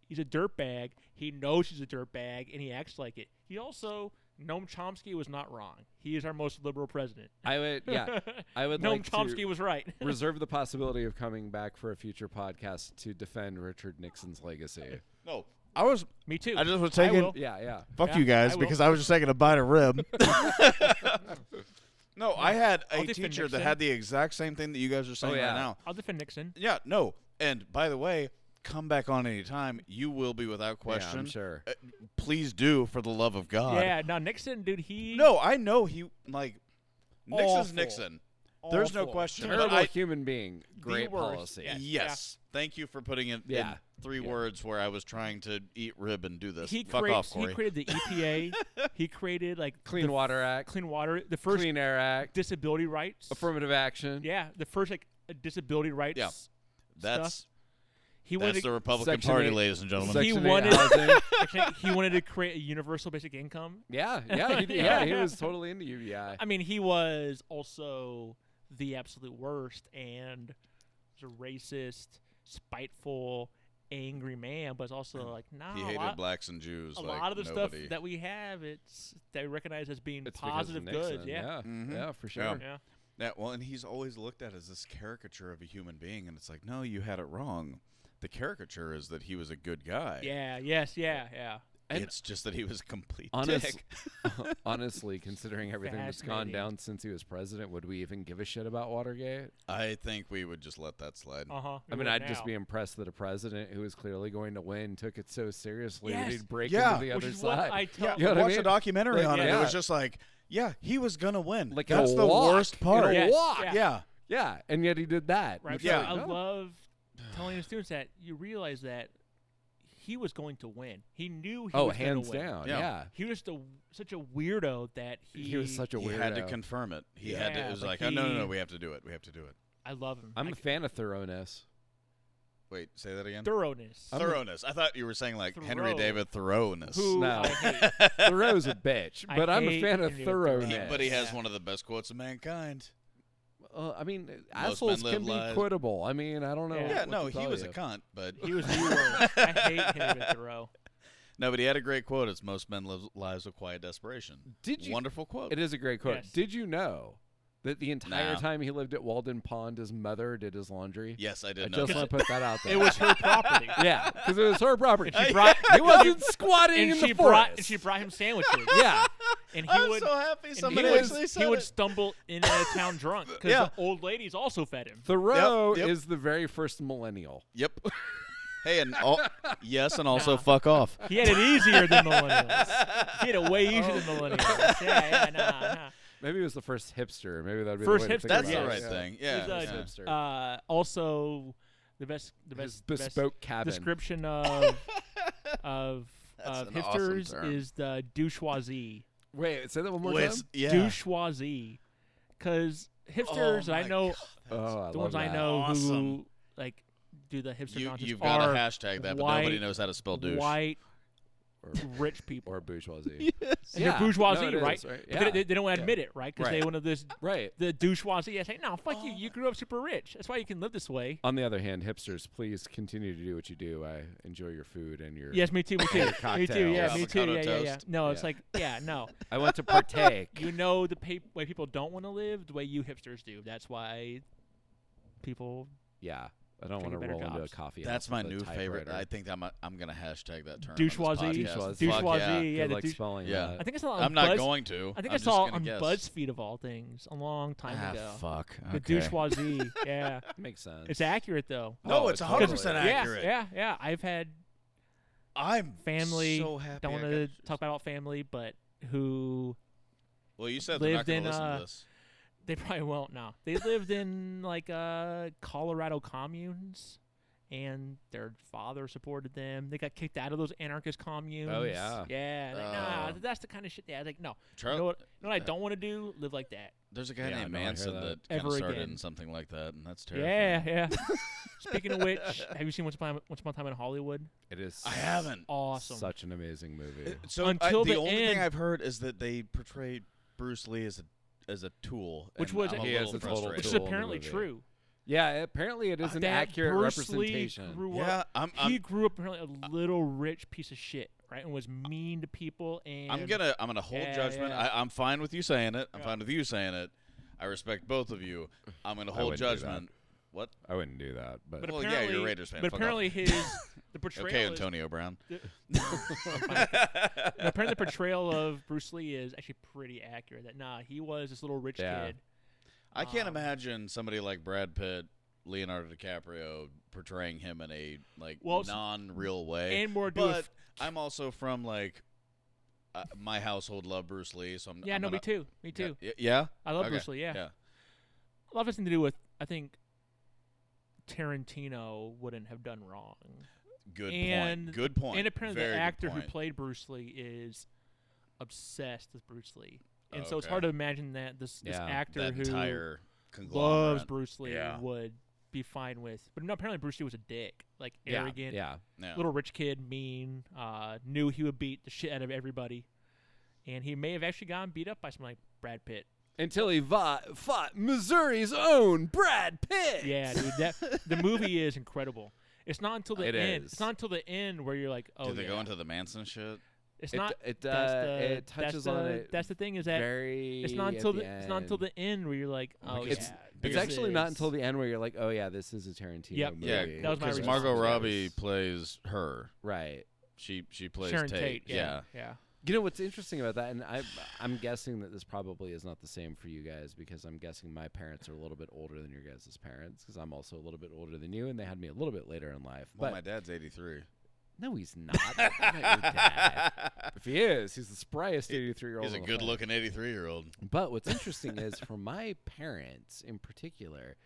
he's a dirtbag. He knows he's a dirtbag and he acts like it. He also Noam Chomsky was not wrong. He is our most liberal president. I would, yeah, I would Noam like to Chomsky was right. reserve the possibility of coming back for a future podcast to defend Richard Nixon's legacy. No, I was. Me too. I just was I taking. will. Yeah, yeah. Fuck Yeah, you guys I will. because I was just taking a bite of rib. No, I had I'll a defend teacher that Nixon. had the exact same thing that you guys are saying Oh, yeah. right now. I'll defend Nixon. Yeah, no. And by the way, come back on anytime. You will be without question. Yeah, I'm sure. Uh, please do for the love of God. Yeah, no, Nixon, dude, he No, I know he like Nixon's Awful. Nixon. There's no Awful. question. but Terrible I- human being. Great worst, policy. yeah. yes. Thank you for putting it in Yeah. three Yeah. words where I was trying to eat rib and do this. he Fuck creates, off, Corey. he created the EPA. he created like Clean the Water Act, clean water the first Clean Air Act, disability rights affirmative action. yeah the first like uh, disability rights Yeah. that's he that's wanted the Republican Section Party, eight- ladies and gentlemen. Section eight wanted- housing. to, actually, he wanted to create a universal basic income yeah, yeah, he, yeah, Yeah. He was totally into UBI. i mean he was also the absolute worst and was a racist spiteful angry man but it's also like nah he a hated lot, blacks and Jews. a like lot of the nobody. stuff that we have it's that we recognize as being It's because positive of goods Nixon, yeah yeah, Mhm. yeah, for sure. Yeah. yeah Yeah, well, and he's always looked at as this caricature of a human being, and it's like, no, you had it wrong. The caricature is that he was a good guy. yeah yes yeah yeah And- it's just that he was a complete Honest- dick. Honestly, considering everything that's gone Fascinating. down since he was president, would we even give a shit about Watergate? I think we would just let that slide. uh-huh I we mean, would I'd just now. be impressed that a president who was clearly going to win took it so seriously that Yes. he'd break Yeah. into the which other is what side. I tell You know what I watch mean? a documentary Like, on it. yeah. It was just like, yeah, he was gonna win. Like in a that's the walk. worst In part. a Yes, walk. yeah. Yeah. Yeah, and yet he did that. Right. It's So Yeah. like, I no. love telling the students that you realize that he was going to win. He knew he Oh, was gonna hands win. down. Yeah. Yeah. He was just a, such a weirdo that he, He was such a he weirdo. had to confirm it. He had to. Yeah, It was like like, oh, no, no, no, he- we have to do it. We have to do it. I love him. I'm I a c- fan of thoroughness. Wait, say that again. thoroughness. I'm a- Thoroughness. I thought you were saying like Henry Thoreau. David Thoreawness. Who No. I hate. Thoreau's a bitch, I but I'm a hate fan of Henry He- thoroughness. Thoreau. but he has Yeah. one of the best quotes of mankind. Uh, I mean, men assholes live can be lies. quotable. I mean, I don't know. Yeah. Yeah, what to no, he tell was you. a cunt, but He was the worst. I hate Henry Thoreau. no, but he had a great quote. It's most men live lives of quiet desperation. Did you? Wonderful quote. It is a great quote. Yes. Did you know that the entire No. time he lived at Walden Pond, his mother did his laundry? Yes, I did I know. just that. want to put that out there. It was her property. yeah, because it was her property. And she brought. he wasn't squatting and in she the brought. forest. And she brought him sandwiches. yeah, And he would. happy and he would, he would stumble in a town drunk because Yeah. the old ladies also fed him. Thoreau Yep, yep. is the very first millennial. Yep. hey, and all, yes, and also Nah. fuck off. He had it easier than millennials. He had it way easier than Oh. millennials. Yeah, yeah, Maybe he was the first hipster. Maybe that'd be First the way to think hipster, That's about the it. right Yeah. thing. nah, Yeah. nah. yeah. He's, uh, uh, also the best, the His best bespoke best cabin. description of of That's of an awesome hipsters term. is the douchoisie. Wait, say that one more Well, time. it's- yeah. Douchoisie, because hipsters Oh I my know, uh, Oh, I the love ones I that. know Awesome. who like do the hipster You, nonsense you've got are to hashtag that, but nobody white- knows how to spell douche. white Or- rich people. or bourgeoisie. And they're Yeah. bourgeoisie, No, it right? is, right? But Yeah. they, they, they don't want to Yeah. admit it, right? Because Right. they want to this right. the douchoisie. I say, no, fuck you. Oh. You grew up super rich. That's why you can live this way. On the other hand, hipsters, please continue to do what you do. I enjoy your food and your. Yes, me too. Me Or too. me too. cocktails. Yeah, me too. Avocado Yeah, yeah, yeah. toast. No, it's Yeah. like, yeah, no. I want to partake. You know the pa- way people don't want to live, the way you hipsters do. That's why people. yeah, I don't Drink want to better roll into a cops. coffee. That's off my of a new favorite. typewriter. I think I'm, I'm going to hashtag that term. on this Douchoisie. podcast. Douchoisie. Fuck yeah. Douchoisie. Yeah, Good the luck douche- spelling Yeah. that. I think I saw. it on I'm not Buzz- going to. I think I'm I saw just it gonna on guess. BuzzFeed of all things a long time Ah, ago. fuck. The okay. douchoisie. yeah, makes sense. it's accurate though. No, Oh, it's totally. 100% Yeah, accurate. yeah, yeah. I've had I'm family. So happy don't I want got to yours. talk about family, but who Well, you said they're not lived going in, to listen uh, to this. they probably won't now. They lived in like uh Colorado communes and their father supported them. They got kicked out of those anarchist communes. yeah. yeah. Like, nah, Oh. that's the kind of shit. Yeah, like no. Charlie, you know what? You know what I don't want to do? Live like that. there's a guy Yeah, named no, I hear Manson that. that, kind Ever of started again. in something like that, and that's terrifying. Yeah, yeah. Speaking of which, have you seen Once Upon Once Upon a Time in Hollywood? It is I haven't. Awesome. such an amazing movie. So I- Until the, the only thing end. I've heard is that they portrayed Bruce Lee as a as a tool, Which and was- I'm a He is little a total frustrated. which is tool in the apparently movie. true. Yeah, apparently it is an Uh, That accurate Bruce Lee representation. grew Yeah, up. I'm. he I'm, grew up apparently a little rich piece of shit, right? And was mean to people. And I'm gonna. I'm gonna hold Yeah, judgment. yeah. I, I'm fine with you saying it. I'm Yeah. fine with you saying it. I respect both of you. I'm gonna hold wouldn't do that. judgment. What? I wouldn't do that, but, But Well, yeah, you're a apparently, Raiders fan, But fuck off. apparently, his the portrayal. Okay, is- Antonio Brown. No, apparently, the portrayal of Bruce Lee is actually pretty accurate. That nah, he was this little rich Yeah. kid. I can't Um, imagine somebody like Brad Pitt, Leonardo DiCaprio portraying him in a like Well, it's- non-real way. and more do eh, but with- I'm also from like uh, my household loved Bruce Lee, so I'm Yeah, I'm no, gonna, me too. Me Yeah, too. y- Yeah, I love Okay, Bruce Lee. Yeah. yeah. a lot of it's to do with I think Tarantino wouldn't have done wrong. Good And- point. Good point. and apparently Very the good actor who point. played Bruce Lee is obsessed with Bruce Lee. And so it's Okay. hard to imagine that this, this Yeah, actor that who entire loves conglomerate. Bruce Lee Yeah. would be fine with. But no, apparently Bruce Lee was a dick. Like yeah, arrogant, yeah. Yeah. little rich kid, mean, uh, knew he would beat the shit out of everybody. And he may have actually gotten beat up by someone like Brad Pitt. Until he fought, fought Missouri's own Brad Pitt. Yeah, dude, that the movie is incredible. It's not until the It end. is. It's not until the end where you're like, oh, Did they yeah. go into the Manson shit? It's It, not. it, uh, that's the, it touches that's the, on it. That's the thing is that very. it's not until at the, the it's not until end. the end where you're like, oh, Because- yeah. It's Because actually not until the the end where you're like, oh yeah, this is a Tarantino Yep. movie. Yeah, That was my because reason. Margot Yeah. Robbie plays her. Right. She she plays Sharon Tate. Tate. yeah, yeah. You know what's interesting about that, and I, I'm guessing that this probably is not the same for you guys because I'm guessing my parents are a little bit older than your guys' parents because I'm also a little bit older than you, and they had me a little bit later in life. Well, but my dad's 83. no, he's not. Not your dad. If he is, he's the spryest 83 year old. He's a good looking 83 year old. But what's interesting is for my parents in particular,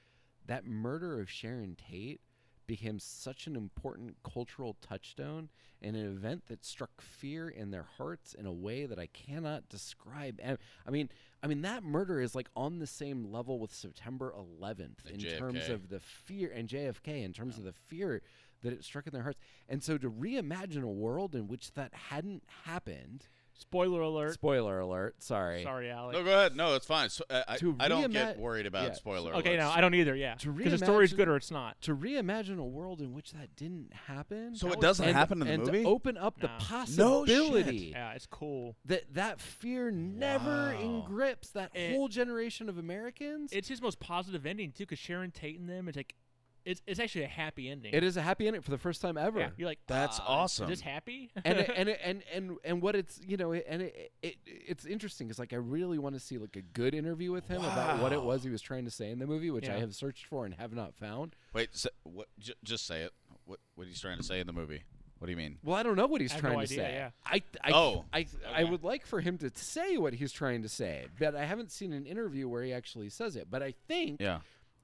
that murder of Sharon Tate became such an important cultural touchstone and an event that struck fear in their hearts in a way that I cannot describe. And- I mean, I mean that murder is like on the same level with September 11th And in terms JFK. of the fear and JFK in terms of the fear that it struck in their hearts. And so to reimagine a world in which that hadn't happened. Spoiler alert. Spoiler alert, sorry. Sorry, Alex. No, go ahead. No, it's fine. So, uh, I, I, To I don't get reima- worried about yeah. spoiler okay, no, alerts. I don't either. Yeah, To because the story's reimagine- good or it's not. to reimagine a world in which that didn't happen. So it That was- doesn't and, happen in the and movie? to open up No. No the shit. possibility Yeah, it's cool. that that fear never Wow. engrips that It- whole generation of Americans. It's his most positive ending too, because Sharon Tate and them is like, it's it's actually a happy ending. it is a happy ending for the first time ever. Yeah, you're like, That's "Ah, awesome." Is this happy? and it, and it, and and and what it's you know and it, it it's interesting because like I really want to see like a good interview with him about what it Wow. was he was trying to say in the movie, which I Yeah. have searched for and have not found. Wait, so, what, j- just say it. What, what are you trying to say in the movie? What do you mean? Well, I don't know what he's I have no trying to idea, say. yeah. I, I, Oh, I, I okay. would like for him to say what he's trying to say, but I haven't seen an interview where he actually says it. But I think, Yeah.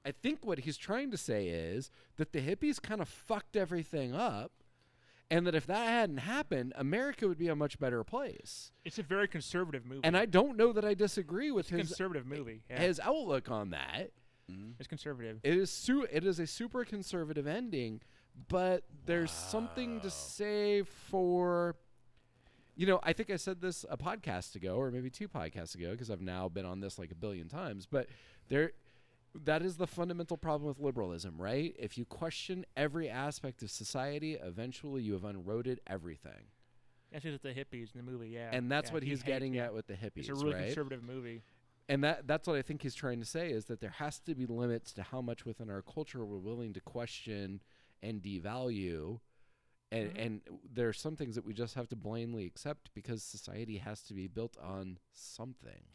I think what he's trying to say is that the hippies kind of fucked everything up, and that if that hadn't happened, America would be a much better place. it's a very conservative movie. And I don't know that I disagree with it's a his conservative movie. Yeah. his outlook on that. it's conservative. It is su- it is a super conservative ending, but there's something to say for you know, I think I said this a podcast ago or maybe two podcasts ago because I've now been on this like a billion times, but there that is the fundamental problem with liberalism, right? If you question every aspect of society, eventually you have unroded everything. That's just the hippies in the movie, yeah. And that's Yeah, what he he's hates- getting yeah. at with the It's hippies, a really right? conservative movie. and that that's what I think he's trying to say is that there has to be limits to how much within our culture we're willing to question and devalue and Mhm. and there are some things that we just have to blindly accept because society has to be built on something.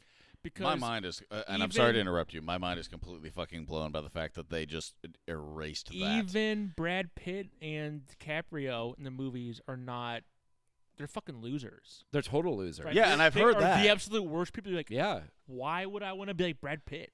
Because My mind is, uh, and I'm sorry to even- interrupt you. My mind is completely fucking blown by the fact that they just uh, erased that. even Brad Pitt and DiCaprio in the movies are not they're fucking losers. They're total losers. right? Yeah, They- and I've they heard are that. The absolute worst people You're like Yeah. why would I want to be like Brad Pitt?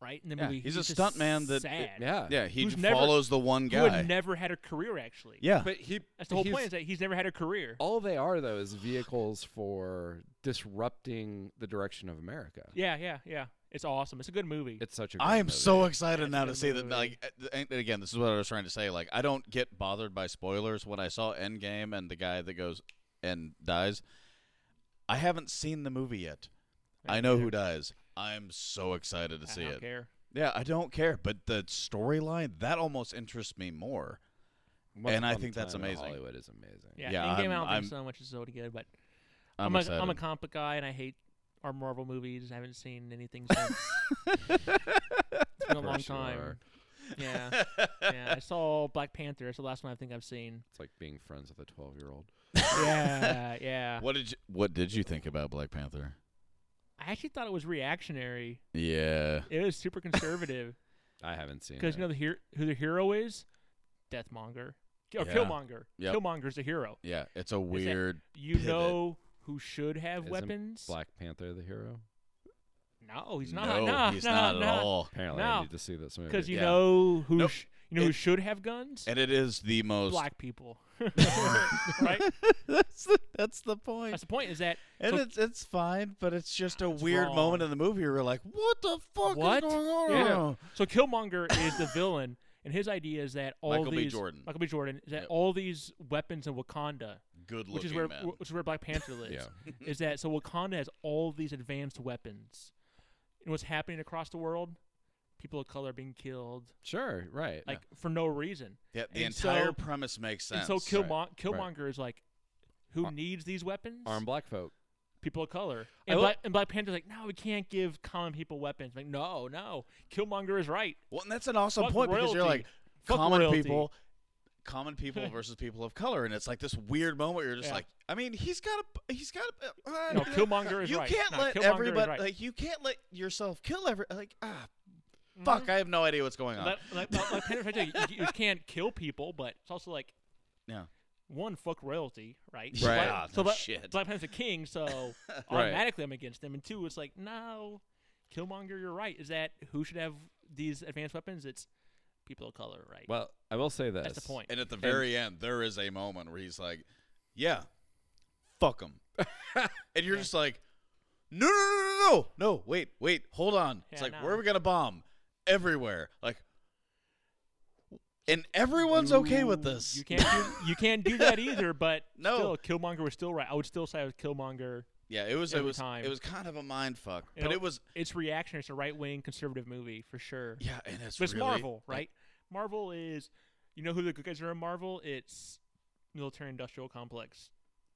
right? In the Yeah, movie, he's a just stunt man that- uh, sad, Yeah. Yeah, he Who's j- never- follows the one who guy. had never had a career actually. yeah, But he that's the whole he's- point is that he's never had a career. all they are though is vehicles for disrupting the direction of America. Yeah, yeah, yeah. It's awesome. It's a good movie. It's such a great I am movie. so excited now to That's see the that. Like, uh, and and again, this is what I was trying to say. Like, I don't get bothered by spoilers. When I saw Endgame and the guy that goes and dies, I haven't seen the movie yet. I I know don't who dies. I'm so excited to I see don't it. care. Yeah, I don't care, but the storyline that almost interests me more. Once and I Upon a think that's Time in amazing. Hollywood is amazing. Yeah, Yeah, Endgame, I I'm- don't I'm- think so much is already good, but I'm, a, excited. I'm a comic book guy, and I hate our Marvel movies. I haven't seen anything since. it's been a long Of course you time. are. Yeah, yeah. I saw Black Panther. It's the last one I think I've seen. It's like being friends with a 12 year old. Yeah, yeah. what did you What did you think about Black Panther? I actually thought it was reactionary. Yeah, It was super conservative I haven't seen because it. you know the hero, who the hero is, Deathmonger or Yeah. Killmonger. Yep. Killmonger's the hero. yeah, it's a weird. You Pivot. know who should have Isn't weapons? Black Panther the hero. No, he's not. No, nah, he's nah, not at nah. all. Apparently, I No, need to see this movie. Because you Yeah. know who Nope. sh- you know who It- should have guns? And it is the most. Black people, right? that's the that's the point. That's the point. Is that And So- it's it's fine, but it's just a It's weird wrong. moment in the movie where we're like, what the fuck is What? going on? Yeah. so? Killmonger is the villain, and his idea is that all Michael B. these Jordan. Michael B. Jordan is that Yep. all these weapons in Wakanda, good looking which is where man. which is where Black Panther lives, Yeah. is that so Wakanda has all these advanced weapons, and what's happening across the world? People of color being killed, Sure, right. like for no reason. Yeah, the And entire so- premise makes sense. And so Killmo- Right, right. Killmonger is like, who Ar- needs these weapons? Armed black folk. people of color. I And, lo- Black, and Black Panther's like, no, we can't give common people weapons. Like, no, no. Killmonger is right. well, and that's an awesome Fuck point because you're royalty. like Fuck common royalty. people, common people versus people of color, and it's like this weird moment. Where you're just Yeah. like, I mean, he's got a, he's got a. Uh, No, Killmonger is you right. can't No, let Killmonger is everybody right. like you can't let yourself kill every like ah fuck. Mm-hmm. I have no idea what's going on. Black, Black, Black, Black Panther's right. there. You, you can't kill people, but it's also like, Yeah. one, fuck royalty, right? Right. Yeah, So Black- so no Black, shit. Black Panther's a king, so automatically I'm against him. And two, it's like, no, Killmonger, you're right. Is that who should have these advanced weapons? It's people of color, right? Well, I will say this. That's the point. and at the very end, there is a moment where he's like, "Yeah, fuck him," and you're just like, "No, no, no, no, no, no! Wait, wait, hold on." it's Yeah, like no. where are we gonna bomb? Everywhere, like, and everyone's okay with Ooh, this. You can't do you can't do that either. But No. still, Killmonger was still right. I would still say I was Killmonger. yeah, it was it every was time. it was kind of a mind fuck, You but know, it was It's reactionary. It's a right wing conservative movie for sure. yeah, and it's, but it's really- Marvel, right? Marvel is, you know who the good guys are in Marvel? It's military industrial complex.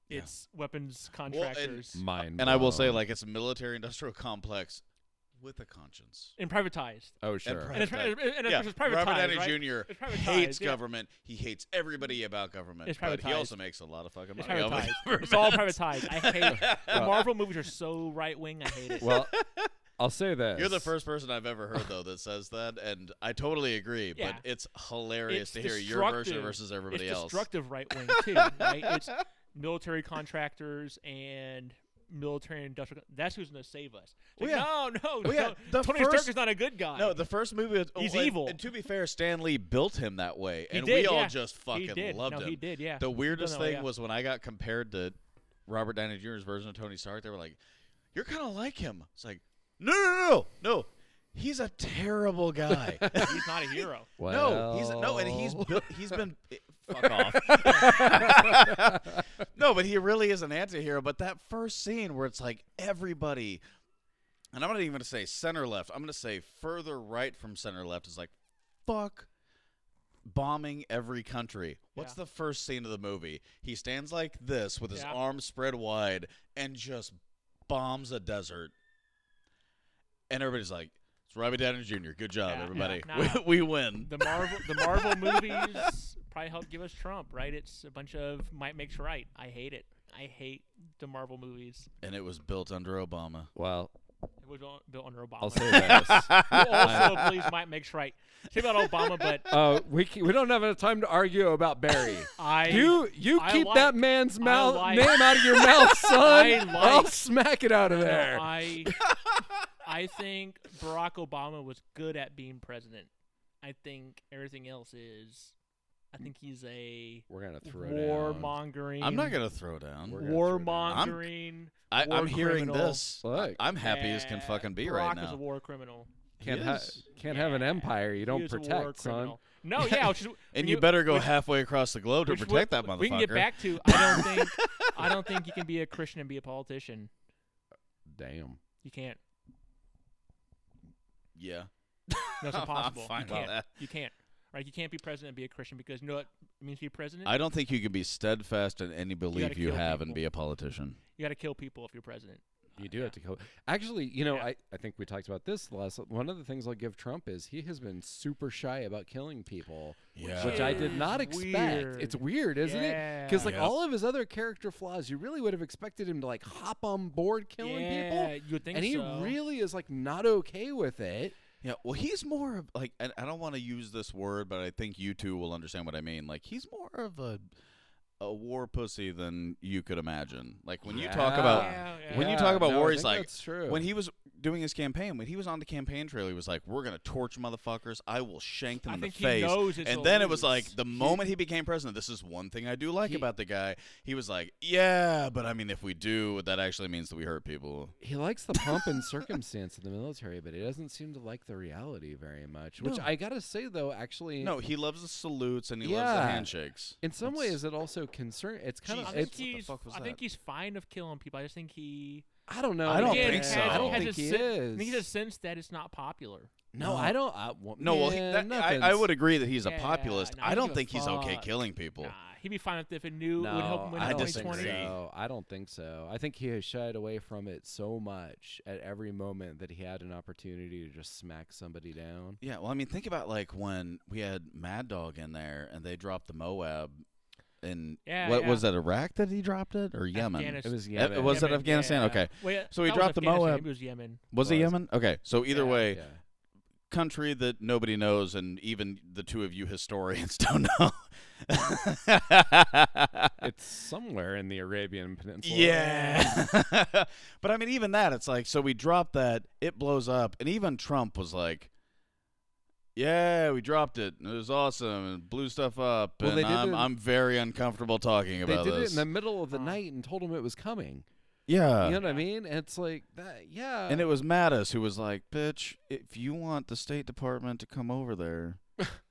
Yeah. It's weapons and- contractors and, Mind. And I will say, blown. like, it's a military industrial complex with a conscience. privatized. oh sure. pri- And it's, pri- Privatized. and it's, and yeah, it's privatized. Robert Downey right? Jr. It's privatized, hates yeah. government. He hates everybody about government. It's but he privatized. also makes a lot of fucking It's money. off privatized. it. It's all privatized. I hate it. The Well- Marvel movies are so right wing. I hate it. well, I'll say this. You're the first person I've ever heard though that says that, and I totally agree. Yeah. But it's hilarious to It's hear your version destructive. versus everybody it's else. destructive right wing too, right? It's military contractors and military industrial. That's who's going to save us. It's Well, like, No, no, Well, Oh, yeah, no, the Tony first- Stark is not a good guy. No, the first movie. Was, He's and- evil. And to be fair, Stan Lee built him that way, He and did, we all yeah. just he fucking did. loved no, him. he did. Yeah. The weirdest No, no, thing yeah. was when I got compared to Robert Downey Jr.'s version of Tony Stark. They were like, "You're kind of like him." It's like, no, no, no, no. He's a terrible guy. he's not a hero. No, he's no, and he's Well- built, he's been eh, fuck off. no, but he really is an anti-hero. But that first scene where it's like everybody, and I'm not even gonna say center left. I'm gonna say further right from center left is like, fuck, bombing every country. What's Yeah. the first scene of the movie? He stands like this with his Yeah. arms spread wide and just bombs a desert, and everybody's like. It's Robbie Downey Jr. Good job, Yeah, yeah, everybody. nah. we, we win. The Marvel, the Marvel movies probably helped give us Trump, right? It's a bunch of might makes right. I hate it. I hate the Marvel movies. and it was built under Obama. Well, It was all built under Obama. I'll say this. Who also, please, might makes right. Say about Obama, but Uh, we c- we don't have enough time to argue about Barry. I You you I keep like- that man's I mouth like- name out of your mouth, son. I like- will smack it out of No, there. I I I think Barack Obama was good at being president. I think everything else is. I think he's a We're gonna throw down. warmongering. I'm not gonna throw down. We're gonna throw down. I'm- Warmongering. I, war I'm hearing criminal. this. Look, I'm happy as can Yeah, fucking be Barack right was a now. war criminal. He can't ha- is. can't have an Yeah. empire you He don't was a war protect, son. criminal. No, yeah, which is, And we- you better go which- halfway across the globe to which we- protect that motherfucker. We can get back to. I don't think. I don't think you can be a Christian and be a politician. Damn. You can't. Yeah. That's I'm impossible. fine you about can't. that. You can't. Right? You can't be president and be a Christian because you know what it means to be president. I don't think you can be steadfast in any belief you, kill have and people. be a politician. you got to kill people if you're president. You do have to kill. Actually, you know, Yeah. I, I think we talked about this last. One of the things I'll give Trump is he has been super shy about killing people, Yeah. which I did is not expect. It's weird. weird, isn't it? Because Yeah. like Yeah. all of his other character flaws, you really would have expected him to like hop on board killing yeah, people, you would think and he so. really is like not okay with it. Yeah, well, he's more of like, and I don't want to use this word, but I think you two will understand what I mean. Like, he's more of a a war pussy than you could imagine. Like when you talk about Yeah, yeah. when you talk about no, I war, he's like think that's true. when he was doing his campaign, when he was on the campaign trail, he was like, "We're gonna torture motherfuckers. I will shank them I in think the he face." knows it's a and then it was lose. like the moment he became president. This is one thing I do like He- about the guy. He was like, "Yeah, but I mean, if we do, that actually means that we hurt people." he likes the pomp and circumstance of the military, but he doesn't seem to like the reality very much. Which No. I gotta say though, actually, No, he loves the salutes and he loves the Yeah. handshakes. In some That's- ways, it also concern. It's kind I of. think It's, what the he's. fuck was I think that? he's fine of killing people. I just think he. I don't know. I don't again, think has- so. Has, I don't think a he sen- I is. think he has a sense that it's not popular. no, I don't. I, well, No, well, he, man, that, I, I nothing's- would agree that he's a Yeah, populist. no, I I don't don't give a think he's okay fuck. killing people. Nah, he'd be fine with if it knew it would help him win I in don't think 2020. disagree. so. I don't think so. I think he has shied away from it so much at every moment that he had an opportunity to just smack somebody down. Yeah, well, I mean, think about like when we had Mad Dog in there and they dropped the Moab, and Yeah, what yeah. was that Iraq that he dropped it or Yemen? It Afghanistan. was Uh, yeah. it was it Yemen, Afghanistan? yeah. Okay, Well, yeah, So he that was dropped the Afghanistan, Moab. It was Yemen. was it Was. Yemen? Okay, so either Yeah, way, country that nobody knows, and even the two of you historians don't know. It's somewhere in the Arabian Peninsula. Yeah. but I mean, even that, it's like, so we dropped that, it blows up. And even Trump was like, yeah, we dropped it. and It was awesome and blew stuff up. Well, they and did I'm, it- I'm very uncomfortable talking They about did it this. in the middle of the Huh. night and told him it was coming. yeah. You know uh, what I mean? It's like that. Yeah. and it was Mattis who was like, bitch, if you want the State Department to come over there,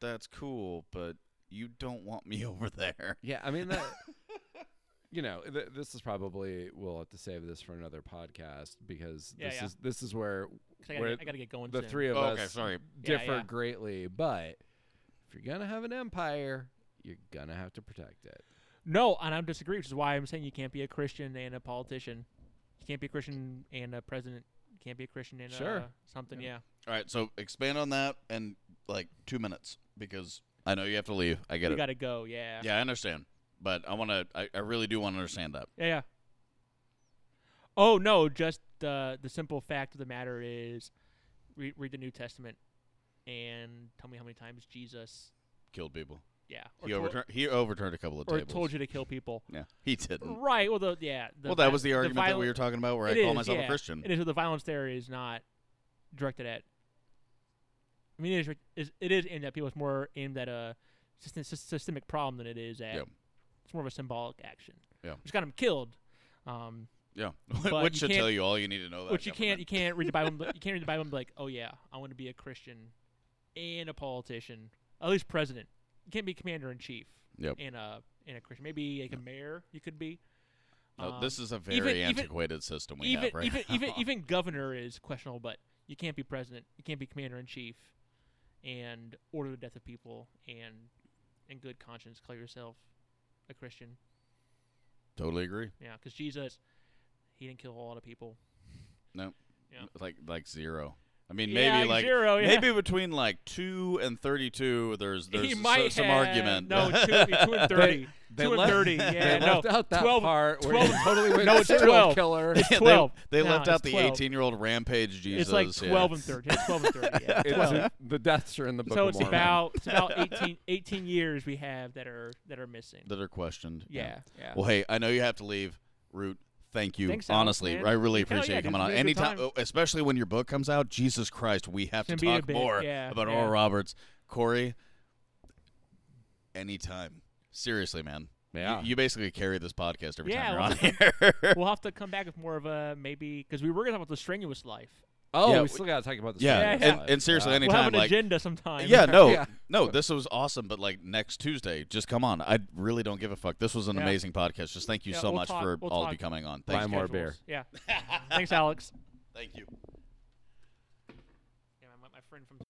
that's cool, but you don't want me over there. Yeah, I mean that. you know, th- this is probably we'll have to save this for another podcast because Yeah, this yeah. is this is where 'Cause I gotta, Where get- I gotta get going the soon. three of Oh, us okay, sorry. Yeah, differ yeah. greatly. But if you're gonna have an empire, you're gonna have to protect it. No, and I disagree, which is why I'm saying you can't be a Christian and a politician. You can't be a Christian and a president. You can't be a Christian and Sure. a something. Yeah. All right, so expand on that and like two minutes because I know you have to leave. I get You it. gotta go. Yeah. Yeah, I understand, but I want to. I, I really do want to understand that. Yeah. yeah. Oh no! Just the the simple fact of the matter is, read, read the New Testament, and tell me how many times Jesus, Killed people. yeah, He tol- overturned. He overturned a couple of or tables. told you to kill people. Yeah, he didn't. Right. Well, the, yeah. The well, that vi- was the argument that we viol- were talking about, where I It call is, myself a yeah. Christian. It is the violence there is not directed at. I mean, it is, re- is it is aimed at people. It's more aimed at a system, sys- systemic problem than it is at. Yeah. It's more of a symbolic action. Yeah. Which got him killed. Um, Yeah, But which you should can't- tell you all you need to know. About which you can't you government. can't read the Bible. and be- you can't read the Bible and be like, oh yeah, I want to be a Christian and a politician, at least president. You can't be commander in chief. Yep. And a and a Christian, maybe like a mayor. You could be. No, Um, this is a very even- even- antiquated system we even have right even, now. even even governor is questionable, but you can't be president, you can't be commander in chief, and order the death of people, and in good conscience call yourself a Christian. totally agree. Yeah, because Jesus, he didn't kill a lot of people. Yeah. Like like zero. I mean, Yeah, maybe like like zero, yeah. maybe between like two and thirty-two. There's there's he so- might some have- argument. No, two, it'd be two and thirty. They two left- and thirty. they Yeah, no, left out that 12 part where 12 he totally went No, it's serial 12. killer. It's They- twelve. They, No, left it's out the 12. eighteen-year-old rampage Jesus. It's like yeah. twelve and thirty. It's twelve and thirty. Yeah, It's 12. in- the deaths are in the book. So of it's Mormon. about it's about 18, 18 years we have that are that are missing. that are questioned. Yeah, yeah. Well, hey, I know you have to leave. Root Thank you. Thanks, Alex, Honestly, man. I really Hell appreciate yeah, you dude, coming it's on. been a good Anytime, time. oh, especially when your book comes out. Jesus Christ, we have to It's gonna be a talk bit- more yeah, about yeah. Oral Roberts. Corey, anytime. Seriously, man. You- Yeah. You, basically carry this podcast every Yeah, time you're on here. we'll have to come back with more of a maybe because we were gonna talk about the strenuous life. oh, yeah, we we- still got to talk about this. yeah. Yeah, And, and seriously, Yeah. we'll have anytime. an like, agenda sometime. yeah, no, Yeah. no, this was awesome. But like next Tuesday, just come on. I really don't give a fuck. This was an Yeah. amazing podcast. Just thank you Yeah, so we'll much talk- for we'll all of talk. you coming on. Buy Thanks, more guys. beer. Yeah. Thanks, Alex. Thank you. Yeah, my, my friend from